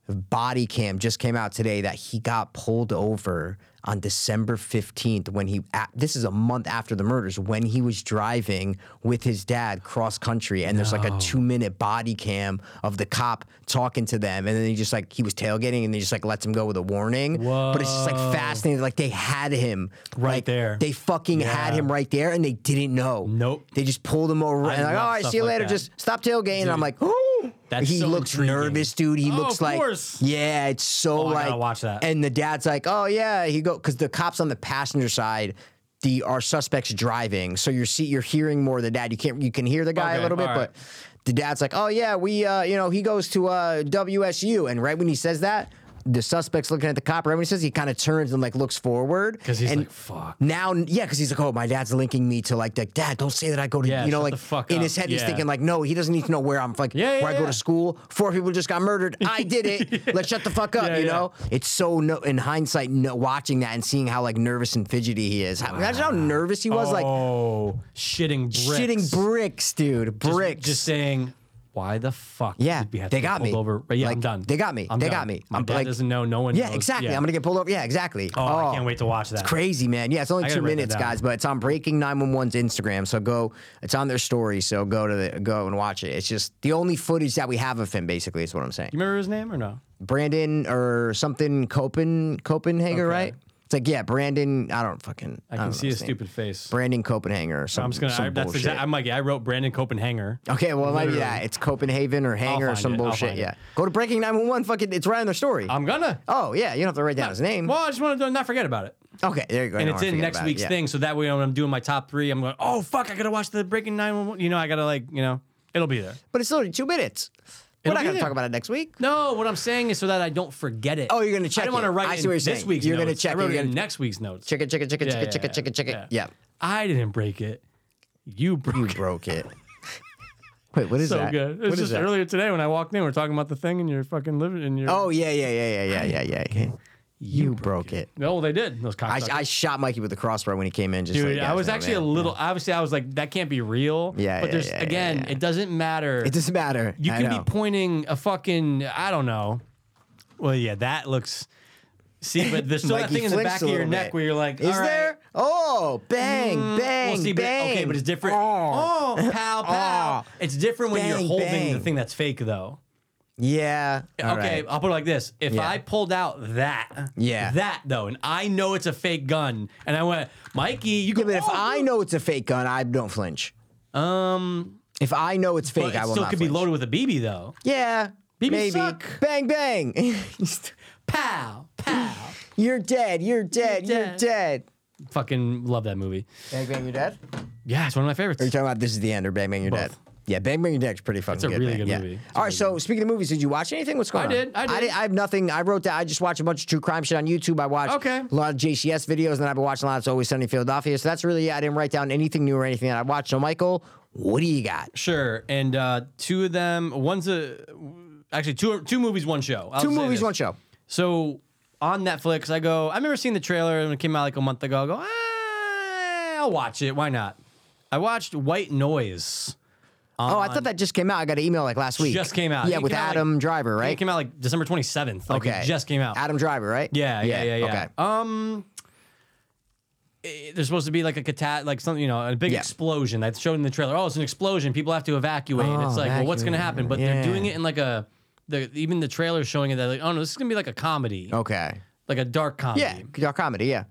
[SPEAKER 2] body cam just came out today that he got pulled over on December 15th when he a- this is a month after the murders when he was driving with his dad cross country and there's like a 2 minute body cam of the cop talking to them and then he just like he was tailgating and they just like lets him go with a warning but it's just like fascinating like they had him
[SPEAKER 3] Right
[SPEAKER 2] like,
[SPEAKER 3] there.
[SPEAKER 2] they fucking had
[SPEAKER 3] Yeah.
[SPEAKER 2] him right there and they didn't know
[SPEAKER 3] Nope.
[SPEAKER 2] they just pulled him over and like
[SPEAKER 3] love
[SPEAKER 2] all right
[SPEAKER 3] stuff
[SPEAKER 2] see you
[SPEAKER 3] like
[SPEAKER 2] later
[SPEAKER 3] that.
[SPEAKER 2] just stop tailgating and I'm like oh
[SPEAKER 3] That's
[SPEAKER 2] he
[SPEAKER 3] so
[SPEAKER 2] looks
[SPEAKER 3] intriguing.
[SPEAKER 2] nervous dude he
[SPEAKER 3] Oh,
[SPEAKER 2] looks
[SPEAKER 3] of
[SPEAKER 2] like
[SPEAKER 3] course.
[SPEAKER 2] yeah it's so
[SPEAKER 3] Oh, I
[SPEAKER 2] like
[SPEAKER 3] gotta watch that.
[SPEAKER 2] and the dad's like oh yeah he go because the cops on the passenger side the our suspects driving so you're see you're hearing more of the dad you can't you can hear the guy a
[SPEAKER 3] Okay,
[SPEAKER 2] little bit
[SPEAKER 3] all right.
[SPEAKER 2] but the dad's like oh yeah we uh you know he goes to uh WSU and right when he says that the suspect's looking at the cop. Right when he says, he kind of turns and like looks forward
[SPEAKER 3] 'Cause he's
[SPEAKER 2] and
[SPEAKER 3] like, "Fuck."
[SPEAKER 2] Now, yeah, because he's like, oh, my dad's linking me to like, the, dad, don't say that I go to,
[SPEAKER 3] Yeah,
[SPEAKER 2] you know,
[SPEAKER 3] shut
[SPEAKER 2] like
[SPEAKER 3] the fuck
[SPEAKER 2] in
[SPEAKER 3] up.
[SPEAKER 2] his head, he's
[SPEAKER 3] Yeah.
[SPEAKER 2] thinking like, no, he doesn't need to know where I'm like,
[SPEAKER 3] Yeah, yeah,
[SPEAKER 2] where I go
[SPEAKER 3] yeah.
[SPEAKER 2] to school. Four people just got murdered. I did it. Let's shut the fuck up.
[SPEAKER 3] Yeah,
[SPEAKER 2] you
[SPEAKER 3] yeah.
[SPEAKER 2] know, it's so no. In hindsight, no, watching that and seeing how like nervous and fidgety he is. How- Imagine how nervous he was, like
[SPEAKER 3] Ah. oh, shitting bricks.
[SPEAKER 2] shitting bricks, dude.
[SPEAKER 3] Just-
[SPEAKER 2] Bricks.
[SPEAKER 3] Just, saying, why the fuck?
[SPEAKER 2] Yeah,
[SPEAKER 3] did we have
[SPEAKER 2] they
[SPEAKER 3] to get
[SPEAKER 2] got me.
[SPEAKER 3] pulled Over? But yeah,
[SPEAKER 2] Like,
[SPEAKER 3] I'm done.
[SPEAKER 2] they got me.
[SPEAKER 3] I'm
[SPEAKER 2] They
[SPEAKER 3] done.
[SPEAKER 2] got me.
[SPEAKER 3] My
[SPEAKER 2] I'm
[SPEAKER 3] dad
[SPEAKER 2] like-
[SPEAKER 3] doesn't know. No one.
[SPEAKER 2] yeah,
[SPEAKER 3] knows.
[SPEAKER 2] exactly.
[SPEAKER 3] Yeah.
[SPEAKER 2] I'm gonna get pulled over. Yeah, exactly.
[SPEAKER 3] Oh, I can't wait to watch that.
[SPEAKER 2] It's crazy, man. Yeah, it's only
[SPEAKER 3] I
[SPEAKER 2] two
[SPEAKER 3] gotta write that
[SPEAKER 2] minutes,
[SPEAKER 3] down.
[SPEAKER 2] guys, but it's on Breaking 911's Instagram. So go, it's on their story. So go to the, go and watch it. It's just the only footage that we have of him, basically, is what I'm saying.
[SPEAKER 3] You remember his name or no?
[SPEAKER 2] Brandon or something Copen Copenhagen, right? It's like yeah, Brandon. I don't fucking.
[SPEAKER 3] I can see his stupid face.
[SPEAKER 2] Brandon Copenhagen or something.
[SPEAKER 3] I'm just gonna. I, that's exactly. I'm like, yeah, I wrote Brandon Copenhanger.
[SPEAKER 2] Okay, well, it might be
[SPEAKER 3] Literally.
[SPEAKER 2] that. It's Copenhagen or Hanger or
[SPEAKER 3] find
[SPEAKER 2] some
[SPEAKER 3] it. I'll
[SPEAKER 2] bullshit.
[SPEAKER 3] find
[SPEAKER 2] Yeah.
[SPEAKER 3] it.
[SPEAKER 2] Go to Breaking 911. Fucking, it's right on their story.
[SPEAKER 3] I'm gonna.
[SPEAKER 2] oh, yeah. You don't have to write down his name.
[SPEAKER 3] Well, I just want to not forget about it.
[SPEAKER 2] Okay, there you go. I
[SPEAKER 3] and
[SPEAKER 2] don't
[SPEAKER 3] it's
[SPEAKER 2] wanna
[SPEAKER 3] in
[SPEAKER 2] forget
[SPEAKER 3] next
[SPEAKER 2] about it.
[SPEAKER 3] week's
[SPEAKER 2] Yeah.
[SPEAKER 3] thing. So that way, when I'm doing my top three, I'm going, oh fuck, I gotta watch the Breaking 911. You know, I gotta like, you know, it'll be there.
[SPEAKER 2] But it's only two minutes.
[SPEAKER 3] It'll
[SPEAKER 2] We're not
[SPEAKER 3] be
[SPEAKER 2] going to
[SPEAKER 3] there.
[SPEAKER 2] talk about it next week.
[SPEAKER 3] No, what I'm saying is so that I don't forget it.
[SPEAKER 2] Oh, you're gonna check
[SPEAKER 3] I didn't want
[SPEAKER 2] it.
[SPEAKER 3] to write
[SPEAKER 2] I
[SPEAKER 3] it
[SPEAKER 2] see
[SPEAKER 3] in
[SPEAKER 2] what you're
[SPEAKER 3] this
[SPEAKER 2] saying.
[SPEAKER 3] week's
[SPEAKER 2] You're gonna
[SPEAKER 3] notes.
[SPEAKER 2] check
[SPEAKER 3] I
[SPEAKER 2] it.
[SPEAKER 3] wrote
[SPEAKER 2] You're
[SPEAKER 3] it in
[SPEAKER 2] gonna-
[SPEAKER 3] next week's notes.
[SPEAKER 2] Chicken, chicken, chicken,
[SPEAKER 3] Yeah,
[SPEAKER 2] chicken,
[SPEAKER 3] yeah,
[SPEAKER 2] chicken,
[SPEAKER 3] yeah.
[SPEAKER 2] chicken, chicken. Yeah.
[SPEAKER 3] Yeah. I didn't break it. You broke
[SPEAKER 2] You
[SPEAKER 3] it.
[SPEAKER 2] broke it. Wait, what is
[SPEAKER 3] so
[SPEAKER 2] that?
[SPEAKER 3] good.
[SPEAKER 2] What
[SPEAKER 3] It's
[SPEAKER 2] is
[SPEAKER 3] just
[SPEAKER 2] that?
[SPEAKER 3] earlier today when I walked in, we are talking about the thing in your fucking living in your.
[SPEAKER 2] Oh, yeah, yeah, yeah, yeah, yeah, yeah, yeah. You broke it.
[SPEAKER 3] no, they did. Those
[SPEAKER 2] I,
[SPEAKER 3] cocksuckers.
[SPEAKER 2] I shot Mikey with the crossbar when he came in. Just so
[SPEAKER 3] Dude,
[SPEAKER 2] you
[SPEAKER 3] I
[SPEAKER 2] guys
[SPEAKER 3] was
[SPEAKER 2] know,
[SPEAKER 3] actually a
[SPEAKER 2] man.
[SPEAKER 3] little. Obviously, I was like, that can't be real.
[SPEAKER 2] Yeah,
[SPEAKER 3] But
[SPEAKER 2] yeah,
[SPEAKER 3] there's
[SPEAKER 2] yeah, yeah,
[SPEAKER 3] again,
[SPEAKER 2] yeah.
[SPEAKER 3] it doesn't matter.
[SPEAKER 2] It doesn't matter.
[SPEAKER 3] you
[SPEAKER 2] I
[SPEAKER 3] can
[SPEAKER 2] know.
[SPEAKER 3] be pointing a fucking. I don't know. Well, yeah, that looks. See, but there's still that
[SPEAKER 2] Mikey
[SPEAKER 3] thing in the
[SPEAKER 2] flinched
[SPEAKER 3] back
[SPEAKER 2] a
[SPEAKER 3] of your
[SPEAKER 2] little
[SPEAKER 3] neck
[SPEAKER 2] bit.
[SPEAKER 3] where you're like,
[SPEAKER 2] Is
[SPEAKER 3] all right, mm,
[SPEAKER 2] there? Oh, bang, bang,
[SPEAKER 3] Well, see, but,
[SPEAKER 2] bang.
[SPEAKER 3] okay, but it's different.
[SPEAKER 2] Oh.
[SPEAKER 3] Oh, pow, pow.
[SPEAKER 2] Oh.
[SPEAKER 3] It's different when
[SPEAKER 2] Bang,
[SPEAKER 3] you're holding the
[SPEAKER 2] bang.
[SPEAKER 3] thing that's fake, though.
[SPEAKER 2] Yeah. all
[SPEAKER 3] okay,
[SPEAKER 2] right.
[SPEAKER 3] I'll put it like this: If
[SPEAKER 2] Yeah.
[SPEAKER 3] I pulled out that,
[SPEAKER 2] Yeah.
[SPEAKER 3] that though, and I know it's a fake gun, and I went, Mikey, you
[SPEAKER 2] Yeah,
[SPEAKER 3] go.
[SPEAKER 2] but if
[SPEAKER 3] "Oh,
[SPEAKER 2] I know it's a fake gun, I don't flinch.
[SPEAKER 3] um,
[SPEAKER 2] If I know it's fake,
[SPEAKER 3] but it
[SPEAKER 2] I will
[SPEAKER 3] still
[SPEAKER 2] not
[SPEAKER 3] could
[SPEAKER 2] flinch.
[SPEAKER 3] be loaded with a BB though.
[SPEAKER 2] Yeah.
[SPEAKER 3] BBs
[SPEAKER 2] maybe.
[SPEAKER 3] suck.
[SPEAKER 2] Bang bang.
[SPEAKER 3] Pow, pow.
[SPEAKER 2] you're dead. You're dead. You're
[SPEAKER 3] You're
[SPEAKER 2] dead.
[SPEAKER 3] dead. Fucking love that movie.
[SPEAKER 2] Bang bang. You're dead.
[SPEAKER 3] Yeah, it's one of my
[SPEAKER 2] Are you
[SPEAKER 3] favorites.
[SPEAKER 2] talking about This Is the End or Bang Bang You're Dead?
[SPEAKER 3] Both.
[SPEAKER 2] Yeah, Bang Bang You're Dead's pretty fucking
[SPEAKER 3] a
[SPEAKER 2] good.
[SPEAKER 3] really
[SPEAKER 2] man.
[SPEAKER 3] good
[SPEAKER 2] yeah.
[SPEAKER 3] movie.
[SPEAKER 2] All right, so speaking of movies, did you watch anything? What's going
[SPEAKER 3] I
[SPEAKER 2] on?
[SPEAKER 3] did, I did.
[SPEAKER 2] I have nothing. I wrote that. I just watch a bunch of true crime shit on YouTube. I watch
[SPEAKER 3] Okay.
[SPEAKER 2] a lot of JCS videos, and I've been watching a lot of It's Always Sunny in Philadelphia. So that's really, I didn't write down anything new or anything that I watched. So, Michael, what do you got?
[SPEAKER 3] Sure, and uh, two of them. One's a actually two two movies, one show. I'll
[SPEAKER 2] Two
[SPEAKER 3] say
[SPEAKER 2] movies,
[SPEAKER 3] this.
[SPEAKER 2] one show.
[SPEAKER 3] So on Netflix, I go. I remember seeing the trailer when it came out like a month ago. I go, "Ah, I'll watch it. Why not? I watched White Noise.
[SPEAKER 2] Oh, I thought that just came out. I got an email like last week.
[SPEAKER 3] Just came out.
[SPEAKER 2] Yeah,
[SPEAKER 3] It
[SPEAKER 2] with
[SPEAKER 3] came out, like-
[SPEAKER 2] Adam Driver,
[SPEAKER 3] It
[SPEAKER 2] right?
[SPEAKER 3] came out like December 27th. Like,
[SPEAKER 2] okay.
[SPEAKER 3] It just came out.
[SPEAKER 2] Adam Driver, right?
[SPEAKER 3] Yeah, yeah, yeah, yeah.
[SPEAKER 2] Okay.
[SPEAKER 3] Um, eh, there's supposed to be like a catat, like something, you know, a big
[SPEAKER 2] Yeah.
[SPEAKER 3] explosion. I showed in the trailer. Oh, it's an explosion. People have to evacuate. and it's
[SPEAKER 2] Oh,
[SPEAKER 3] like, well, what's going to
[SPEAKER 2] evacuate.
[SPEAKER 3] happen? But
[SPEAKER 2] Yeah.
[SPEAKER 3] they're doing it in like a, the, even the trailer showing it that like, oh no, this is going to be like a comedy,
[SPEAKER 2] Okay.
[SPEAKER 3] like a dark comedy.
[SPEAKER 2] Oh. Yeah, dark comedy. Yeah.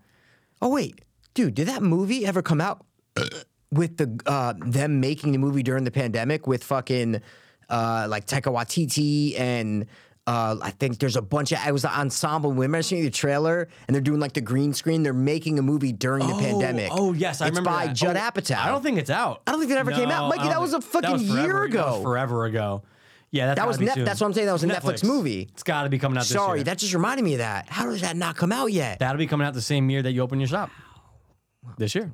[SPEAKER 2] Oh wait, dude, did that movie ever come out with the uh, them making the movie during the pandemic with fucking uh, like Taika Waititi and. Uh, I think there's a bunch of it was the ensemble. Remember seeing the trailer, and they're doing like the green screen. They're making a movie during the
[SPEAKER 3] Oh,
[SPEAKER 2] pandemic.
[SPEAKER 3] Oh yes, I
[SPEAKER 2] it's
[SPEAKER 3] remember.
[SPEAKER 2] by
[SPEAKER 3] that.
[SPEAKER 2] Judd
[SPEAKER 3] Oh,
[SPEAKER 2] Apatow.
[SPEAKER 3] I don't think it's out.
[SPEAKER 2] I don't think that ever came out.
[SPEAKER 3] No,
[SPEAKER 2] Mikey,
[SPEAKER 3] I don't
[SPEAKER 2] that was a
[SPEAKER 3] think- that was
[SPEAKER 2] fucking year
[SPEAKER 3] forever- That was
[SPEAKER 2] ago.
[SPEAKER 3] forever ago. Yeah, that's
[SPEAKER 2] That was
[SPEAKER 3] gotta be
[SPEAKER 2] Net-
[SPEAKER 3] soon.
[SPEAKER 2] that's what I'm saying, that was a Netflix movie.
[SPEAKER 3] It's got to be coming out. This
[SPEAKER 2] Sorry,
[SPEAKER 3] year.
[SPEAKER 2] that just reminded me of that. How does that not come out yet?
[SPEAKER 3] that'll be coming out the same year that you open your shop. This year.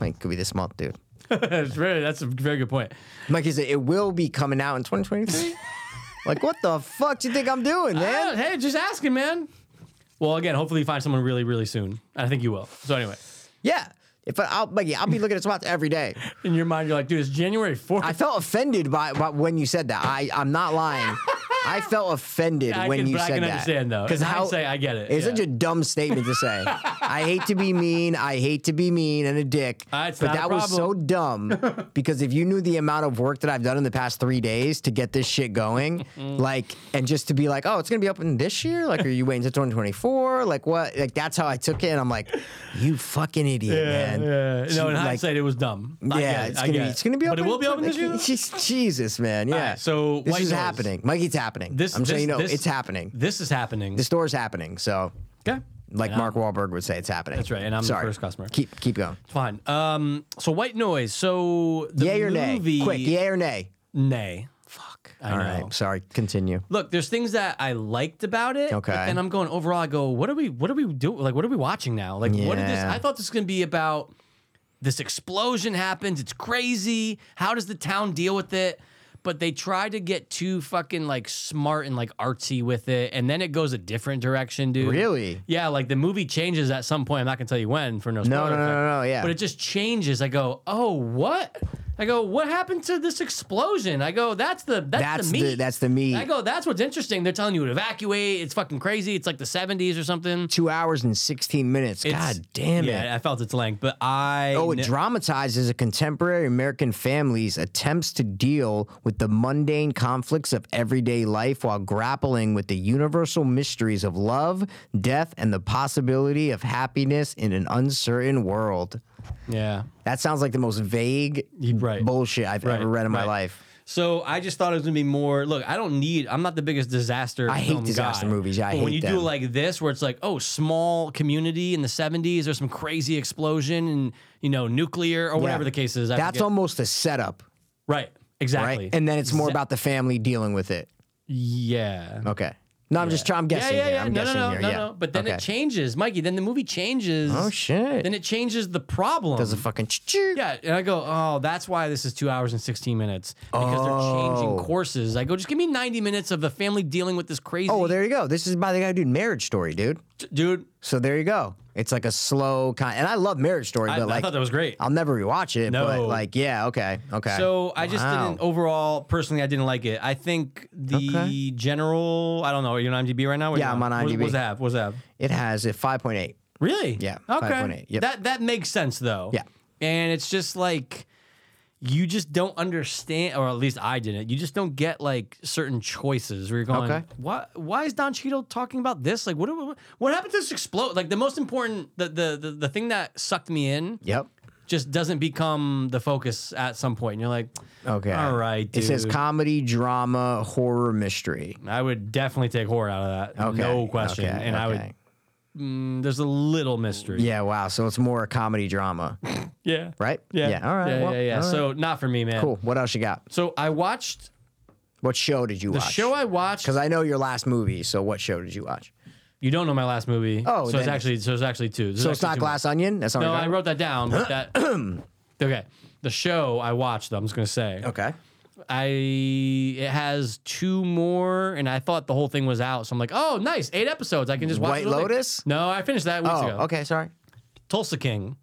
[SPEAKER 2] Like, could be this month, dude.
[SPEAKER 3] that's very. That's a very good point.
[SPEAKER 2] Mikey said it will be coming out in 2023. like, what the fuck do you think I'm doing, man?
[SPEAKER 3] Yeah, hey, just asking, man. Well, again, hopefully you find someone really, really soon. I think you will. So anyway,
[SPEAKER 2] Yeah. If I, I'll, Mikey, I'll be looking at spots every day.
[SPEAKER 3] in your mind, you're like, dude, it's January fourth.
[SPEAKER 2] I felt offended by, by when you said that. I, I'm not lying. I felt offended
[SPEAKER 3] I
[SPEAKER 2] when
[SPEAKER 3] can-
[SPEAKER 2] you
[SPEAKER 3] but I
[SPEAKER 2] said
[SPEAKER 3] can
[SPEAKER 2] that.
[SPEAKER 3] understand, though. In hindsight, I get it,
[SPEAKER 2] It's
[SPEAKER 3] yeah.
[SPEAKER 2] such a dumb statement to say. I hate to be mean. I hate to be mean and a dick.
[SPEAKER 3] Uh, it's
[SPEAKER 2] but
[SPEAKER 3] not a
[SPEAKER 2] that was so
[SPEAKER 3] problem.
[SPEAKER 2] dumb because if you knew the amount of work that I've done in the past three days to get this shit going,
[SPEAKER 3] Mm-hmm.
[SPEAKER 2] like, and just to be like, oh, it's gonna be open this year. Like, are you waiting until 2024? Like, what? Like, that's how I took it. And I'm like, you fucking idiot,
[SPEAKER 3] yeah,
[SPEAKER 2] man.
[SPEAKER 3] yeah.
[SPEAKER 2] She,
[SPEAKER 3] No, in
[SPEAKER 2] like,
[SPEAKER 3] hindsight, it was dumb. I
[SPEAKER 2] yeah,
[SPEAKER 3] get it,
[SPEAKER 2] it's
[SPEAKER 3] I
[SPEAKER 2] gonna be
[SPEAKER 3] get
[SPEAKER 2] it's gonna be
[SPEAKER 3] But
[SPEAKER 2] open.
[SPEAKER 3] it will be
[SPEAKER 2] to-
[SPEAKER 3] open this year. though?
[SPEAKER 2] Jeez, Jesus, man. Yeah.
[SPEAKER 3] right, so
[SPEAKER 2] this
[SPEAKER 3] White
[SPEAKER 2] is
[SPEAKER 3] Noise.
[SPEAKER 2] happening. Mikey's happening.
[SPEAKER 3] This-
[SPEAKER 2] I'm saying
[SPEAKER 3] this-
[SPEAKER 2] you know
[SPEAKER 3] this-
[SPEAKER 2] it's happening.
[SPEAKER 3] This is happening.
[SPEAKER 2] The store's happening. So,
[SPEAKER 3] okay.
[SPEAKER 2] like Mark Wahlberg would say, it's happening.
[SPEAKER 3] That's right, and I'm the
[SPEAKER 2] Sorry.
[SPEAKER 3] first customer.
[SPEAKER 2] Keep keep going.
[SPEAKER 3] Fine. Um. So white noise. So the
[SPEAKER 2] Yay or
[SPEAKER 3] movie,
[SPEAKER 2] nay? Quick. Yay or nay?
[SPEAKER 3] Nay.
[SPEAKER 2] Fuck.
[SPEAKER 3] I
[SPEAKER 2] All
[SPEAKER 3] know.
[SPEAKER 2] right. Sorry. Continue.
[SPEAKER 3] Look, there's things that I liked about it.
[SPEAKER 2] Okay.
[SPEAKER 3] And I'm going overall. I go, what are we? What are we doing? Like, what are we watching now? Like, what did this?
[SPEAKER 2] Yeah.
[SPEAKER 3] I thought this was gonna be about. This explosion happens. It's crazy. How does the town deal with it? But they try to get too fucking like smart and like artsy with it, and then it goes a different direction, dude.
[SPEAKER 2] Really?
[SPEAKER 3] Yeah, like the movie changes at some point. I'm not gonna tell you when for no.
[SPEAKER 2] No,
[SPEAKER 3] spoiler
[SPEAKER 2] no, no,
[SPEAKER 3] effect.
[SPEAKER 2] no, no, yeah.
[SPEAKER 3] But it just changes. I go, oh, what? I go, what happened to this explosion? I go, that's the that's,
[SPEAKER 2] That's
[SPEAKER 3] the meat.
[SPEAKER 2] the- that's the meat.
[SPEAKER 3] I go, that's what's interesting. They're telling you to evacuate. It's fucking crazy. It's like the 70s or something.
[SPEAKER 2] Two hours and 16 minutes.
[SPEAKER 3] It's-
[SPEAKER 2] God damn it.
[SPEAKER 3] Yeah, I felt its length, but I
[SPEAKER 2] Oh, it
[SPEAKER 3] kn-
[SPEAKER 2] dramatizes a contemporary American family's attempts to deal with the mundane conflicts of everyday life while grappling with the universal mysteries of love, death, and the possibility of happiness in an uncertain world.
[SPEAKER 3] yeah.
[SPEAKER 2] That sounds like the most vague
[SPEAKER 3] You- right.
[SPEAKER 2] bullshit I've
[SPEAKER 3] Right,
[SPEAKER 2] ever read in my
[SPEAKER 3] right.
[SPEAKER 2] life.
[SPEAKER 3] So I just thought it was gonna be more. Look, I don't need. I'm not the biggest disaster.
[SPEAKER 2] I hate
[SPEAKER 3] film
[SPEAKER 2] disaster
[SPEAKER 3] guy.
[SPEAKER 2] movies. I
[SPEAKER 3] But when
[SPEAKER 2] hate
[SPEAKER 3] you
[SPEAKER 2] them.
[SPEAKER 3] do like this, where it's like, oh, small community in the 70s, there's some crazy explosion and you know nuclear or whatever the case is. I
[SPEAKER 2] That's
[SPEAKER 3] forget.
[SPEAKER 2] almost a setup,
[SPEAKER 3] right.
[SPEAKER 2] right?
[SPEAKER 3] Exactly.
[SPEAKER 2] And then it's more about the family dealing with it.
[SPEAKER 3] yeah.
[SPEAKER 2] Okay. No, I'm just trying. I'm guessing.
[SPEAKER 3] Yeah, yeah,
[SPEAKER 2] here.
[SPEAKER 3] yeah.
[SPEAKER 2] I'm
[SPEAKER 3] no, no,
[SPEAKER 2] guessing
[SPEAKER 3] no,
[SPEAKER 2] here.
[SPEAKER 3] no,
[SPEAKER 2] yeah.
[SPEAKER 3] no. But then
[SPEAKER 2] okay.
[SPEAKER 3] it changes, Mikey. Then the movie changes.
[SPEAKER 2] Oh shit!
[SPEAKER 3] Then it changes the problem.
[SPEAKER 2] does a fucking. choo-choo.
[SPEAKER 3] yeah, and I go, oh, that's why this is two hours and sixteen minutes because they're
[SPEAKER 2] Oh.
[SPEAKER 3] changing courses. I go, just give me ninety minutes of the family dealing with this crazy.
[SPEAKER 2] Oh, well, there you go. This is by the guy who did Marriage Story, dude.
[SPEAKER 3] dude.
[SPEAKER 2] So there you go. It's like a slow kind, and I love Marriage Story,
[SPEAKER 3] I,
[SPEAKER 2] but
[SPEAKER 3] I
[SPEAKER 2] like
[SPEAKER 3] thought that was great.
[SPEAKER 2] I'll never rewatch it. But
[SPEAKER 3] No.
[SPEAKER 2] like, yeah, okay, okay.
[SPEAKER 3] So I just
[SPEAKER 2] Wow.
[SPEAKER 3] didn't overall personally I didn't like it. I think the
[SPEAKER 2] Okay.
[SPEAKER 3] general I don't know, are you on IMDb right now? What are
[SPEAKER 2] Yeah,
[SPEAKER 3] you
[SPEAKER 2] I'm on
[SPEAKER 3] What-
[SPEAKER 2] IMDb.
[SPEAKER 3] What's that? What's that?
[SPEAKER 2] it has a 5.8.
[SPEAKER 3] Really?
[SPEAKER 2] Yeah,
[SPEAKER 3] Okay.
[SPEAKER 2] 5.8, yep.
[SPEAKER 3] That that makes sense though.
[SPEAKER 2] Yeah.
[SPEAKER 3] And it's just like you just don't understand, or at least I didn't. You just don't get like certain choices where you're going,
[SPEAKER 2] Okay.
[SPEAKER 3] why, why is Don Cheadle talking about this? Like, what, what, what happened to this explode? Like, the most important, the, the, the, the thing that sucked me in
[SPEAKER 2] Yep.
[SPEAKER 3] just doesn't become the focus at some point. And you're like,
[SPEAKER 2] Okay.
[SPEAKER 3] All right,
[SPEAKER 2] It says
[SPEAKER 3] dude.
[SPEAKER 2] comedy, drama, horror, mystery.
[SPEAKER 3] I would definitely take horror out of that.
[SPEAKER 2] Okay.
[SPEAKER 3] No question.
[SPEAKER 2] okay,
[SPEAKER 3] and I would,
[SPEAKER 2] okay.
[SPEAKER 3] mm, there's a little mystery.
[SPEAKER 2] Yeah. Wow. So it's more a comedy drama,
[SPEAKER 3] Yeah.
[SPEAKER 2] right?
[SPEAKER 3] Yeah.
[SPEAKER 2] Yeah. All right.
[SPEAKER 3] Yeah.
[SPEAKER 2] well,
[SPEAKER 3] yeah. yeah.
[SPEAKER 2] all right.
[SPEAKER 3] So, not for me, man.
[SPEAKER 2] cool. What else you got?
[SPEAKER 3] So, I watched
[SPEAKER 2] What show did you
[SPEAKER 3] the
[SPEAKER 2] watch?
[SPEAKER 3] show I watched.
[SPEAKER 2] Because I know your last movie. So what show did you watch?
[SPEAKER 3] You don't know my last movie.
[SPEAKER 2] Oh,
[SPEAKER 3] so it's
[SPEAKER 2] then-
[SPEAKER 3] actually so it's actually two. There's
[SPEAKER 2] So it's
[SPEAKER 3] actually
[SPEAKER 2] not
[SPEAKER 3] two
[SPEAKER 2] Glass Onion. That's not.
[SPEAKER 3] more.
[SPEAKER 2] what
[SPEAKER 3] No,
[SPEAKER 2] you're
[SPEAKER 3] I
[SPEAKER 2] talking
[SPEAKER 3] wrote that down. But that okay. The show I watched. though, I'm just gonna say.
[SPEAKER 2] about? Okay.
[SPEAKER 3] I it has two more, and I thought the whole thing was out. So I'm like, oh, nice, eight episodes. I can just watch.
[SPEAKER 2] White
[SPEAKER 3] the whole thing.
[SPEAKER 2] Lotus?
[SPEAKER 3] No, I finished that weeks
[SPEAKER 2] Oh,
[SPEAKER 3] ago.
[SPEAKER 2] okay. Sorry.
[SPEAKER 3] Tulsa King.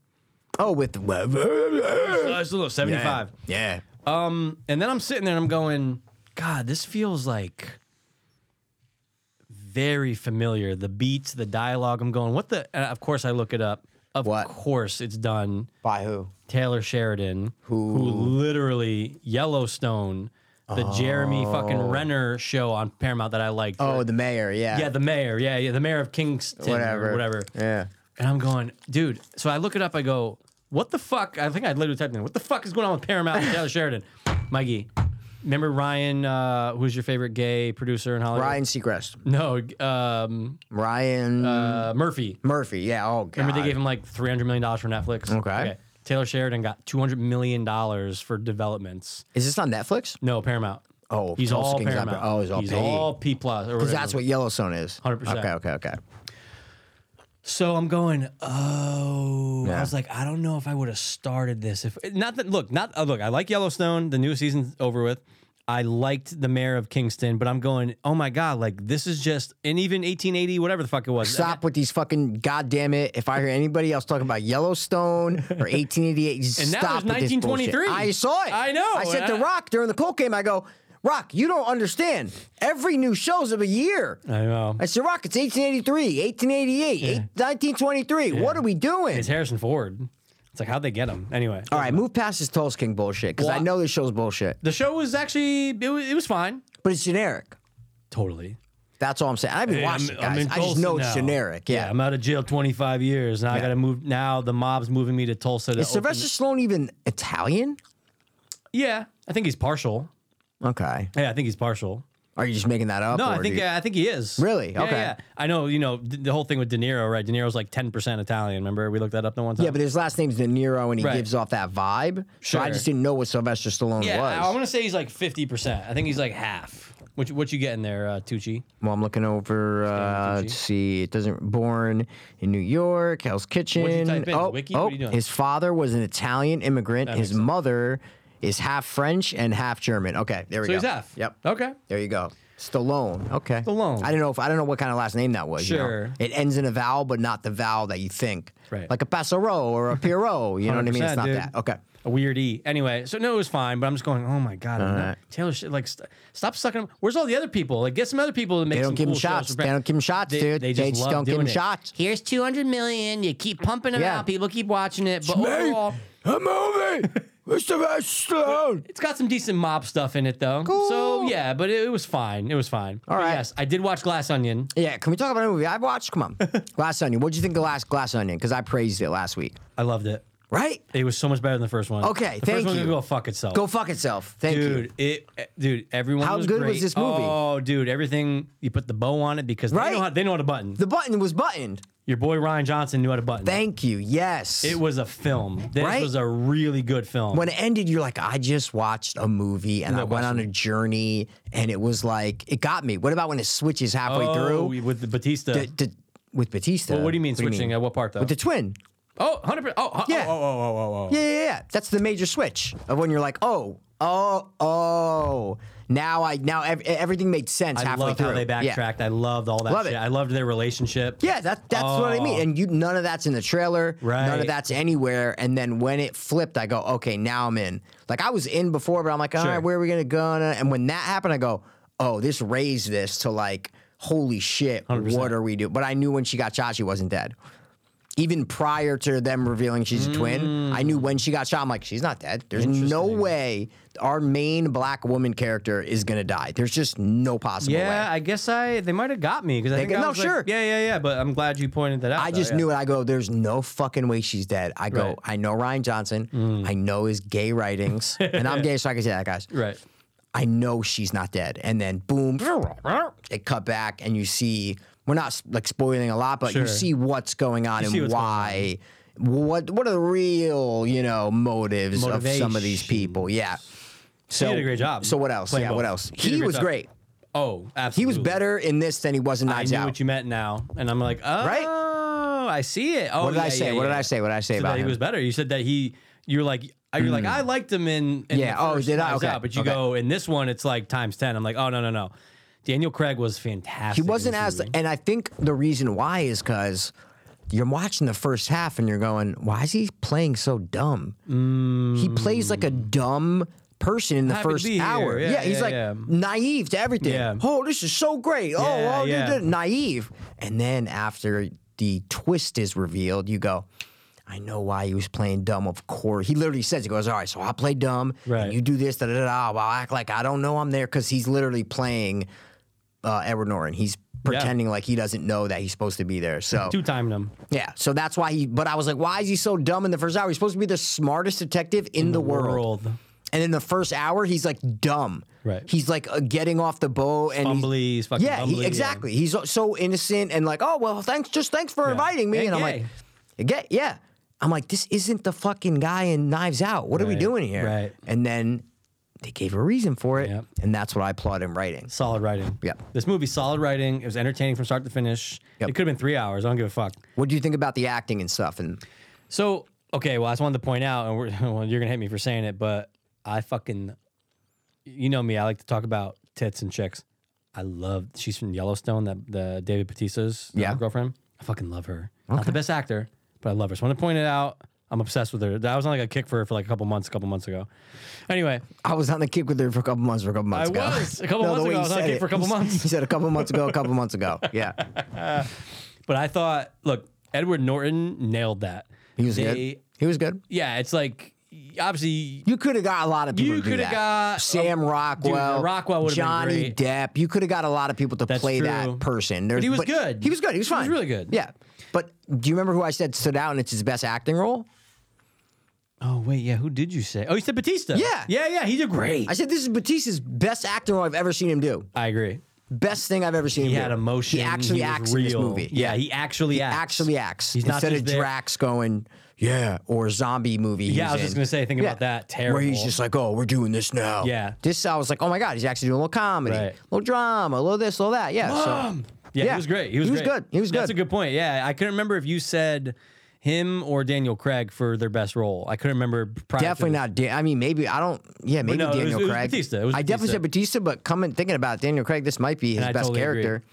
[SPEAKER 2] Oh, with
[SPEAKER 3] So Uh, it's a little 75.
[SPEAKER 2] Yeah.
[SPEAKER 3] Um, and then I'm sitting there and I'm going, God, this feels like very familiar. The beats, the dialogue. I'm going, what the? And of course, I look it up. Of
[SPEAKER 2] What?
[SPEAKER 3] course, it's done.
[SPEAKER 2] By who?
[SPEAKER 3] Taylor Sheridan,
[SPEAKER 2] Who-
[SPEAKER 3] literally Yellowstone, the Jeremy fucking Renner show on Paramount that I liked.
[SPEAKER 2] Oh,
[SPEAKER 3] where-
[SPEAKER 2] the mayor. Yeah.
[SPEAKER 3] yeah, the mayor. Yeah, yeah, the mayor of Kingston.
[SPEAKER 2] whatever.
[SPEAKER 3] Whatever. whatever.
[SPEAKER 2] Yeah.
[SPEAKER 3] And I'm going, dude. So I look it up. I go, what the fuck? I think I literally typed in, what the fuck is going on with Paramount and Taylor Sheridan? Mikey, remember Ryan, uh, who's your favorite gay producer in Hollywood?
[SPEAKER 2] Ryan Seacrest.
[SPEAKER 3] No, um,
[SPEAKER 2] Ryan
[SPEAKER 3] uh, Murphy.
[SPEAKER 2] Murphy. Yeah. Oh God.
[SPEAKER 3] Remember they gave him like $300 million for Netflix?
[SPEAKER 2] Okay.
[SPEAKER 3] Taylor Sheridan got $200 million for developments.
[SPEAKER 2] Is this on Netflix?
[SPEAKER 3] No, Paramount.
[SPEAKER 2] Oh,
[SPEAKER 3] he's
[SPEAKER 2] Tulsa
[SPEAKER 3] all
[SPEAKER 2] King's on
[SPEAKER 3] Paramount.
[SPEAKER 2] Pa- oh, he's all
[SPEAKER 3] he's
[SPEAKER 2] paid.
[SPEAKER 3] all P plus. or
[SPEAKER 2] Because
[SPEAKER 3] whatever.
[SPEAKER 2] that's what Yellowstone is.
[SPEAKER 3] 100%.
[SPEAKER 2] Okay. Okay. Okay.
[SPEAKER 3] So I'm going. Oh,
[SPEAKER 2] Yeah.
[SPEAKER 3] I was like, I don't know if I would have started this. If not that, look, not uh, look. I like Yellowstone. The new season's over with. I liked the mayor of Kingston, but I'm going. Oh my god, like this is just and even 1880, whatever the fuck it was.
[SPEAKER 2] Stop with these fucking goddamn it! If I hear anybody else talking about Yellowstone or 1888, just
[SPEAKER 3] And that
[SPEAKER 2] stop
[SPEAKER 3] was
[SPEAKER 2] with this bullshit.
[SPEAKER 3] 1923.
[SPEAKER 2] I saw it.
[SPEAKER 3] I know,
[SPEAKER 2] I said
[SPEAKER 3] and
[SPEAKER 2] to
[SPEAKER 3] I-
[SPEAKER 2] Rock during the Colt game, I go, Rock, you don't understand. Every new show's of a year.
[SPEAKER 3] I know.
[SPEAKER 2] I said, Rock, it's 1883, 1888, eight- 1923. What are we doing?
[SPEAKER 3] It's Harrison Ford. It's like how'd they get him anyway?
[SPEAKER 2] All right, move past this Tulsa King bullshit because I
[SPEAKER 3] Well,
[SPEAKER 2] know this show's bullshit,
[SPEAKER 3] The show was actually it was, it was fine.
[SPEAKER 2] but it's generic.
[SPEAKER 3] Totally.
[SPEAKER 2] That's all I'm saying. I've been
[SPEAKER 3] Hey,
[SPEAKER 2] watching it,
[SPEAKER 3] I'm
[SPEAKER 2] guys.
[SPEAKER 3] in
[SPEAKER 2] I just
[SPEAKER 3] Tulsa
[SPEAKER 2] know it's
[SPEAKER 3] now.
[SPEAKER 2] generic. Yeah.
[SPEAKER 3] I'm out of jail 25 years. Now I
[SPEAKER 2] Yeah.
[SPEAKER 3] got to move. Now the mob's moving me to Tulsa. To
[SPEAKER 2] Is
[SPEAKER 3] open-
[SPEAKER 2] Sylvester Stallone even Italian?
[SPEAKER 3] Yeah, I think he's partial.
[SPEAKER 2] Okay.
[SPEAKER 3] Yeah, I think he's partial.
[SPEAKER 2] Are you just making that up?
[SPEAKER 3] No,
[SPEAKER 2] or
[SPEAKER 3] I
[SPEAKER 2] do
[SPEAKER 3] think
[SPEAKER 2] you-
[SPEAKER 3] yeah, I think he is.
[SPEAKER 2] Really?
[SPEAKER 3] Yeah,
[SPEAKER 2] Okay.
[SPEAKER 3] Yeah. I know. You know th- the whole thing with De Niro, right? De Niro's like ten percent Italian. Remember we looked that up the one time.
[SPEAKER 2] Yeah, but his last name's De Niro, and he
[SPEAKER 3] Right.
[SPEAKER 2] gives off that vibe. So I
[SPEAKER 3] Sure.
[SPEAKER 2] just didn't know what Sylvester Stallone
[SPEAKER 3] yeah, I,
[SPEAKER 2] was.
[SPEAKER 3] want to say he's like fifty percent. I think he's like half. What you- what you getting there, uh, Tucci?
[SPEAKER 2] well, I'm looking over uh,
[SPEAKER 3] Gucci.
[SPEAKER 2] to see. It doesn't. Born in New York, Hell's Kitchen.
[SPEAKER 3] type in?
[SPEAKER 2] Oh,
[SPEAKER 3] Wiki?
[SPEAKER 2] oh
[SPEAKER 3] What are you doing?
[SPEAKER 2] his father was an Italian immigrant. his
[SPEAKER 3] makes sense.
[SPEAKER 2] mother is half French and half German. Okay, there we
[SPEAKER 3] So
[SPEAKER 2] go.
[SPEAKER 3] he's half.
[SPEAKER 2] Yep.
[SPEAKER 3] Okay.
[SPEAKER 2] There you go. Stallone. Okay.
[SPEAKER 3] Stallone.
[SPEAKER 2] I don't know if I don't know what kind of last name that was. you know?
[SPEAKER 3] Sure.
[SPEAKER 2] It ends in a vowel, but not the vowel that you think.
[SPEAKER 3] Right.
[SPEAKER 2] Like a Passero or a Pierrot. You know what I mean? It's
[SPEAKER 3] 100%,
[SPEAKER 2] not
[SPEAKER 3] dude.
[SPEAKER 2] that. Okay.
[SPEAKER 3] A weird E. Anyway, so no, it was fine. But I'm just going. Oh my god, I'm not- Taylor, shit, like st- stop sucking. him. Where's all the other people? Like get some other people to make.
[SPEAKER 2] They don't
[SPEAKER 3] some
[SPEAKER 2] give him
[SPEAKER 3] cool shows
[SPEAKER 2] shots.
[SPEAKER 3] for
[SPEAKER 2] They
[SPEAKER 3] Brad-
[SPEAKER 2] don't give him shots,
[SPEAKER 3] They-
[SPEAKER 2] dude.
[SPEAKER 3] they just love
[SPEAKER 2] don't give him
[SPEAKER 3] doing it.
[SPEAKER 2] shots.
[SPEAKER 3] Here's 200 million. You keep pumping them
[SPEAKER 2] Yeah.
[SPEAKER 3] out. People keep watching it. But
[SPEAKER 2] Hey,
[SPEAKER 3] overall,
[SPEAKER 2] a movie. It's Sylvester Stallone.
[SPEAKER 3] It's got some decent mob stuff in it though. So
[SPEAKER 2] Cool.
[SPEAKER 3] yeah, but it, it was fine. It was fine. All
[SPEAKER 2] right.
[SPEAKER 3] Yes, I did watch Glass Onion.
[SPEAKER 2] Yeah, can we talk about a movie I've watched? Come on, Glass Onion. What'd you think of Glass Glass Onion? Because I praised it last week.
[SPEAKER 3] I loved it.
[SPEAKER 2] right?
[SPEAKER 3] It was so much better than the first one.
[SPEAKER 2] Okay,
[SPEAKER 3] the
[SPEAKER 2] thank
[SPEAKER 3] first one
[SPEAKER 2] you.
[SPEAKER 3] could go fuck itself.
[SPEAKER 2] Go fuck itself. Thank you.
[SPEAKER 3] dude. It, eh, dude. Everyone.
[SPEAKER 2] How
[SPEAKER 3] was
[SPEAKER 2] good was
[SPEAKER 3] great.
[SPEAKER 2] this movie?
[SPEAKER 3] Oh, dude. Everything you put the bow on it because
[SPEAKER 2] Right?
[SPEAKER 3] they know how, they know how to button.
[SPEAKER 2] The button was buttoned.
[SPEAKER 3] Your boy Ryan Johnson knew how to button.
[SPEAKER 2] Thank you. Yes.
[SPEAKER 3] it was a film. This
[SPEAKER 2] Right?
[SPEAKER 3] was a really good film.
[SPEAKER 2] when it ended, you're like, I just watched a movie and I went on a journey, and it was like it got me. What about when it switches halfway
[SPEAKER 3] oh,
[SPEAKER 2] through
[SPEAKER 3] with the Batista.
[SPEAKER 2] D- d- with Batista?
[SPEAKER 3] what do you mean switching? At what part though?
[SPEAKER 2] With the twin.
[SPEAKER 3] oh, 100 percent. Oh, oh,
[SPEAKER 2] Yeah.
[SPEAKER 3] oh, oh, oh, oh, oh.
[SPEAKER 2] Yeah, yeah, yeah. That's the major switch of when you're like, oh, oh, oh. Now I now ev- everything made sense
[SPEAKER 3] I
[SPEAKER 2] halfway
[SPEAKER 3] love
[SPEAKER 2] through.
[SPEAKER 3] how they
[SPEAKER 2] Yeah.
[SPEAKER 3] backtracked. I loved all that
[SPEAKER 2] Love
[SPEAKER 3] shit.
[SPEAKER 2] it.
[SPEAKER 3] I loved their relationship.
[SPEAKER 2] Yeah, that, that's what I mean.
[SPEAKER 3] Oh.
[SPEAKER 2] And you none of that's in the trailer. None
[SPEAKER 3] Right.
[SPEAKER 2] of that's anywhere. And then when it flipped, I go, okay, now I'm in. Like I was in before, but I'm like, all right,
[SPEAKER 3] Sure.
[SPEAKER 2] where are we gonna go? And when that happened, I go, oh, this raised this to like, holy shit, what are we doing? But I knew when she got shot, she wasn't dead. Even prior to them revealing she's a twin, I knew when she got shot. I'm like, she's not dead. There's no way our main black woman character is gonna die. There's just no possible way.
[SPEAKER 3] Yeah, I guess I they might have got me because I
[SPEAKER 2] They
[SPEAKER 3] think
[SPEAKER 2] could-
[SPEAKER 3] I
[SPEAKER 2] no,
[SPEAKER 3] was like-
[SPEAKER 2] sure.
[SPEAKER 3] yeah, yeah, yeah. But I'm glad you pointed that out.
[SPEAKER 2] I
[SPEAKER 3] though,
[SPEAKER 2] just
[SPEAKER 3] yeah.
[SPEAKER 2] knew it. I go, there's no fucking way she's dead. I go,
[SPEAKER 3] Right. Mm.
[SPEAKER 2] I know Ryan Johnson. I know his gay writings. and I'm gay, so I can say that, guys.
[SPEAKER 3] Right.
[SPEAKER 2] I know she's not dead. And then boom, they cut back and you see, we're not like spoiling a lot, but you
[SPEAKER 3] Sure.
[SPEAKER 2] see what's going on
[SPEAKER 3] see
[SPEAKER 2] and
[SPEAKER 3] what's going
[SPEAKER 2] why. What what are the real, you know, motives of some of these people? Yeah. So
[SPEAKER 3] did a great job
[SPEAKER 2] So what else?
[SPEAKER 3] playing
[SPEAKER 2] Yeah, what
[SPEAKER 3] both.
[SPEAKER 2] else?
[SPEAKER 3] He did a
[SPEAKER 2] He
[SPEAKER 3] great
[SPEAKER 2] was
[SPEAKER 3] job.
[SPEAKER 2] great.
[SPEAKER 3] Oh, absolutely.
[SPEAKER 2] He was better in this than he was in
[SPEAKER 3] I
[SPEAKER 2] Knives
[SPEAKER 3] knew
[SPEAKER 2] Out.
[SPEAKER 3] what you meant now, and I'm like, oh,
[SPEAKER 2] Right?
[SPEAKER 3] I see it. Oh,
[SPEAKER 2] what did I
[SPEAKER 3] yeah,
[SPEAKER 2] say?
[SPEAKER 3] yeah,
[SPEAKER 2] what did
[SPEAKER 3] yeah.
[SPEAKER 2] I say? What did I say
[SPEAKER 3] Said
[SPEAKER 2] about
[SPEAKER 3] that
[SPEAKER 2] him? Mm.
[SPEAKER 3] he was better. You said that he. You're like. You're like I liked him in, in
[SPEAKER 2] Yeah,
[SPEAKER 3] The
[SPEAKER 2] oh,
[SPEAKER 3] first
[SPEAKER 2] did I?
[SPEAKER 3] Knives
[SPEAKER 2] Okay,
[SPEAKER 3] Out, but you
[SPEAKER 2] okay.
[SPEAKER 3] go in this one, it's like times ten. I'm like, oh no, no, no. Daniel Craig was fantastic.
[SPEAKER 2] He
[SPEAKER 3] in
[SPEAKER 2] wasn't
[SPEAKER 3] this
[SPEAKER 2] as,
[SPEAKER 3] movie.
[SPEAKER 2] and I think the reason why is because you're watching the first half and you're going, why is he playing so dumb? He plays like a dumb person in the
[SPEAKER 3] Mm. Happy to
[SPEAKER 2] first
[SPEAKER 3] be here.
[SPEAKER 2] hour.
[SPEAKER 3] Yeah,
[SPEAKER 2] he's
[SPEAKER 3] yeah,
[SPEAKER 2] like
[SPEAKER 3] yeah.
[SPEAKER 2] naive to everything.
[SPEAKER 3] Yeah.
[SPEAKER 2] Oh, this is so great.
[SPEAKER 3] Yeah,
[SPEAKER 2] oh, oh,
[SPEAKER 3] yeah.
[SPEAKER 2] yeah. naive. And then after the twist is revealed, you go, I know why he was playing dumb. Of course, he literally says, "He goes, all right, so I play dumb,
[SPEAKER 3] Right.
[SPEAKER 2] and you do this, da da da. da. Well, I act like I don't know I'm there because he's literally playing uh, Edward Norton. He's pretending like he doesn't know that he's supposed to be there. So
[SPEAKER 3] two timed him.
[SPEAKER 2] yeah, so that's why he. But I was like, why is he so dumb in the first hour? He's supposed to be the smartest detective in, the, world. and in the first hour, he's like dumb.
[SPEAKER 3] Right.
[SPEAKER 2] He's like uh, getting off the boat and he's-
[SPEAKER 3] Bumbly, he's fucking
[SPEAKER 2] yeah, he-
[SPEAKER 3] bumbly, yeah.
[SPEAKER 2] exactly. He's uh, so innocent and like, oh well, thanks, just thanks for inviting me.
[SPEAKER 3] And
[SPEAKER 2] And I'm
[SPEAKER 3] gay.
[SPEAKER 2] like, again, yeah. I'm like, this isn't the fucking guy in Knives Out. What are we
[SPEAKER 3] Right,
[SPEAKER 2] doing here?
[SPEAKER 3] right.
[SPEAKER 2] And then they gave a reason for it,
[SPEAKER 3] Yep.
[SPEAKER 2] and that's what I applaud him writing.
[SPEAKER 3] Solid writing.
[SPEAKER 2] Yeah.
[SPEAKER 3] This movie's solid writing. It was entertaining from start to finish.
[SPEAKER 2] Yep.
[SPEAKER 3] It could have been three hours. I don't give a fuck.
[SPEAKER 2] What do you think about the acting and stuff? And
[SPEAKER 3] So, okay, well, I just wanted to point out, and we're, well, you're going to hate me for saying it, but I fucking, you know me, I like to talk about tits and chicks. I love, she's from Yellowstone, that the David Batista's uh,
[SPEAKER 2] Yeah.
[SPEAKER 3] girlfriend. I fucking love her. Not the best actor, but I love her. So I want to point it out. I'm obsessed with her. I was on like a kick for her for like a couple months, a couple months ago. Anyway,
[SPEAKER 2] I was on the kick with her for a couple months. For a couple months
[SPEAKER 3] I
[SPEAKER 2] ago,
[SPEAKER 3] was. A couple
[SPEAKER 2] the
[SPEAKER 3] months
[SPEAKER 2] way
[SPEAKER 3] ago,
[SPEAKER 2] he
[SPEAKER 3] I was on the
[SPEAKER 2] said
[SPEAKER 3] kick
[SPEAKER 2] it.
[SPEAKER 3] for a couple
[SPEAKER 2] He s-
[SPEAKER 3] months.
[SPEAKER 2] He said a couple months ago. A couple months ago. Yeah,
[SPEAKER 3] but I thought, look, Edward Norton nailed that.
[SPEAKER 2] he was
[SPEAKER 3] They-
[SPEAKER 2] good. He was good.
[SPEAKER 3] Yeah, it's like obviously
[SPEAKER 2] You could have got a lot of people.
[SPEAKER 3] You
[SPEAKER 2] to do
[SPEAKER 3] coulda
[SPEAKER 2] that.
[SPEAKER 3] got-
[SPEAKER 2] Sam Rockwell.
[SPEAKER 3] Dude, Rockwell would've been
[SPEAKER 2] Johnny
[SPEAKER 3] great.
[SPEAKER 2] Depp. You could have got a lot of people to
[SPEAKER 3] That's
[SPEAKER 2] play
[SPEAKER 3] true.
[SPEAKER 2] that person.
[SPEAKER 3] But he was
[SPEAKER 2] There's-
[SPEAKER 3] good.
[SPEAKER 2] He was good. He was
[SPEAKER 3] He was
[SPEAKER 2] fine.
[SPEAKER 3] really good.
[SPEAKER 2] Yeah, but do you remember who I said stood out and it's his best acting role?
[SPEAKER 3] Oh wait, yeah. Who did you say? Oh, you said Batista.
[SPEAKER 2] Yeah.
[SPEAKER 3] yeah, yeah. He did great.
[SPEAKER 2] I said this is Batista's best acting role I've ever seen him do.
[SPEAKER 3] I agree.
[SPEAKER 2] Best thing I've ever seen.
[SPEAKER 3] He
[SPEAKER 2] him
[SPEAKER 3] had
[SPEAKER 2] do.
[SPEAKER 3] emotion.
[SPEAKER 2] He actually
[SPEAKER 3] was
[SPEAKER 2] acts
[SPEAKER 3] real.
[SPEAKER 2] in this movie.
[SPEAKER 3] Yeah, he actually acts.
[SPEAKER 2] actually acts
[SPEAKER 3] He's not
[SPEAKER 2] instead
[SPEAKER 3] just
[SPEAKER 2] of
[SPEAKER 3] there-
[SPEAKER 2] Drax going, yeah, or zombie movie.
[SPEAKER 3] Yeah,
[SPEAKER 2] he's
[SPEAKER 3] I was just
[SPEAKER 2] in.
[SPEAKER 3] gonna say, think about that. Terrible.
[SPEAKER 2] Where he's just like, oh, we're doing this now.
[SPEAKER 3] Yeah.
[SPEAKER 2] this I was like, oh my god, he's actually doing a little comedy,
[SPEAKER 3] Right.
[SPEAKER 2] little drama, a little this, a little that. Yeah, so
[SPEAKER 3] yeah,
[SPEAKER 2] yeah.
[SPEAKER 3] he was great. He was,
[SPEAKER 2] He was
[SPEAKER 3] great.
[SPEAKER 2] good. He was
[SPEAKER 3] That's
[SPEAKER 2] good.
[SPEAKER 3] a good point. Yeah, I couldn't remember if you said him or Daniel Craig for their best role. I couldn't remember. Prior to
[SPEAKER 2] definitely
[SPEAKER 3] this.
[SPEAKER 2] not. Dan- I mean, maybe I don't. Yeah, maybe
[SPEAKER 3] no, it was-
[SPEAKER 2] Daniel
[SPEAKER 3] it was
[SPEAKER 2] Craig.
[SPEAKER 3] Batista. It was
[SPEAKER 2] I definitely
[SPEAKER 3] Batista.
[SPEAKER 2] said Batista, but coming thinking about it, Daniel Craig, this might be his
[SPEAKER 3] I
[SPEAKER 2] best
[SPEAKER 3] totally agree.
[SPEAKER 2] character.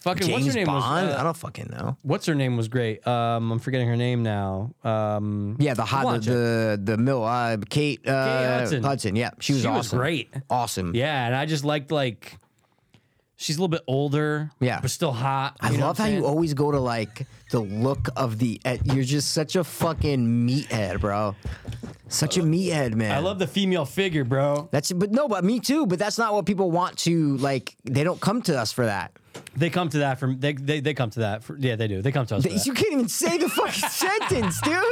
[SPEAKER 3] Fucking
[SPEAKER 2] James
[SPEAKER 3] what's her name
[SPEAKER 2] Bond.
[SPEAKER 3] was. uh,
[SPEAKER 2] I don't fucking know.
[SPEAKER 3] what's her name was great. Um, I'm forgetting her name now. Um,
[SPEAKER 2] Yeah, the hot,
[SPEAKER 3] watch
[SPEAKER 2] the,
[SPEAKER 3] it.
[SPEAKER 2] the the mill, uh, Kate, uh,
[SPEAKER 3] Hudson.
[SPEAKER 2] Yeah, she was
[SPEAKER 3] She was
[SPEAKER 2] awesome.
[SPEAKER 3] great.
[SPEAKER 2] Awesome.
[SPEAKER 3] Yeah, and I just liked like she's a little bit older,
[SPEAKER 2] Yeah.
[SPEAKER 3] but still hot.
[SPEAKER 2] I
[SPEAKER 3] you know
[SPEAKER 2] love
[SPEAKER 3] what
[SPEAKER 2] how
[SPEAKER 3] I'm
[SPEAKER 2] you
[SPEAKER 3] saying?
[SPEAKER 2] always go to like the look of the. eh, You're just such a fucking meathead, bro. Such a meathead, man.
[SPEAKER 3] I love the female figure, bro.
[SPEAKER 2] that's, but no, but me too. But that's not what people want to like. They don't come to us for that.
[SPEAKER 3] They come to that from they they, they come to that. For, yeah, they do. They come to us. for that.
[SPEAKER 2] You can't even say the fucking sentence, dude.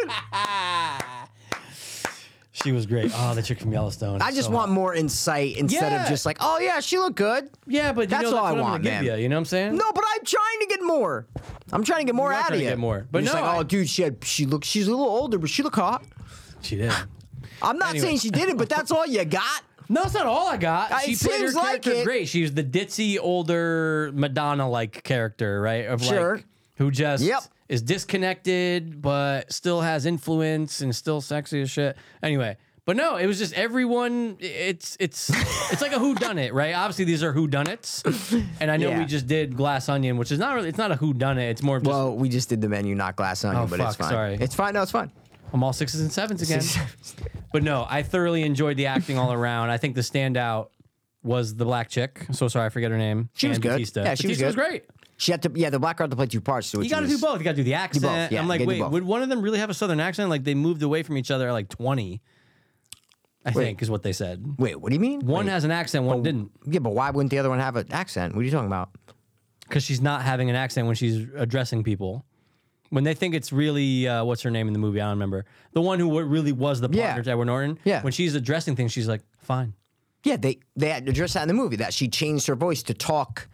[SPEAKER 3] She was great. Oh, the chick from Yellowstone.
[SPEAKER 2] I
[SPEAKER 3] is
[SPEAKER 2] just
[SPEAKER 3] so
[SPEAKER 2] want
[SPEAKER 3] hot.
[SPEAKER 2] more insight instead of
[SPEAKER 3] Yeah.
[SPEAKER 2] just like, oh yeah, she looked good.
[SPEAKER 3] Yeah, but you
[SPEAKER 2] That's
[SPEAKER 3] know,
[SPEAKER 2] all I
[SPEAKER 3] what I'm
[SPEAKER 2] want, man.
[SPEAKER 3] Namibia, You know what I'm saying?
[SPEAKER 2] No, but I'm trying to get more. I'm trying to get more
[SPEAKER 3] are
[SPEAKER 2] out
[SPEAKER 3] trying
[SPEAKER 2] of
[SPEAKER 3] to
[SPEAKER 2] you.
[SPEAKER 3] get more. But
[SPEAKER 2] You're just
[SPEAKER 3] no,
[SPEAKER 2] like,
[SPEAKER 3] I-
[SPEAKER 2] oh, dude, she had, she look, she's a little older, but she look hot.
[SPEAKER 3] she did.
[SPEAKER 2] I'm not
[SPEAKER 3] Anyway.
[SPEAKER 2] saying she didn't, but that's all you got.
[SPEAKER 3] No, that's not all I got.
[SPEAKER 2] Uh,
[SPEAKER 3] she
[SPEAKER 2] it
[SPEAKER 3] played her
[SPEAKER 2] seems like
[SPEAKER 3] character
[SPEAKER 2] it.
[SPEAKER 3] great. She was the ditzy older Madonna-like character, right? Of
[SPEAKER 2] Sure.
[SPEAKER 3] Like, who just
[SPEAKER 2] Yep.
[SPEAKER 3] is disconnected, but still has influence and still sexy as shit. Anyway, but no, it was just everyone. It's it's it's like a who done it, right? Obviously, these are who done it, and I know
[SPEAKER 2] Yeah.
[SPEAKER 3] we just did Glass Onion, which is not really. It's not a who done it. It's more of just
[SPEAKER 2] Well, we just did the menu, not glass onion,
[SPEAKER 3] Oh,
[SPEAKER 2] but it's
[SPEAKER 3] fuck,
[SPEAKER 2] fine.
[SPEAKER 3] sorry.
[SPEAKER 2] It's fine. No, it's fine.
[SPEAKER 3] I'm all sixes and sevens again. But no, I thoroughly enjoyed the acting all around. I think the standout was the black chick. I'm so sorry, I forget her name.
[SPEAKER 2] She was
[SPEAKER 3] And
[SPEAKER 2] good.
[SPEAKER 3] Batista.
[SPEAKER 2] Yeah, she was
[SPEAKER 3] Batista
[SPEAKER 2] good.
[SPEAKER 3] great.
[SPEAKER 2] She had to, yeah, the black girl had to play two parts. So
[SPEAKER 3] You got to do both. You got to do the accent.
[SPEAKER 2] yeah,
[SPEAKER 3] I'm like,
[SPEAKER 2] you gotta do
[SPEAKER 3] wait,
[SPEAKER 2] both.
[SPEAKER 3] would one of them really have a southern accent? Like they moved away from each other at like 20, I
[SPEAKER 2] Wait.
[SPEAKER 3] think is what they said.
[SPEAKER 2] Wait, what do you mean?
[SPEAKER 3] One
[SPEAKER 2] Wait.
[SPEAKER 3] has an accent, one didn't,
[SPEAKER 2] Yeah, but why wouldn't the other one have an accent? What are you talking about?
[SPEAKER 3] because she's not having an accent when she's addressing people. When they think it's really uh, what's her name in the movie, I don't remember. The one who wa- really was the
[SPEAKER 2] Yeah.
[SPEAKER 3] partner to Edward Norton.
[SPEAKER 2] Yeah.
[SPEAKER 3] When she's addressing things, she's like, "Fine."
[SPEAKER 2] Yeah, they they had addressed that in the movie that she changed her voice to talk.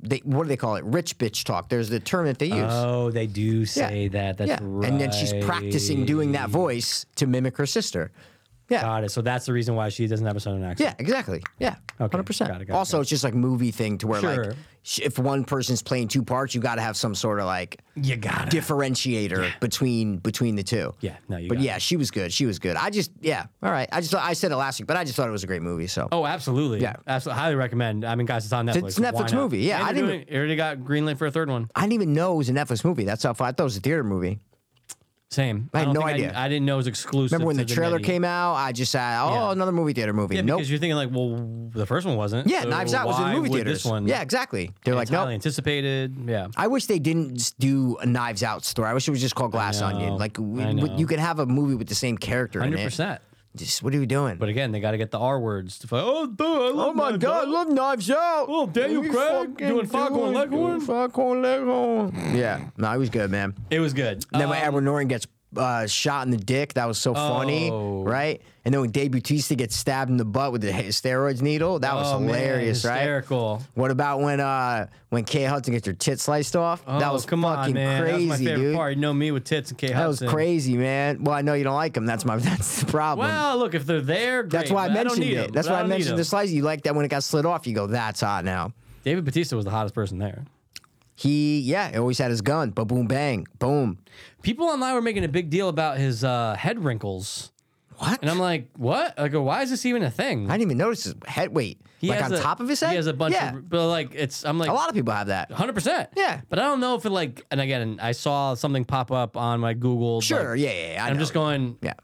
[SPEAKER 2] They what do they call it? Rich bitch talk. There's the term that they use.
[SPEAKER 3] Oh, they do
[SPEAKER 2] yeah,
[SPEAKER 3] say that. That's
[SPEAKER 2] yeah.
[SPEAKER 3] right.
[SPEAKER 2] And then she's practicing doing that voice to mimic her sister. Yeah,
[SPEAKER 3] Got it. So that's the reason why she doesn't have a southern accent.
[SPEAKER 2] yeah, exactly. Yeah,
[SPEAKER 3] Okay,
[SPEAKER 2] hundred percent.
[SPEAKER 3] got it, got it,
[SPEAKER 2] Also,
[SPEAKER 3] got
[SPEAKER 2] it's just like movie thing to where
[SPEAKER 3] Sure.
[SPEAKER 2] like sh- if one person's playing two parts, you got to have some sort of like
[SPEAKER 3] You got it.
[SPEAKER 2] differentiator between between the two.
[SPEAKER 3] yeah. No, you.
[SPEAKER 2] But
[SPEAKER 3] got
[SPEAKER 2] yeah,
[SPEAKER 3] It.
[SPEAKER 2] she was good. She was good. I just yeah. All right. I just thought, I said it last week, but I just thought it was a great movie. So
[SPEAKER 3] Oh, absolutely.
[SPEAKER 2] Yeah.
[SPEAKER 3] Absolutely. Highly recommend. I mean, guys, it's on Netflix.
[SPEAKER 2] It's Netflix
[SPEAKER 3] Why not?
[SPEAKER 2] movie. Yeah,
[SPEAKER 3] And
[SPEAKER 2] I
[SPEAKER 3] they're
[SPEAKER 2] didn't-
[SPEAKER 3] doing- it already got greenlit for a third one.
[SPEAKER 2] I didn't even know it was a Netflix movie. That's how far I thought it was a theater movie.
[SPEAKER 3] Same. I
[SPEAKER 2] had
[SPEAKER 3] don't
[SPEAKER 2] no
[SPEAKER 3] think
[SPEAKER 2] idea.
[SPEAKER 3] I, I didn't know it was exclusive.
[SPEAKER 2] Remember when
[SPEAKER 3] to
[SPEAKER 2] the trailer
[SPEAKER 3] many.
[SPEAKER 2] came out? I just said, "Oh,
[SPEAKER 3] Yeah.
[SPEAKER 2] another movie theater movie."
[SPEAKER 3] Yeah,
[SPEAKER 2] nope.
[SPEAKER 3] because you're thinking like, well, the first one wasn't.
[SPEAKER 2] yeah,
[SPEAKER 3] so
[SPEAKER 2] Knives Out was in
[SPEAKER 3] why
[SPEAKER 2] movie
[SPEAKER 3] would
[SPEAKER 2] theaters.
[SPEAKER 3] This one.
[SPEAKER 2] Yeah, exactly. They're like,
[SPEAKER 3] It's
[SPEAKER 2] "Nope."
[SPEAKER 3] highly anticipated. Yeah.
[SPEAKER 2] I wish they didn't s- do a Knives Out story. I wish it was just called Glass
[SPEAKER 3] know.
[SPEAKER 2] Onion. Like w-
[SPEAKER 3] I
[SPEAKER 2] w-
[SPEAKER 3] know.
[SPEAKER 2] you could have a movie with the same character
[SPEAKER 3] Hundred
[SPEAKER 2] in it.
[SPEAKER 3] percent.
[SPEAKER 2] Just what are we doing?
[SPEAKER 3] But again, they got to get the R words. To fight. Oh, dude, I love Knives Out.
[SPEAKER 2] love Knives Out.
[SPEAKER 3] Oh, Daniel
[SPEAKER 2] What are you
[SPEAKER 3] Craig
[SPEAKER 2] fucking
[SPEAKER 3] doing Foghorn
[SPEAKER 2] doing?
[SPEAKER 3] Leghorn?
[SPEAKER 2] Foghorn Leghorn. Yeah, no, he was good, man.
[SPEAKER 3] It was good.
[SPEAKER 2] And then
[SPEAKER 3] Um,
[SPEAKER 2] when Edward Norton gets uh, shot in the dick, that was so funny,
[SPEAKER 3] Oh.
[SPEAKER 2] right? And then when Dave Bautista gets stabbed in the butt with the he- steroids needle, that was
[SPEAKER 3] oh, man,
[SPEAKER 2] hilarious, right?
[SPEAKER 3] Hysterical.
[SPEAKER 2] What about when uh, when Kay Hudson gets her tit sliced off? that
[SPEAKER 3] Oh,
[SPEAKER 2] was
[SPEAKER 3] come
[SPEAKER 2] fucking
[SPEAKER 3] on, man.
[SPEAKER 2] crazy,
[SPEAKER 3] that was my favorite
[SPEAKER 2] dude.
[SPEAKER 3] part. You know me with tits and Kate
[SPEAKER 2] That was
[SPEAKER 3] Hudson.
[SPEAKER 2] crazy, man. Well, I know you don't like him. That's my that's the problem.
[SPEAKER 3] Well, look, if they're there, great,
[SPEAKER 2] that's why I
[SPEAKER 3] but
[SPEAKER 2] mentioned
[SPEAKER 3] don't need
[SPEAKER 2] it.
[SPEAKER 3] 'em,
[SPEAKER 2] that's
[SPEAKER 3] but
[SPEAKER 2] why I,
[SPEAKER 3] don't need
[SPEAKER 2] mentioned
[SPEAKER 3] 'em.
[SPEAKER 2] the slice. You like that when it got slid off? You go, that's hot now.
[SPEAKER 3] David Batista was the hottest person there.
[SPEAKER 2] He yeah, he always had his gun. Ba boom bang boom.
[SPEAKER 3] People online were making a big deal about his uh, head wrinkles,
[SPEAKER 2] What?
[SPEAKER 3] and I'm like, what? I go, why is this even a thing?
[SPEAKER 2] I didn't even notice his head. Wait,
[SPEAKER 3] He
[SPEAKER 2] like
[SPEAKER 3] has
[SPEAKER 2] on
[SPEAKER 3] a-
[SPEAKER 2] top of his head.
[SPEAKER 3] He has a bunch
[SPEAKER 2] Yeah,
[SPEAKER 3] of, but like, it's I'm like,
[SPEAKER 2] a lot of people have that.
[SPEAKER 3] hundred percent.
[SPEAKER 2] Yeah.
[SPEAKER 3] but I don't know if it like, and again, I saw something pop up on my Google.
[SPEAKER 2] Sure,
[SPEAKER 3] like,
[SPEAKER 2] yeah, yeah, yeah, I
[SPEAKER 3] and I'm
[SPEAKER 2] know.
[SPEAKER 3] just going,
[SPEAKER 2] Yeah.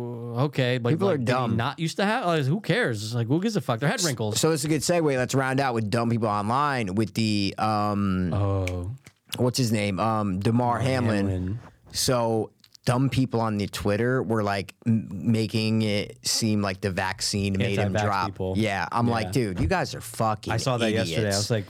[SPEAKER 3] okay, like,
[SPEAKER 2] People are
[SPEAKER 3] like, did he
[SPEAKER 2] dumb.
[SPEAKER 3] Not used to have. Like, who cares? Like, who gives a fuck? Their head wrinkles.
[SPEAKER 2] So it's a good segue. Let's round out with dumb people online with the um,
[SPEAKER 3] oh,
[SPEAKER 2] what's his name, um, Demar Hamlin.
[SPEAKER 3] Hamlin.
[SPEAKER 2] So dumb people on the Twitter were like m- making it seem like the vaccine made him
[SPEAKER 3] Anti-vax
[SPEAKER 2] drop.
[SPEAKER 3] people.
[SPEAKER 2] Yeah, I'm like,
[SPEAKER 3] Yeah.
[SPEAKER 2] dude, you guys are fucking.
[SPEAKER 3] I saw that
[SPEAKER 2] idiots.
[SPEAKER 3] yesterday. I was like,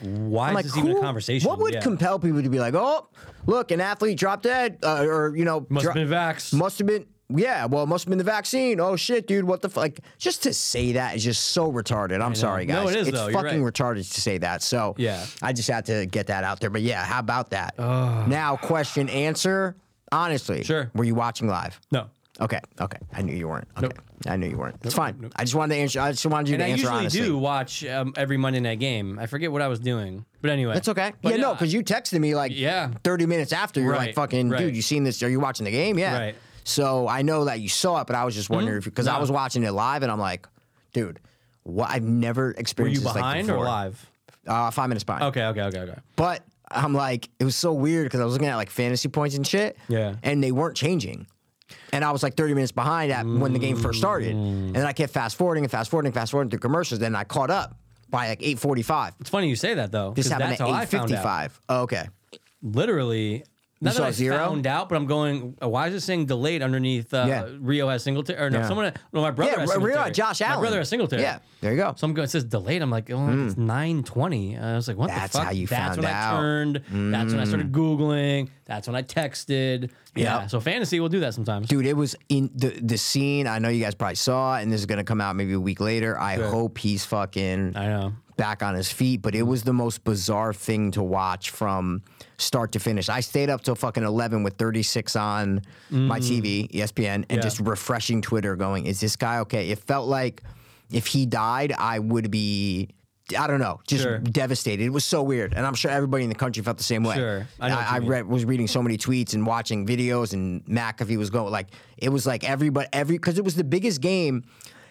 [SPEAKER 2] I'm
[SPEAKER 3] why is
[SPEAKER 2] like,
[SPEAKER 3] this even
[SPEAKER 2] who-
[SPEAKER 3] a conversation?
[SPEAKER 2] What would
[SPEAKER 3] Yeah.
[SPEAKER 2] compel people to be like, oh, look, an athlete dropped dead, uh, or you know,
[SPEAKER 3] Must
[SPEAKER 2] dro-
[SPEAKER 3] have been vax.
[SPEAKER 2] Must have been. Yeah, well, it must have been the vaccine. Oh shit, dude, what the fuck? Like, just to say that is just so retarded. I'm sorry, guys.
[SPEAKER 3] No, it is,
[SPEAKER 2] It's
[SPEAKER 3] though. You're
[SPEAKER 2] fucking
[SPEAKER 3] right.
[SPEAKER 2] retarded to say that. So
[SPEAKER 3] Yeah.
[SPEAKER 2] I just had to get that out there. But yeah, how about that? Now, question, answer. Honestly,
[SPEAKER 3] Sure.
[SPEAKER 2] Were you watching live?
[SPEAKER 3] no.
[SPEAKER 2] Okay, okay. I knew you weren't. Okay,
[SPEAKER 3] Nope.
[SPEAKER 2] I knew you weren't. It's fine. I just wanted to answer. I just wanted you
[SPEAKER 3] And
[SPEAKER 2] to
[SPEAKER 3] I
[SPEAKER 2] answer
[SPEAKER 3] usually
[SPEAKER 2] honestly.
[SPEAKER 3] do watch um, every Monday night game. I forget what I was doing, but anyway,
[SPEAKER 2] That's okay.
[SPEAKER 3] But
[SPEAKER 2] yeah, no, because you texted me like
[SPEAKER 3] Yeah.
[SPEAKER 2] 30 minutes after. You're like,
[SPEAKER 3] Right,
[SPEAKER 2] fucking,
[SPEAKER 3] right.
[SPEAKER 2] dude, you seen this? Are you watching the game? Yeah.
[SPEAKER 3] Right. Mm-hmm.
[SPEAKER 2] So I know that you saw it, but I was just wondering if because I
[SPEAKER 3] No.
[SPEAKER 2] was watching it live and I'm like, dude, what? I've never
[SPEAKER 3] were you
[SPEAKER 2] experienced this like
[SPEAKER 3] behind
[SPEAKER 2] before.
[SPEAKER 3] or live?
[SPEAKER 2] Uh, five minutes behind.
[SPEAKER 3] Okay, okay, okay, okay.
[SPEAKER 2] But I'm like, it was so weird because I was looking at like fantasy points and shit.
[SPEAKER 3] Yeah.
[SPEAKER 2] And they weren't changing. And I was like 30 minutes behind at when the game first started.
[SPEAKER 3] Mm.
[SPEAKER 2] And then I kept fast forwarding and fast forwarding and fast forwarding through commercials. Then I caught up by like 8.45.
[SPEAKER 3] It's funny you say that though.
[SPEAKER 2] This
[SPEAKER 3] 'cause
[SPEAKER 2] happened
[SPEAKER 3] that's
[SPEAKER 2] at
[SPEAKER 3] how I found out.
[SPEAKER 2] 8.55. Oh, okay.
[SPEAKER 3] Literally, Not
[SPEAKER 2] saw
[SPEAKER 3] that I
[SPEAKER 2] zero?
[SPEAKER 3] found out, but I'm going. uh, Why is it saying delayed underneath? Uh,
[SPEAKER 2] Yeah.
[SPEAKER 3] Rio has Singletary, or no?
[SPEAKER 2] Yeah.
[SPEAKER 3] Someone, no, my brother.
[SPEAKER 2] Yeah,
[SPEAKER 3] has
[SPEAKER 2] Rio
[SPEAKER 3] Singletary.
[SPEAKER 2] had Josh Allen.
[SPEAKER 3] My brother has Singletary.
[SPEAKER 2] Yeah, there you go.
[SPEAKER 3] So I'm going. It says delayed. I'm like, oh, it's nine twenty. I was like, what
[SPEAKER 2] Hmm. That's
[SPEAKER 3] the fuck?
[SPEAKER 2] how you
[SPEAKER 3] That's
[SPEAKER 2] found
[SPEAKER 3] when
[SPEAKER 2] out. Hmm.
[SPEAKER 3] I turned. That's when I started googling. That's when I texted. Yeah. So fantasy will do that sometimes.
[SPEAKER 2] Dude, it was in the, the scene. I know you guys probably saw it, and this is gonna come out maybe a week later. I hope he's fucking
[SPEAKER 3] I know.
[SPEAKER 2] back on his feet, but it was the most bizarre thing to watch from start to finish. I stayed up till fucking 11 with 36 on my E TV, ESPN, and
[SPEAKER 3] Mm. Yeah.
[SPEAKER 2] just refreshing Twitter going, is this guy okay? It felt like if he died, I would be. I don't know, just
[SPEAKER 3] Sure.
[SPEAKER 2] devastated. It was so weird, and I'm sure everybody in the country felt the same way.
[SPEAKER 3] Sure.
[SPEAKER 2] I,
[SPEAKER 3] I know what
[SPEAKER 2] I,
[SPEAKER 3] you mean.
[SPEAKER 2] read, was reading so many tweets and watching videos, and McAfee was going like it was like everybody every because it was the biggest game.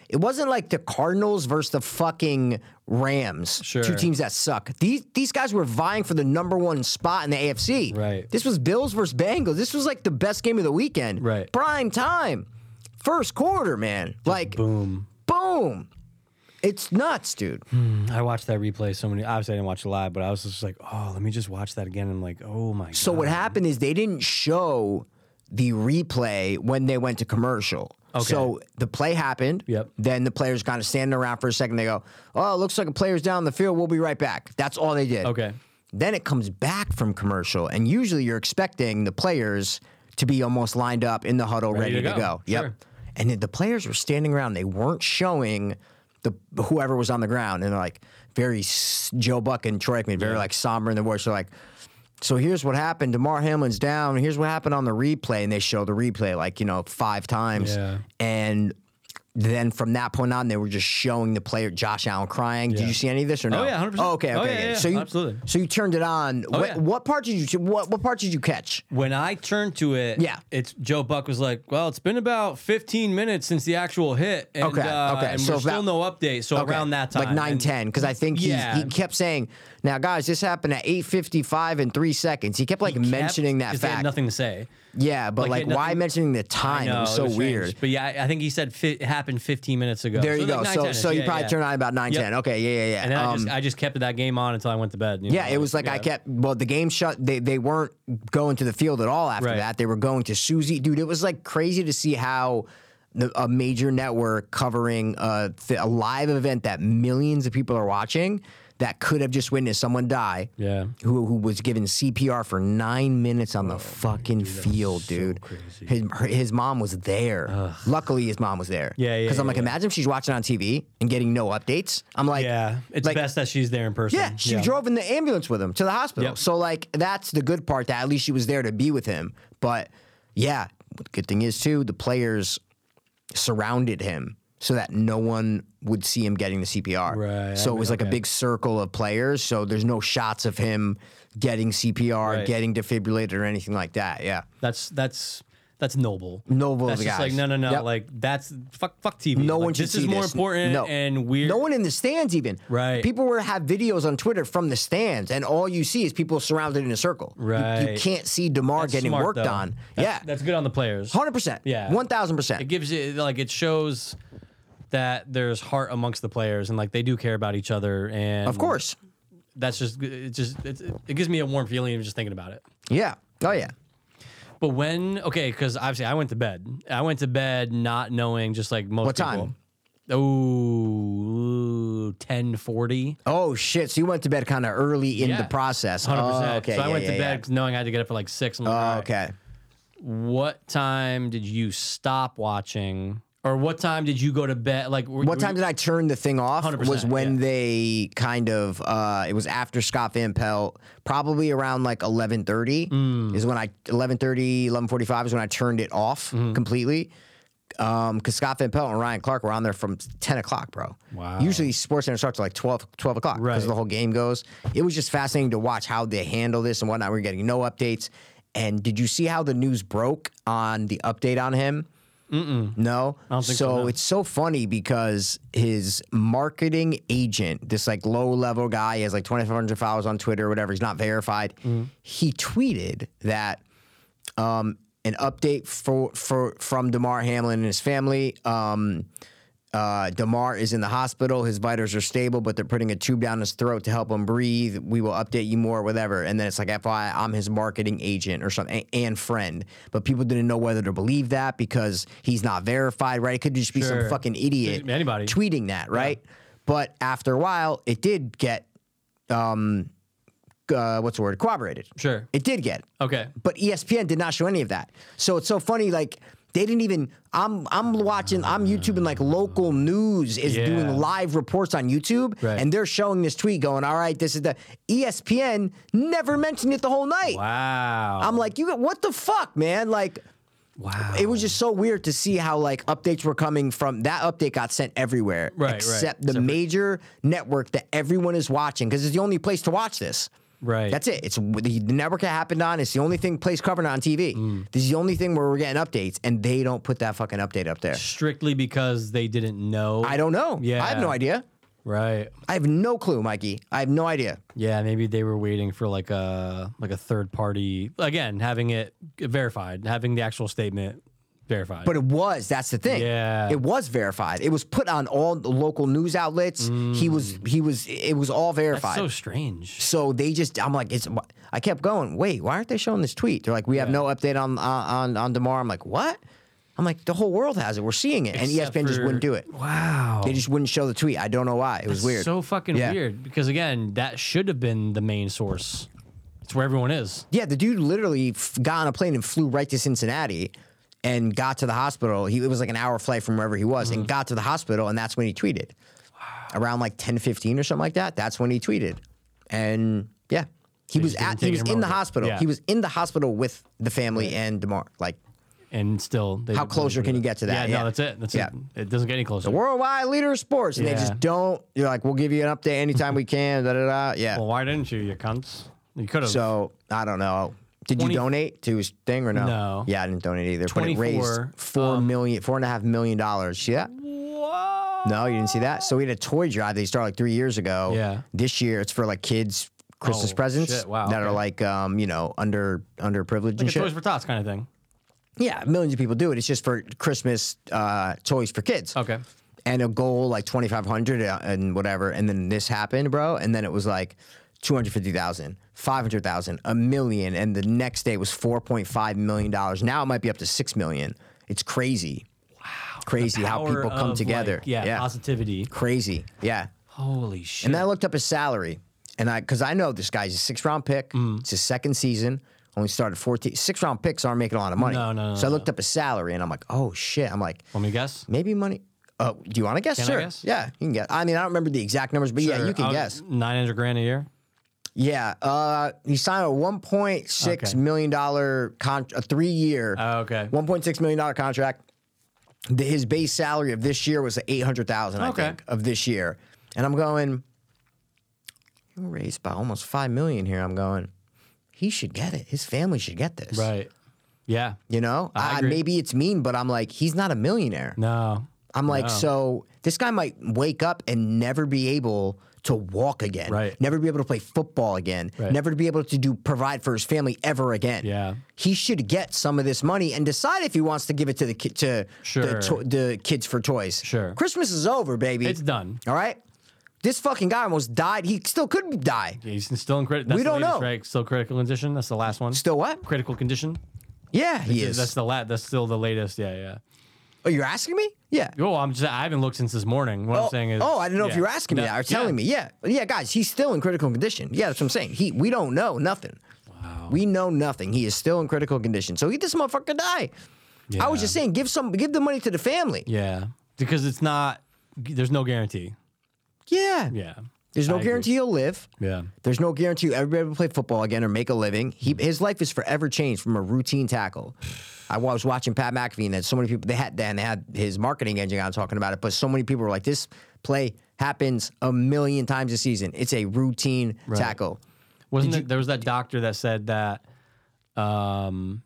[SPEAKER 2] It wasn't like the Cardinals versus the fucking Rams, two
[SPEAKER 3] Sure.
[SPEAKER 2] teams that suck. These these guys were vying for the number one spot in the AFC.
[SPEAKER 3] Right.
[SPEAKER 2] This was Bills versus Bengals. This was like the best game of the weekend.
[SPEAKER 3] Right.
[SPEAKER 2] Prime time, first quarter, man. Like
[SPEAKER 3] Boom.
[SPEAKER 2] boom. It's nuts, dude.
[SPEAKER 3] I watched that replay so many. Obviously, I didn't watch it live, but I was just like, oh, let me just watch that again. I'm like, oh my.
[SPEAKER 2] So what happened is they didn't show the replay when they went to commercial.
[SPEAKER 3] Okay.
[SPEAKER 2] So the play happened.
[SPEAKER 3] Yep.
[SPEAKER 2] Then the players kind of standing around for a second. They go, "Oh, it looks like a player's down the field. We'll be right back." That's all they did.
[SPEAKER 3] Okay.
[SPEAKER 2] Then it comes back from commercial, and usually you're expecting the players to be almost lined up in the huddle, ready, to, go. Yep.
[SPEAKER 3] Sure.
[SPEAKER 2] And then the players were standing around. They weren't showing the whoever was on the ground, and they're like very s- Joe Buck and Troy Aikman, very like somber in their voice. They're like, "So here's what happened. Demar Hamlin's down. Here's what happened on the replay." And they show the replay like you know five times,
[SPEAKER 3] Yeah.
[SPEAKER 2] and. Then from that point on, they were just showing the player Josh Allen crying. Did
[SPEAKER 3] Yeah.
[SPEAKER 2] you see any of this or no?
[SPEAKER 3] Oh, yeah, 100%.
[SPEAKER 2] okay, okay.
[SPEAKER 3] Oh, yeah,
[SPEAKER 2] okay.
[SPEAKER 3] yeah,
[SPEAKER 2] so you
[SPEAKER 3] absolutely.
[SPEAKER 2] so you turned it on. what,
[SPEAKER 3] Oh, yeah.
[SPEAKER 2] what part did you what what part did you catch?
[SPEAKER 3] When I turned to it,
[SPEAKER 2] Yeah.
[SPEAKER 3] it's Joe Buck was like, "Well, it's been about 15 minutes since the actual hit, and,
[SPEAKER 2] Okay,
[SPEAKER 3] uh,
[SPEAKER 2] okay,
[SPEAKER 3] and
[SPEAKER 2] so
[SPEAKER 3] we're still
[SPEAKER 2] about-
[SPEAKER 3] no update. So
[SPEAKER 2] Okay,
[SPEAKER 3] around that time,
[SPEAKER 2] like nine
[SPEAKER 3] And-
[SPEAKER 2] ten, because I think he's-
[SPEAKER 3] Yeah.
[SPEAKER 2] he kept saying, "Now, guys, this happened at eight fifty five and three seconds." He kept like
[SPEAKER 3] kept-
[SPEAKER 2] mentioning that
[SPEAKER 3] 'cause they had
[SPEAKER 2] fact.
[SPEAKER 3] nothing to say.
[SPEAKER 2] yeah, but
[SPEAKER 3] like,
[SPEAKER 2] like,
[SPEAKER 3] had
[SPEAKER 2] why
[SPEAKER 3] nothing-
[SPEAKER 2] mentioning the
[SPEAKER 3] I
[SPEAKER 2] time? it
[SPEAKER 3] know,
[SPEAKER 2] was so
[SPEAKER 3] was strange.
[SPEAKER 2] weird.
[SPEAKER 3] But yeah, I, I think he said fit, happened 15 minutes ago.
[SPEAKER 2] There you go.
[SPEAKER 3] like
[SPEAKER 2] so
[SPEAKER 3] 9:10 -ish.
[SPEAKER 2] so you
[SPEAKER 3] Yeah,
[SPEAKER 2] probably
[SPEAKER 3] yeah.
[SPEAKER 2] turned on about nine ten.
[SPEAKER 3] Yep.
[SPEAKER 2] Okay, yeah, yeah, yeah.
[SPEAKER 3] And then I just
[SPEAKER 2] Um,
[SPEAKER 3] I just kept that game on until I went to bed. you
[SPEAKER 2] yeah,
[SPEAKER 3] know,
[SPEAKER 2] it was like I
[SPEAKER 3] Um, yeah.
[SPEAKER 2] kept. Well, the game shut. They they weren't going to the field at all after
[SPEAKER 3] Right.
[SPEAKER 2] that. They were going to Susie. Dude, it was like crazy to see how the, a major network covering a, th- a live event that millions of people are watching that could have just witnessed someone die.
[SPEAKER 3] Yeah.
[SPEAKER 2] Who, who was given CPR for nine minutes on the
[SPEAKER 3] Oh,
[SPEAKER 2] fucking field, dude? His, her, his mom was there. Luckily, his mom was there.
[SPEAKER 3] Yeah, yeah,
[SPEAKER 2] Because I'm
[SPEAKER 3] yeah,
[SPEAKER 2] like,
[SPEAKER 3] yeah.
[SPEAKER 2] imagine if she's watching on TV and getting no updates. I'm like,
[SPEAKER 3] Yeah, it's
[SPEAKER 2] like-
[SPEAKER 3] best that she's there in person.
[SPEAKER 2] yeah, she drove in the ambulance with him to the hospital.
[SPEAKER 3] Yep.
[SPEAKER 2] So like that's the good part that at least she was there to be with him. But yeah, the good thing is too the players surrounded him so that no one would see him getting the CPR.
[SPEAKER 3] Right,
[SPEAKER 2] So
[SPEAKER 3] I
[SPEAKER 2] it was
[SPEAKER 3] mean,
[SPEAKER 2] like a
[SPEAKER 3] okay.
[SPEAKER 2] big circle of players. So there's no shots of him getting CPR,
[SPEAKER 3] Right.
[SPEAKER 2] getting defibrillated, or anything like that. Yeah.
[SPEAKER 3] That's that's that's noble.
[SPEAKER 2] Noble of
[SPEAKER 3] That's
[SPEAKER 2] the
[SPEAKER 3] just
[SPEAKER 2] guys.
[SPEAKER 3] like no, no, no.
[SPEAKER 2] Yep.
[SPEAKER 3] Like that's fuck, fuck TV.
[SPEAKER 2] No
[SPEAKER 3] Like,
[SPEAKER 2] one should
[SPEAKER 3] This
[SPEAKER 2] see
[SPEAKER 3] is more
[SPEAKER 2] this.
[SPEAKER 3] important
[SPEAKER 2] No.
[SPEAKER 3] and weird.
[SPEAKER 2] No one in the stands even.
[SPEAKER 3] Right.
[SPEAKER 2] People were have videos on Twitter from the stands, and all you see is people surrounded in a circle. You- You,
[SPEAKER 3] Right.
[SPEAKER 2] can't see Demar
[SPEAKER 3] That's
[SPEAKER 2] getting
[SPEAKER 3] smart,
[SPEAKER 2] worked
[SPEAKER 3] though.
[SPEAKER 2] on. yeah.
[SPEAKER 3] That's- that's good on the players.
[SPEAKER 2] Hundred percent.
[SPEAKER 3] Yeah.
[SPEAKER 2] One thousand
[SPEAKER 3] It
[SPEAKER 2] percent.
[SPEAKER 3] gives you like it shows that there's heart amongst the players and like they do care about each other and
[SPEAKER 2] Of course.
[SPEAKER 3] that's just it just it, it gives me a warm feeling of just thinking about it.
[SPEAKER 2] Yeah. Oh yeah.
[SPEAKER 3] But when okay, because obviously I went to bed. I went to bed not knowing just like most
[SPEAKER 2] What
[SPEAKER 3] people.
[SPEAKER 2] time?
[SPEAKER 3] Oh, 1040.
[SPEAKER 2] Oh shit. So you went to bed kind of early in
[SPEAKER 3] Yeah.
[SPEAKER 2] the process.
[SPEAKER 3] 100%.
[SPEAKER 2] Oh, okay.
[SPEAKER 3] So I
[SPEAKER 2] Yeah,
[SPEAKER 3] went
[SPEAKER 2] yeah,
[SPEAKER 3] to
[SPEAKER 2] yeah.
[SPEAKER 3] bed knowing I had to get up at like six. I'm like,
[SPEAKER 2] Oh,
[SPEAKER 3] "All right,
[SPEAKER 2] okay.
[SPEAKER 3] What time did you stop watching, or what time did you go to bed? Like, were,
[SPEAKER 2] What time
[SPEAKER 3] Did
[SPEAKER 2] did I turn the thing off?
[SPEAKER 3] 100%,
[SPEAKER 2] Was when
[SPEAKER 3] yeah.
[SPEAKER 2] they kind of uh, it was after Scott Van Pelt, probably around like eleven thirty
[SPEAKER 3] Mm.
[SPEAKER 2] is when I 11:30, 11:45 is when I turned it off
[SPEAKER 3] Mm-hmm.
[SPEAKER 2] completely. Um, because Scott Van Pelt and Ryan Clark were on there from ten o'clock, bro.
[SPEAKER 3] Wow.
[SPEAKER 2] Usually Sports Center starts at like 12, 12 o'clock because
[SPEAKER 3] Right.
[SPEAKER 2] the whole game goes. It was just fascinating to watch how they handle this and whatnot. We are getting no updates. And did you see how the news broke on the update on him? No.
[SPEAKER 3] Mm. don't think
[SPEAKER 2] so
[SPEAKER 3] so, no.
[SPEAKER 2] it's so funny because his marketing agent, this like low level guy, he has like 2,500 followers on Twitter or whatever. He's not verified.
[SPEAKER 3] Mm-hmm.
[SPEAKER 2] He tweeted that um, an update for for from Demar Hamlin and his family. Um, Uh, Demar is in the hospital. His vitals are stable, but they're putting a tube down his throat to help him breathe. We will update you more, whatever. And then it's like, FYI, I'm his marketing agent or something and- and friend. But people didn't know whether to believe that because he's not verified, right? It could just be some
[SPEAKER 3] Sure.
[SPEAKER 2] fucking idiot
[SPEAKER 3] Anybody.
[SPEAKER 2] tweeting that, right? But after a while, it did get, um, uh, what's the word? Corroborated.
[SPEAKER 3] Sure.
[SPEAKER 2] It did get
[SPEAKER 3] Okay.
[SPEAKER 2] but E ESPN did not show any of that. So it's so funny, like they didn't even. I'm I'm watching. I'm YouTubing like local news is
[SPEAKER 3] Yeah.
[SPEAKER 2] doing live reports on YouTube,
[SPEAKER 3] Right.
[SPEAKER 2] and they're showing this tweet going, "All right, this is the E ESPN never mentioned it the whole night."
[SPEAKER 3] Wow.
[SPEAKER 2] I'm like, you what the fuck, man? Like
[SPEAKER 3] wow.
[SPEAKER 2] it was just so weird to see how like updates were coming from that update got sent everywhere
[SPEAKER 3] Right, right.
[SPEAKER 2] except the
[SPEAKER 3] Except for-
[SPEAKER 2] major network that everyone is watching because it's the only place to watch this.
[SPEAKER 3] Right.
[SPEAKER 2] That's it. It's the the network it happened on. It's the only thing place covered on TV.
[SPEAKER 3] Mm.
[SPEAKER 2] This is the only thing where we're getting updates, and they don't put that fucking update up there.
[SPEAKER 3] strictly because they didn't know.
[SPEAKER 2] I don't know.
[SPEAKER 3] Yeah.
[SPEAKER 2] I have no idea.
[SPEAKER 3] Right.
[SPEAKER 2] I have no clue, Mikey. I have no idea.
[SPEAKER 3] Yeah, maybe they were waiting for like a like a third party again, having it verified, having the actual statement verified.
[SPEAKER 2] But it was. That's the thing.
[SPEAKER 3] Yeah.
[SPEAKER 2] It was verified. It was put on all the local news outlets. He was. He was. It was all verified.
[SPEAKER 3] Mm. so strange.
[SPEAKER 2] So they just, I'm like, it's. I kept going. Wait, why aren't they showing this tweet? They're like, we have no update on on on- on Demar. I'm like, what? I'm like, the whole world has it. We're seeing it, and E
[SPEAKER 3] Except
[SPEAKER 2] ESPN just
[SPEAKER 3] for-
[SPEAKER 2] wouldn't do it.
[SPEAKER 3] Wow.
[SPEAKER 2] They just wouldn't show the tweet. I don't know why. It was weird.
[SPEAKER 3] So fucking
[SPEAKER 2] Yeah.
[SPEAKER 3] weird because again, that should have been the main source. It's where everyone is.
[SPEAKER 2] yeah, the dude literally f- got on a plane and flew right to Cincinnati, and got to the hospital. He it was like an hour flight from wherever he was,
[SPEAKER 3] Mm-hmm.
[SPEAKER 2] and got to the hospital, and that's when he tweeted. Around like 10, 15 or something like that. That's when he tweeted, and yeah, he was
[SPEAKER 3] just didn't
[SPEAKER 2] at he
[SPEAKER 3] take
[SPEAKER 2] was
[SPEAKER 3] him
[SPEAKER 2] in the
[SPEAKER 3] over.
[SPEAKER 2] hospital.
[SPEAKER 3] Yeah.
[SPEAKER 2] He was in the hospital with the family and Demar. Like
[SPEAKER 3] And still they
[SPEAKER 2] How
[SPEAKER 3] they
[SPEAKER 2] closer
[SPEAKER 3] would've-
[SPEAKER 2] can you get to that? Yeah.
[SPEAKER 3] Yeah, no, that's it. That's
[SPEAKER 2] Yeah.
[SPEAKER 3] it. It doesn't get any closer.
[SPEAKER 2] worldwide leader of sports, and they
[SPEAKER 3] Yeah.
[SPEAKER 2] just don't. You're like, we'll give you an update anytime we can. Da da da. Yeah.
[SPEAKER 3] well, why didn't you, you cunts? You could have
[SPEAKER 2] so I don't know. Did
[SPEAKER 3] 20
[SPEAKER 2] you donate to his thing or no?
[SPEAKER 3] No. um,
[SPEAKER 2] Yeah, I didn't donate either. But it raised
[SPEAKER 3] 24,
[SPEAKER 2] four million, four and a half million dollars. See that? No, you didn't see that. So we had a toy drive that started like three years ago.
[SPEAKER 3] Yeah.
[SPEAKER 2] This year, it's for like kids Christmas
[SPEAKER 3] Oh,
[SPEAKER 2] presents
[SPEAKER 3] shit, wow,
[SPEAKER 2] that are
[SPEAKER 3] okay.
[SPEAKER 2] like um you know under underprivileged and
[SPEAKER 3] like a
[SPEAKER 2] shit.
[SPEAKER 3] Toys for Tots kind of thing.
[SPEAKER 2] yeah, millions of people do it. It's just for Christmas uh, toys for kids.
[SPEAKER 3] Okay.
[SPEAKER 2] and a goal like 2500 uh, and whatever and then this happened bro and then it was like 250,000 500,000 a million and the next day was 4.5 million dollars now it might be up to 6 million it's crazy wow crazy how
[SPEAKER 3] Power
[SPEAKER 2] people come
[SPEAKER 3] of,
[SPEAKER 2] together
[SPEAKER 3] like, yeah, Positivity.
[SPEAKER 2] crazy yeah
[SPEAKER 3] Holy shit.
[SPEAKER 2] and then I looked up his salary, and I because I know this guy's a six round pick.
[SPEAKER 3] Mm.
[SPEAKER 2] It's his second season. Only started 14. Six round picks aren't making a lot of money.
[SPEAKER 3] No, no, no,
[SPEAKER 2] So I looked up his salary, and I'm like, oh shit. I'm like,
[SPEAKER 3] Want me to guess?
[SPEAKER 2] maybe money. Oh, do you want to guess?
[SPEAKER 3] Can I
[SPEAKER 2] sure.
[SPEAKER 3] guess?
[SPEAKER 2] Yeah, you can guess. I mean, I don't remember the exact numbers, but yeah,
[SPEAKER 3] Sure,
[SPEAKER 2] you can
[SPEAKER 3] I'll-
[SPEAKER 2] guess.
[SPEAKER 3] 900 uh, grand a year?
[SPEAKER 2] Yeah, uh, he signed a one point six
[SPEAKER 3] Okay.
[SPEAKER 2] million dollar con- a three year.
[SPEAKER 3] Oh, okay.
[SPEAKER 2] One point six million dollar contract. The, his base salary of this year was eight hundred thousand. I
[SPEAKER 3] Okay.
[SPEAKER 2] think of this year, and I'm going. You raised by almost five million here. I'm going. He should get it. His family should get this.
[SPEAKER 3] Right. Yeah.
[SPEAKER 2] You know,
[SPEAKER 3] I
[SPEAKER 2] I
[SPEAKER 3] agree.
[SPEAKER 2] maybe it's mean, but I'm like, he's not a millionaire.
[SPEAKER 3] No.
[SPEAKER 2] I'm like,
[SPEAKER 3] No.
[SPEAKER 2] so this guy might wake up and never be able to walk again,
[SPEAKER 3] Right.
[SPEAKER 2] never be able to play football again,
[SPEAKER 3] Right.
[SPEAKER 2] never to be able to do provide for his family ever again.
[SPEAKER 3] Yeah.
[SPEAKER 2] he should get some of this money and decide if he wants to give it to the ki- to the,
[SPEAKER 3] Sure.
[SPEAKER 2] to- the kids for toys.
[SPEAKER 3] Sure.
[SPEAKER 2] Christmas is over, baby.
[SPEAKER 3] It's done.
[SPEAKER 2] All right, this fucking guy almost died. He still could die.
[SPEAKER 3] He's still in critical.
[SPEAKER 2] We don't know.
[SPEAKER 3] Right? Still critical condition. That's the last one.
[SPEAKER 2] Still what?
[SPEAKER 3] critical condition.
[SPEAKER 2] Yeah, he
[SPEAKER 3] Yeah,
[SPEAKER 2] is.
[SPEAKER 3] That's the la- That's still the latest. Yeah, yeah.
[SPEAKER 2] oh, you're asking me? Yeah.
[SPEAKER 3] Oh, I'm just. I haven't looked since this morning. What I'm saying is.
[SPEAKER 2] oh, I didn't know if
[SPEAKER 3] yeah.
[SPEAKER 2] you were asking me
[SPEAKER 3] No,
[SPEAKER 2] that or telling me. Yeah, yeah, guys, he's still in critical condition. Yeah, that's what I'm saying. He, we don't know nothing. Wow. We know nothing. He is still in critical condition. So he, this motherfucker die. I was
[SPEAKER 3] Yeah.
[SPEAKER 2] just saying, give some, give the money to the family. Yeah,
[SPEAKER 3] Yeah, because it's not. There's no guarantee. Yeah.
[SPEAKER 2] there's
[SPEAKER 3] I
[SPEAKER 2] no
[SPEAKER 3] agree.
[SPEAKER 2] guarantee he'll live.
[SPEAKER 3] Yeah.
[SPEAKER 2] There's no guarantee everybody will play football again or make a living. He, his life is forever changed from a routine tackle. I was watching Pat McAfee, and that so many people they had then had his marketing engine on talking about it, but so many people were like, "This play happens a million times a season. It's a routine tackle."
[SPEAKER 3] Wasn't it, there was that doctor that said that? Um.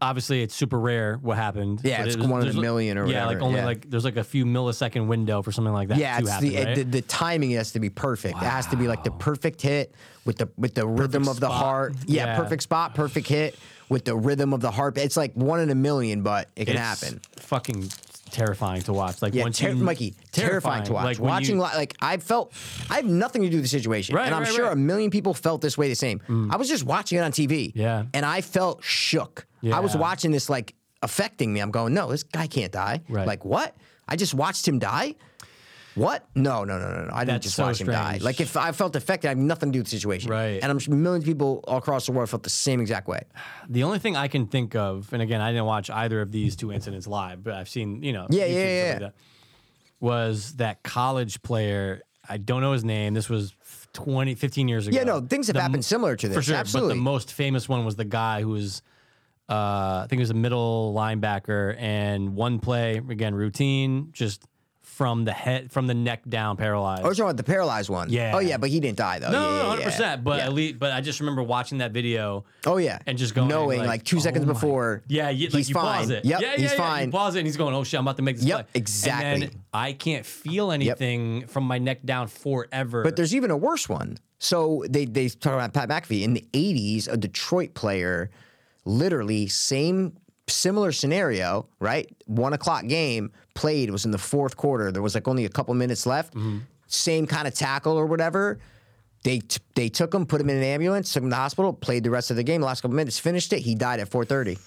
[SPEAKER 3] Obviously, it's super rare what happened.
[SPEAKER 2] Yeah,
[SPEAKER 3] but
[SPEAKER 2] it's
[SPEAKER 3] it was-
[SPEAKER 2] one in a
[SPEAKER 3] there's, like-
[SPEAKER 2] million or
[SPEAKER 3] Yeah, like
[SPEAKER 2] whatever,
[SPEAKER 3] only
[SPEAKER 2] yeah.
[SPEAKER 3] like there's like a few millisecond window for something like that.
[SPEAKER 2] Yeah,
[SPEAKER 3] to
[SPEAKER 2] it's
[SPEAKER 3] happen,
[SPEAKER 2] the,
[SPEAKER 3] right?
[SPEAKER 2] the the timing has to be perfect. It has to be like the perfect hit with the with the rhythm of the
[SPEAKER 3] spot.
[SPEAKER 2] heart. Yeah,
[SPEAKER 3] Yeah.
[SPEAKER 2] perfect spot, perfect hit with the rhythm of the heart. It's like one in a million, but it can
[SPEAKER 3] It's
[SPEAKER 2] happen.
[SPEAKER 3] Fucking terrifying to watch. Like
[SPEAKER 2] Yeah,
[SPEAKER 3] once
[SPEAKER 2] ter-
[SPEAKER 3] you,
[SPEAKER 2] Mikey, terrifying, to watch.
[SPEAKER 3] Like when
[SPEAKER 2] Watching,
[SPEAKER 3] you-
[SPEAKER 2] li- like I felt, I have nothing to do with the situation,
[SPEAKER 3] Right,
[SPEAKER 2] and I'm
[SPEAKER 3] right,
[SPEAKER 2] sure
[SPEAKER 3] right. Mm.
[SPEAKER 2] a million people felt this way the same. I was just watching it on TV,
[SPEAKER 3] Yeah.
[SPEAKER 2] and I felt shook. I was
[SPEAKER 3] Yeah.
[SPEAKER 2] watching this like affecting me. I'm going, no, this guy can't die.
[SPEAKER 3] Right.
[SPEAKER 2] Like what? I just watched him die. What? No, no, no, no, no. I didn't
[SPEAKER 3] That's
[SPEAKER 2] just
[SPEAKER 3] so
[SPEAKER 2] watch him die.
[SPEAKER 3] strange.
[SPEAKER 2] Like if I felt affected, I have nothing to do with the situation.
[SPEAKER 3] Right.
[SPEAKER 2] And I'm sure millions of people all across the world felt the same exact way.
[SPEAKER 3] The only thing I can think of, and again, I didn't watch either of these two incidents live, but I've seen, you know,
[SPEAKER 2] Yeah, yeah,
[SPEAKER 3] YouTube,
[SPEAKER 2] yeah,
[SPEAKER 3] stuff
[SPEAKER 2] yeah.
[SPEAKER 3] Like that, was that college player. I don't know his name. This was 20, 15 years ago.
[SPEAKER 2] Yeah, no, things have
[SPEAKER 3] The
[SPEAKER 2] happened similar to this.
[SPEAKER 3] for sure.
[SPEAKER 2] Absolutely.
[SPEAKER 3] But the most famous one was the guy who was, uh, I think he was a middle linebacker, and one play again routine, just from the head, from the neck down, paralyzed.
[SPEAKER 2] I was Oh, talking about the paralyzed one.
[SPEAKER 3] Yeah.
[SPEAKER 2] Oh yeah, but he didn't die though.
[SPEAKER 3] no,
[SPEAKER 2] yeah,
[SPEAKER 3] no,
[SPEAKER 2] yeah,
[SPEAKER 3] hundred
[SPEAKER 2] yeah.
[SPEAKER 3] percent. But
[SPEAKER 2] Yeah.
[SPEAKER 3] at least, but I just remember watching that video.
[SPEAKER 2] Oh yeah,
[SPEAKER 3] and just going
[SPEAKER 2] knowing like,
[SPEAKER 3] like,
[SPEAKER 2] two
[SPEAKER 3] oh
[SPEAKER 2] seconds
[SPEAKER 3] my-
[SPEAKER 2] before.
[SPEAKER 3] Yeah, yeah
[SPEAKER 2] he's
[SPEAKER 3] like you
[SPEAKER 2] fine.
[SPEAKER 3] pause it.
[SPEAKER 2] Yep,
[SPEAKER 3] yeah, yeah,
[SPEAKER 2] he's
[SPEAKER 3] yeah,
[SPEAKER 2] fine.
[SPEAKER 3] You pause it and he's going, oh shit, I'm about to make this
[SPEAKER 2] Yep,
[SPEAKER 3] play. And
[SPEAKER 2] exactly.
[SPEAKER 3] then I can't feel anything from my neck down forever.
[SPEAKER 2] But there's even a worse one. So they they talk about Pat McAfee in the '80s, a Detroit player, literally same similar scenario, right? One o'clock game played was in the fourth quarter. There was like only a couple minutes left. Same kind of tackle or whatever. They t- they took him, put him in an ambulance, took him to the hospital, played the rest of the game. Last couple minutes, finished it. He died at 4:30.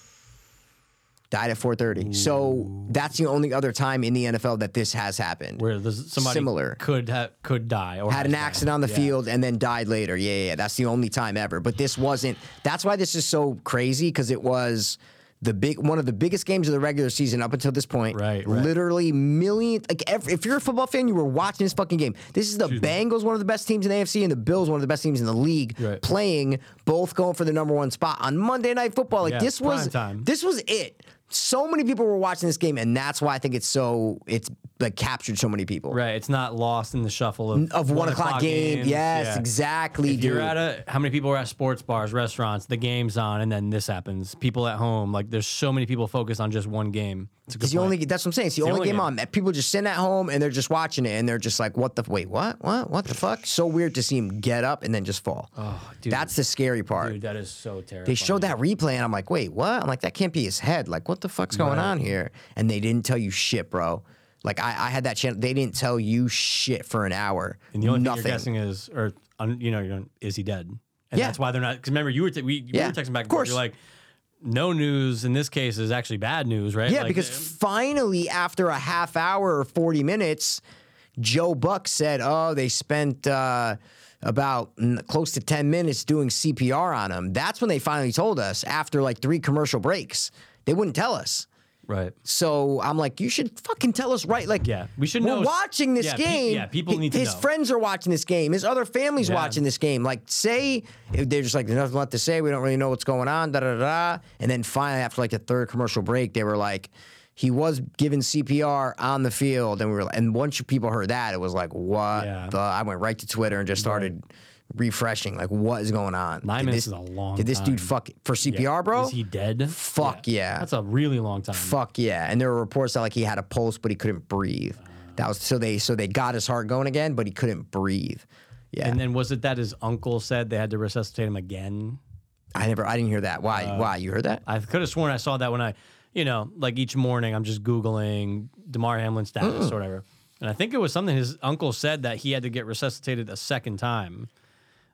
[SPEAKER 2] Died at 4:30. So that's the only other time in the NFL that this has happened.
[SPEAKER 3] where there's somebody
[SPEAKER 2] Similar.
[SPEAKER 3] could ha- could die or
[SPEAKER 2] had an
[SPEAKER 3] has died.
[SPEAKER 2] accident on the
[SPEAKER 3] Yeah.
[SPEAKER 2] field and then died later. Yeah, yeah, yeah, that's the only time ever. But this wasn't. That's why this is so crazy because it was the big one of the biggest games of the regular season up until this point.
[SPEAKER 3] Right, right.
[SPEAKER 2] Literally million. Like every, if you're a football fan, you were watching this fucking game. This is the Bengals, one of the best teams in the AFC, and the Bills, one of the best teams in the league,
[SPEAKER 3] Right.
[SPEAKER 2] playing both going for the number one spot on Monday Night Football. Like
[SPEAKER 3] Yeah,
[SPEAKER 2] this was
[SPEAKER 3] prime time.
[SPEAKER 2] this was it. So many people were watching this game, and that's why I think it's so it's like captured so many people
[SPEAKER 3] Right, it's not lost in the shuffle of
[SPEAKER 2] of one, o'clock, game.
[SPEAKER 3] games.
[SPEAKER 2] Yes,
[SPEAKER 3] Yeah.
[SPEAKER 2] exactly,
[SPEAKER 3] If
[SPEAKER 2] dude.
[SPEAKER 3] You're at a how many people are at sports bars, restaurants, the game's on, and then this happens. People at home, like there's so many people focused on just one game. It's a good
[SPEAKER 2] it's the
[SPEAKER 3] point.
[SPEAKER 2] only that's what I'm saying. It's the, only,
[SPEAKER 3] only
[SPEAKER 2] game
[SPEAKER 3] game.
[SPEAKER 2] on that people just sitting at home and they're just watching it and they're just like, "What the wait? What? What? What the fuck?" So weird to see him get up and then just fall.
[SPEAKER 3] Oh, dude.
[SPEAKER 2] that's the scary part.
[SPEAKER 3] Dude, that is so terrible.
[SPEAKER 2] they showed that replay and I'm like, "Wait, what?" I'm like, "That can't be his head. Like, what the fuck's going on here?" And they didn't tell you shit, bro. Like I, I had that channel. They didn't tell you shit for an hour.
[SPEAKER 3] And the only
[SPEAKER 2] Nothing.
[SPEAKER 3] thing you're guessing is, or un, you know, you don't, is he dead? And
[SPEAKER 2] Yeah.
[SPEAKER 3] that's why they're not. Because remember, you were t- we, we
[SPEAKER 2] Yeah,
[SPEAKER 3] were texting
[SPEAKER 2] of
[SPEAKER 3] back. and forth, You're
[SPEAKER 2] course.
[SPEAKER 3] like, no news in this case is actually bad news, right?
[SPEAKER 2] Yeah,
[SPEAKER 3] Like,
[SPEAKER 2] because
[SPEAKER 3] eh,
[SPEAKER 2] finally, after a half hour or 40 minutes, Joe Buck said, Oh, they spent uh, about n- close to 10 minutes doing CPR on him. That's when they finally told us after like three commercial breaks. They wouldn't tell us.
[SPEAKER 3] right.
[SPEAKER 2] So I'm like, you should fucking tell us right. Like,
[SPEAKER 3] Yeah, we should
[SPEAKER 2] we're
[SPEAKER 3] know-
[SPEAKER 2] watching this
[SPEAKER 3] yeah, pe-
[SPEAKER 2] game.
[SPEAKER 3] yeah, people
[SPEAKER 2] Hi-
[SPEAKER 3] need to
[SPEAKER 2] His
[SPEAKER 3] know.
[SPEAKER 2] friends are watching this game. His other family's
[SPEAKER 3] Yeah.
[SPEAKER 2] watching this game. Like, say if they're just like, there's nothing left to say. We don't really know what's going on. Da da da. da. And then finally, after like the third commercial break, they were like, he was given CPR on the field, and we were. Like, and once people heard that, it was like, what?
[SPEAKER 3] Yeah.
[SPEAKER 2] the? I went right to Twitter and just started. Refreshing, like what is going on?
[SPEAKER 3] Nine
[SPEAKER 2] Did
[SPEAKER 3] minutes
[SPEAKER 2] this-
[SPEAKER 3] is a long
[SPEAKER 2] Did this dude
[SPEAKER 3] time.
[SPEAKER 2] fuck for CPR,
[SPEAKER 3] Yeah.
[SPEAKER 2] bro?
[SPEAKER 3] Is he dead?
[SPEAKER 2] Fuck yeah.
[SPEAKER 3] That's a really long time.
[SPEAKER 2] Fuck yeah! And there were reports that like he had a pulse, but he couldn't breathe. That was so they so they got his heart going again, but he couldn't breathe. Yeah,
[SPEAKER 3] And then was it that his uncle said they had to resuscitate him again?
[SPEAKER 2] I never I didn't hear that. Why? Why you heard that?
[SPEAKER 3] Uh, I could have sworn I saw that when I, you know, like each morning I'm just Googling DeMar Hamlin status or whatever. And I think it was something his uncle said that he had to get resuscitated a second time.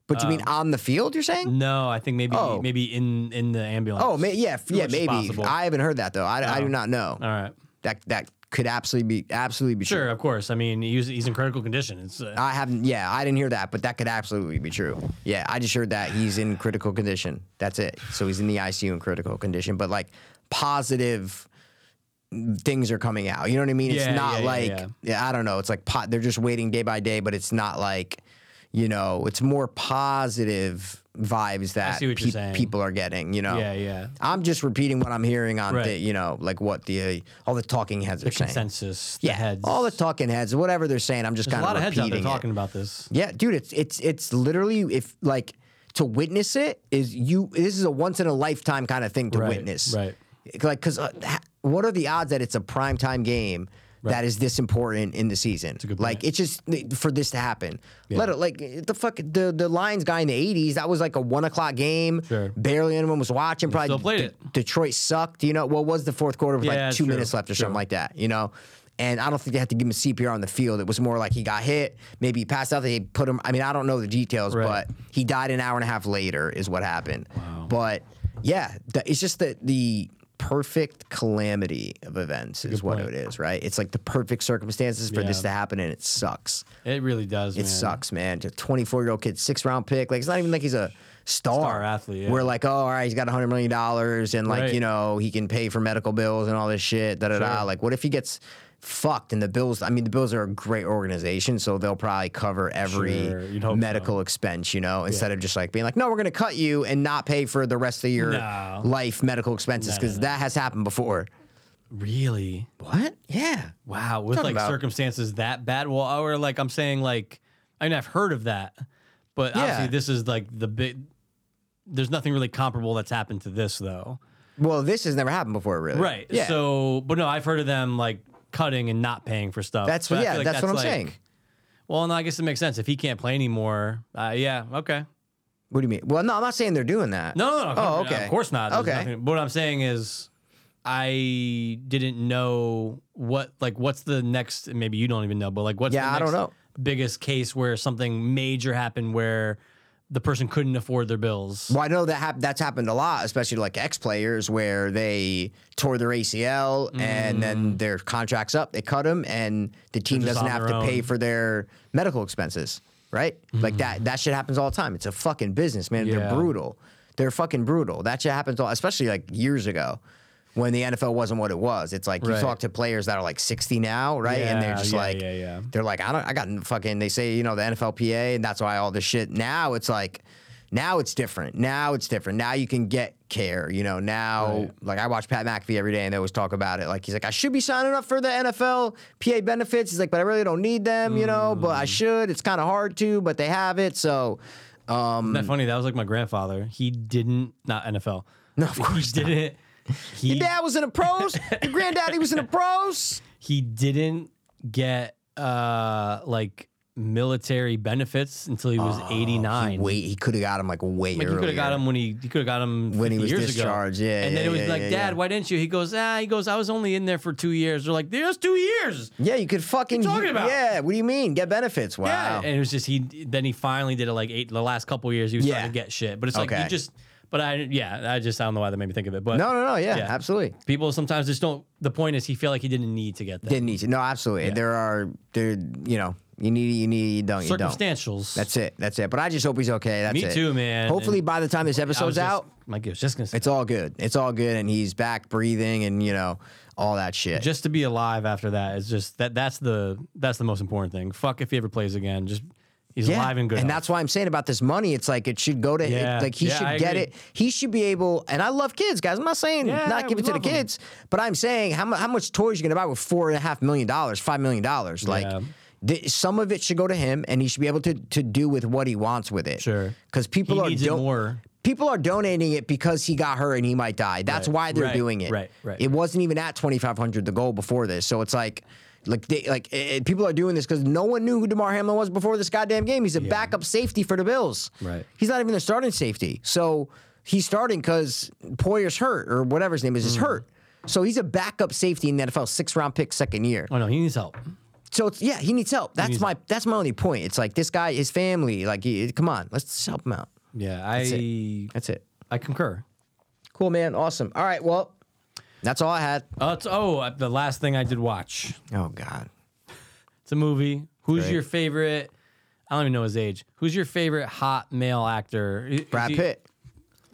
[SPEAKER 2] But you
[SPEAKER 3] um,
[SPEAKER 2] mean on the field? You're saying?
[SPEAKER 3] No, I think maybe
[SPEAKER 2] Oh.
[SPEAKER 3] maybe in in the ambulance.
[SPEAKER 2] Oh, ma- yeah, f- yeah,
[SPEAKER 3] Which is
[SPEAKER 2] maybe.
[SPEAKER 3] possible.
[SPEAKER 2] I haven't heard that though. I, I do not know.
[SPEAKER 3] All right.
[SPEAKER 2] That that could absolutely be absolutely be
[SPEAKER 3] Sure,
[SPEAKER 2] true.
[SPEAKER 3] of course. I mean, he's, he's in critical condition. It's uh,
[SPEAKER 2] I haven't. Yeah, I didn't hear that, but that could absolutely be true. Yeah, I just heard that he's in critical condition. That's it. So he's in the ICU in critical condition, but like positive things are coming out. You know what I mean? It's
[SPEAKER 3] Yeah,
[SPEAKER 2] not
[SPEAKER 3] yeah, yeah,
[SPEAKER 2] like
[SPEAKER 3] yeah.
[SPEAKER 2] I don't know. It's like po- they're just waiting day by day, but it's not like you know. It's more positive vibes that
[SPEAKER 3] see what you're saying.
[SPEAKER 2] people are getting. You know.
[SPEAKER 3] yeah, yeah.
[SPEAKER 2] I'm just repeating what I'm hearing on
[SPEAKER 3] Right.
[SPEAKER 2] the, you know, like what the uh, all the talking heads are saying.
[SPEAKER 3] Consensus. The
[SPEAKER 2] yeah,
[SPEAKER 3] heads.
[SPEAKER 2] all the talking heads, whatever they're saying, I'm just
[SPEAKER 3] There's
[SPEAKER 2] kind
[SPEAKER 3] a lot of heads
[SPEAKER 2] repeating
[SPEAKER 3] out there
[SPEAKER 2] it.
[SPEAKER 3] talking about this.
[SPEAKER 2] Yeah, dude, it's it's it's literally if like to witness it is you. This is a once in a lifetime kind of thing to
[SPEAKER 3] Right,
[SPEAKER 2] witness, uh,
[SPEAKER 3] right.
[SPEAKER 2] Like, because what are the odds that it's a primetime game that is this important in the season. Like it's just for this to happen. Let it like the fuck the the Lions guy in the eighties. That was like a one o'clock game.
[SPEAKER 3] Sure.
[SPEAKER 2] Barely anyone was watching. Probably
[SPEAKER 3] still played
[SPEAKER 2] De-
[SPEAKER 3] it.
[SPEAKER 2] Detroit sucked. You know, well, it was the fourth quarter with
[SPEAKER 3] Yeah,
[SPEAKER 2] like two
[SPEAKER 3] true,
[SPEAKER 2] minutes left or something like that. You know. And I don't think they had to give him CPR on the field. It was more like he got hit, maybe he passed out. They put him. I mean, I don't know the details,
[SPEAKER 3] Right.
[SPEAKER 2] but he died an hour and a half later, is what happened. But yeah, the, it's just that the perfect calamity of events is what
[SPEAKER 3] point.
[SPEAKER 2] it is, right? It's like the perfect circumstances for this
[SPEAKER 3] Yeah.
[SPEAKER 2] to happen, and it sucks.
[SPEAKER 3] It really does.
[SPEAKER 2] It sucks, man. A 24 year old kid, six round pick. Like, it's not even like he's a star,
[SPEAKER 3] Star athlete, yeah.
[SPEAKER 2] We're like, oh, all right, he's got $100 million, and like,
[SPEAKER 3] Right.
[SPEAKER 2] you know, he can pay for medical bills and all this shit, da da da.
[SPEAKER 3] Sure.
[SPEAKER 2] Like, what if he gets fucked and the Bills, I mean, the Bills are a great organization, so they'll probably cover every
[SPEAKER 3] Sure, you'd hope
[SPEAKER 2] medical expense, you know, instead of just like being like, no, we're going to cut you and not pay for the rest of your
[SPEAKER 3] No.
[SPEAKER 2] life medical expenses,
[SPEAKER 3] no,
[SPEAKER 2] because that has happened before.
[SPEAKER 3] Really?
[SPEAKER 2] What? Yeah.
[SPEAKER 3] Wow. With
[SPEAKER 2] Talking
[SPEAKER 3] like
[SPEAKER 2] about-
[SPEAKER 3] circumstances that bad. Well, or like I'm saying, like I mean, I've heard of that, but
[SPEAKER 2] Yeah.
[SPEAKER 3] obviously this is like the big. There's nothing really comparable that's happened to this though.
[SPEAKER 2] Well, this has never happened before, really.
[SPEAKER 3] Right.
[SPEAKER 2] Yeah.
[SPEAKER 3] So, but no, I've heard of them like cutting and not paying for stuff.
[SPEAKER 2] That's
[SPEAKER 3] but I
[SPEAKER 2] yeah.
[SPEAKER 3] feel like
[SPEAKER 2] that's, what I'm
[SPEAKER 3] like-
[SPEAKER 2] saying.
[SPEAKER 3] Well, no, I guess it makes sense if he can't play anymore. Uh, yeah. Okay.
[SPEAKER 2] What do you mean? Well, no, I'm not saying they're doing that.
[SPEAKER 3] No, no, no.
[SPEAKER 2] Oh,
[SPEAKER 3] of-
[SPEAKER 2] okay.
[SPEAKER 3] Of course not. There's
[SPEAKER 2] Okay.
[SPEAKER 3] nothing- what I'm saying is, I didn't know what like what's the next. Maybe you don't even know, but like what's
[SPEAKER 2] Yeah,
[SPEAKER 3] the
[SPEAKER 2] I don't
[SPEAKER 3] next
[SPEAKER 2] know.
[SPEAKER 3] biggest case where something major happened where the person couldn't afford their bills.
[SPEAKER 2] Well, I know that hap- that's happened a lot, especially to, like ex players where they tore their ACL and then their contract's up, they cut them, and the team
[SPEAKER 3] Mm. They're just
[SPEAKER 2] doesn't
[SPEAKER 3] on
[SPEAKER 2] have
[SPEAKER 3] their
[SPEAKER 2] to pay
[SPEAKER 3] own.
[SPEAKER 2] for their medical expenses, right? Like that that shit happens all the time. It's a fucking business, man.
[SPEAKER 3] Mm. Yeah.
[SPEAKER 2] They're brutal. They're fucking brutal. That shit happens all, especially like years ago. When the NFL wasn't what it was, it's like you
[SPEAKER 3] Right.
[SPEAKER 2] talk to players that are like 60 now, right? and they're
[SPEAKER 3] Yeah,
[SPEAKER 2] just
[SPEAKER 3] yeah,
[SPEAKER 2] like,
[SPEAKER 3] yeah, yeah.
[SPEAKER 2] They're like, I don't, I got n- fucking, they say, you know, the NFLPA, and that's why all this shit. Now it's like, now it's different. Now it's different. Now you can get care, you know. Now,
[SPEAKER 3] Right.
[SPEAKER 2] like, I watch Pat McAfee every day, and they always talk about it. Like, he's like, I should be signing up for the NFL PA benefits. He's like, but I really don't need them, you know, but
[SPEAKER 3] Mm.
[SPEAKER 2] I should. It's kind of hard to, but they have it. So, um,
[SPEAKER 3] Isn't that funny? That was like my grandfather. He didn't not NFL.
[SPEAKER 2] No, of course
[SPEAKER 3] he didn't. He
[SPEAKER 2] dad was in the pros. Your granddaddy was in the pros.
[SPEAKER 3] he didn't get uh like military benefits until he was 89.
[SPEAKER 2] Wait, he could have got him like way
[SPEAKER 3] Like
[SPEAKER 2] Oh, earlier.
[SPEAKER 3] he could have got him when he, he could have got him
[SPEAKER 2] When he
[SPEAKER 3] 50
[SPEAKER 2] was
[SPEAKER 3] years
[SPEAKER 2] discharged,
[SPEAKER 3] ago.
[SPEAKER 2] yeah,
[SPEAKER 3] and then
[SPEAKER 2] yeah,
[SPEAKER 3] it was
[SPEAKER 2] yeah,
[SPEAKER 3] like,
[SPEAKER 2] yeah,
[SPEAKER 3] Dad,
[SPEAKER 2] yeah.
[SPEAKER 3] why didn't you? He goes, Ah, he goes, I was only in there for two years. They're like, There's two years.
[SPEAKER 2] Yeah, you could fucking.
[SPEAKER 3] talking about?
[SPEAKER 2] Yeah, what do you mean? Get benefits? Wow.
[SPEAKER 3] Yeah, and it was just he. Then he finally did it like eight. The last couple years, he was
[SPEAKER 2] Yeah.
[SPEAKER 3] starting to get shit. But it's like
[SPEAKER 2] Okay.
[SPEAKER 3] you just. But I yeah, I just I don't know why that made me think of it. But
[SPEAKER 2] no, no, no. Yeah,
[SPEAKER 3] Yeah.
[SPEAKER 2] absolutely.
[SPEAKER 3] people sometimes just don't. The point is, he felt like he didn't need to get that.
[SPEAKER 2] Didn't need to. No, absolutely. There are there. You know, you need. You need. You don't. You don't.
[SPEAKER 3] Circumstantials.
[SPEAKER 2] That's it. That's it. But I just hope he's okay. That's
[SPEAKER 3] Me
[SPEAKER 2] it.
[SPEAKER 3] too, man.
[SPEAKER 2] Hopefully,
[SPEAKER 3] And
[SPEAKER 2] by the time this
[SPEAKER 3] I was
[SPEAKER 2] episode's
[SPEAKER 3] just-
[SPEAKER 2] out,
[SPEAKER 3] My God, just gonna say,
[SPEAKER 2] it's all good. It's all good, and he's back breathing, and you know, all that shit.
[SPEAKER 3] just to be alive after that is just that. That's the that's the most important thing. Fuck if he ever plays again. Just he's
[SPEAKER 2] Yeah,
[SPEAKER 3] alive and good.
[SPEAKER 2] And
[SPEAKER 3] health.
[SPEAKER 2] that's why I'm saying about this money. It's like it should go to
[SPEAKER 3] Yeah,
[SPEAKER 2] it, like he
[SPEAKER 3] yeah,
[SPEAKER 2] should
[SPEAKER 3] I
[SPEAKER 2] get
[SPEAKER 3] agree.
[SPEAKER 2] it. He should be able. And I love kids, guys. I'm not saying
[SPEAKER 3] Yeah,
[SPEAKER 2] not give
[SPEAKER 3] we
[SPEAKER 2] it to the
[SPEAKER 3] love 'em.
[SPEAKER 2] kids, but I'm saying how, mu- how much toys you gonna buy with four and a half million dollars, five million dollars? Like
[SPEAKER 3] Yeah.
[SPEAKER 2] th- some of it should go to him, and he should be able to to do with what he wants with it.
[SPEAKER 3] Sure.
[SPEAKER 2] because people
[SPEAKER 3] He
[SPEAKER 2] are
[SPEAKER 3] needs it
[SPEAKER 2] don-
[SPEAKER 3] more.
[SPEAKER 2] People are donating it because he got hurt and he might die. That's
[SPEAKER 3] Right,
[SPEAKER 2] why they're
[SPEAKER 3] right,
[SPEAKER 2] doing it.
[SPEAKER 3] right, right.
[SPEAKER 2] It wasn't even at 2500 the goal before this so it's like like they, like eh, eh, people are doing this because no one knew who Demar Hamlin was before this goddamn game. He's a backup safety for the Bills.
[SPEAKER 3] Right.
[SPEAKER 2] He's not even their starting safety. So he's starting because Poyer's hurt or whatever his name is is
[SPEAKER 3] Mm.
[SPEAKER 2] hurt. So he's a backup safety in the NFL, six round pick, second year.
[SPEAKER 3] Oh no, he needs help.
[SPEAKER 2] So it's, yeah, he needs help. That's my that's my only point. It's like this guy, his family, like he, come on, let's just help him out.
[SPEAKER 3] Yeah, I
[SPEAKER 2] That's it.
[SPEAKER 3] I concur.
[SPEAKER 2] Cool man, awesome. All right, well, that's all I had.
[SPEAKER 3] Uh, it's, oh, uh, the last thing I did watch.
[SPEAKER 2] Oh God.
[SPEAKER 3] It's a movie. Who's
[SPEAKER 2] Great.
[SPEAKER 3] your favorite? I don't even know his age. Who's your favorite hot male actor? Is- is
[SPEAKER 2] Brad
[SPEAKER 3] he-
[SPEAKER 2] Pitt.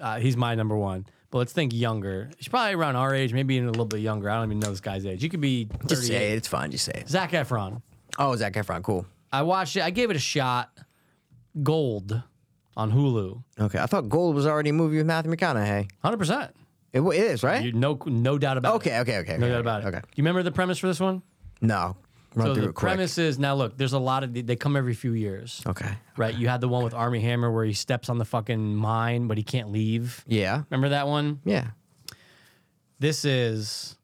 [SPEAKER 3] Uh, he's my number one. But let's think younger. He's probably around our age, maybe even a little bit younger. I don't even know this guy's age. You could be
[SPEAKER 2] Just say
[SPEAKER 3] 38.
[SPEAKER 2] it. It's fine. Just say it.
[SPEAKER 3] Zach Efron.
[SPEAKER 2] Oh, Zach Efron. Cool.
[SPEAKER 3] I watched it. I gave it a shot. Gold on Hulu.
[SPEAKER 2] Okay. I thought Gold was already a movie with Matthew McConaughey.
[SPEAKER 3] 100%.
[SPEAKER 2] It, wa- it is, right?
[SPEAKER 3] You, no, no doubt about it.
[SPEAKER 2] okay, okay, okay.
[SPEAKER 3] No
[SPEAKER 2] okay,
[SPEAKER 3] doubt about it.
[SPEAKER 2] Okay.
[SPEAKER 3] Do you remember the premise for this one?
[SPEAKER 2] No. Run
[SPEAKER 3] so
[SPEAKER 2] through
[SPEAKER 3] the
[SPEAKER 2] it quick.
[SPEAKER 3] premise is now look, there's a lot of, they come every few years.
[SPEAKER 2] Okay.
[SPEAKER 3] Right? You had the one with Army Hammer where he steps on the fucking mine, but he can't leave.
[SPEAKER 2] Yeah.
[SPEAKER 3] Remember that one?
[SPEAKER 2] Yeah.
[SPEAKER 3] This is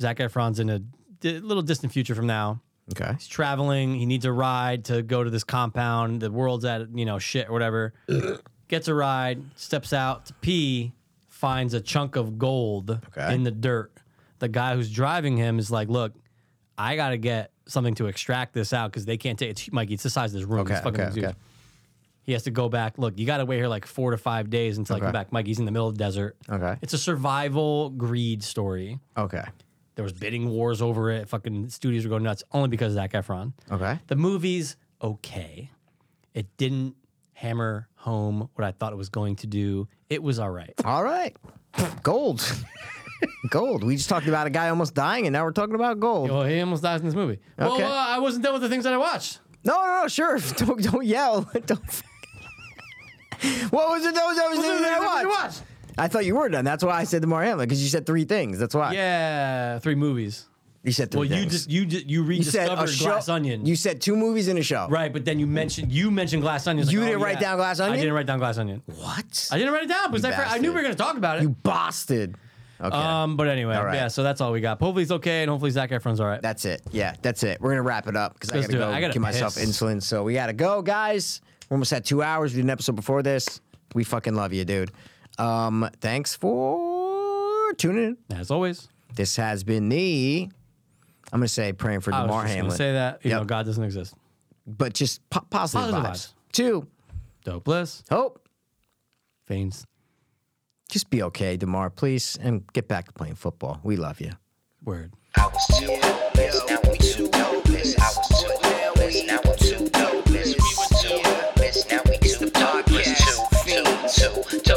[SPEAKER 3] Zach Efron's in a di- little distant future from now.
[SPEAKER 2] Okay.
[SPEAKER 3] He's traveling. He needs a ride to go to this compound. The world's at you know shit or whatever. Gets a ride. Steps out to pee. Finds a chunk of gold
[SPEAKER 2] Okay.
[SPEAKER 3] in the dirt. The guy who's driving him is like, "Look, I gotta get something to extract this out because they can't take it. Mikey, it's the size of this room.
[SPEAKER 2] Okay.
[SPEAKER 3] It's fucking
[SPEAKER 2] Okay.
[SPEAKER 3] huge.
[SPEAKER 2] Okay.
[SPEAKER 3] He has to go back. Look, you got to wait here like four to five days until I come
[SPEAKER 2] Okay.
[SPEAKER 3] back. Mike, he's in the middle of the desert.
[SPEAKER 2] Okay.
[SPEAKER 3] It's a survival greed story.
[SPEAKER 2] Okay.
[SPEAKER 3] There was bidding wars over it. Fucking studios were going nuts only because of Zac Efron.
[SPEAKER 2] Okay.
[SPEAKER 3] The movie's okay. It didn't hammer home what I thought it was going to do. It was all right.
[SPEAKER 2] All right. Gold. gold. We just talked about a guy almost dying, and now we're talking about gold.
[SPEAKER 3] Well, he almost dies in this movie. Well,
[SPEAKER 2] Okay.
[SPEAKER 3] uh, I wasn't done with the things that I watched.
[SPEAKER 2] No, no, no, sure. Don't, don't yell. Don't. what was it? That was, that was the
[SPEAKER 3] Things
[SPEAKER 2] thing
[SPEAKER 3] that
[SPEAKER 2] I
[SPEAKER 3] I
[SPEAKER 2] watched.
[SPEAKER 3] watched.
[SPEAKER 2] I thought you were done. That's why I said the more Hamlet because you said three things. That's why.
[SPEAKER 3] Yeah, three movies.
[SPEAKER 2] You said three
[SPEAKER 3] Well, you
[SPEAKER 2] things.
[SPEAKER 3] just you just you
[SPEAKER 2] you said a
[SPEAKER 3] rediscovered
[SPEAKER 2] show.
[SPEAKER 3] Glass Onion.
[SPEAKER 2] You said two movies in a show.
[SPEAKER 3] Right, but then you mentioned you mentioned glass onions.
[SPEAKER 2] You didn't write down Glass Onion?
[SPEAKER 3] oh, I didn't write down glass onion.
[SPEAKER 2] What?
[SPEAKER 3] I didn't write it down because I, fr- I knew we were going to talk about it.
[SPEAKER 2] you bastard. Okay.
[SPEAKER 3] um, but anyway,
[SPEAKER 2] right.
[SPEAKER 3] yeah. So that's all we got. Hopefully he's okay, and hopefully Zach Efron's all right.
[SPEAKER 2] that's it. Yeah, that's it. We're gonna wrap it up because I
[SPEAKER 3] Let's
[SPEAKER 2] gotta
[SPEAKER 3] do it.
[SPEAKER 2] go
[SPEAKER 3] I gotta
[SPEAKER 2] give myself
[SPEAKER 3] piss.
[SPEAKER 2] insulin. So we gotta go, guys. We're almost at two hours. We did an episode before this. We fucking love you, dude. Um, thanks for tuning in.
[SPEAKER 3] As always,
[SPEAKER 2] This has been the. I'm gonna say praying for
[SPEAKER 3] I was
[SPEAKER 2] Demar
[SPEAKER 3] just going
[SPEAKER 2] Hamlin,
[SPEAKER 3] to say that you
[SPEAKER 2] Yep.
[SPEAKER 3] know God doesn't exist.
[SPEAKER 2] but just po- positive,
[SPEAKER 3] Positive
[SPEAKER 2] vibes.
[SPEAKER 3] vibes.
[SPEAKER 2] Two,
[SPEAKER 3] Dopeless
[SPEAKER 2] hope.
[SPEAKER 3] veins.
[SPEAKER 2] Just be okay, Demar, please, and get back to playing football. We love you.
[SPEAKER 3] Word.
[SPEAKER 1] I was too hopeless, now we too hopeless. I was too hopeless, now I'm too hopeless. We were too hopeless, now we too hopeless. Two fiends, two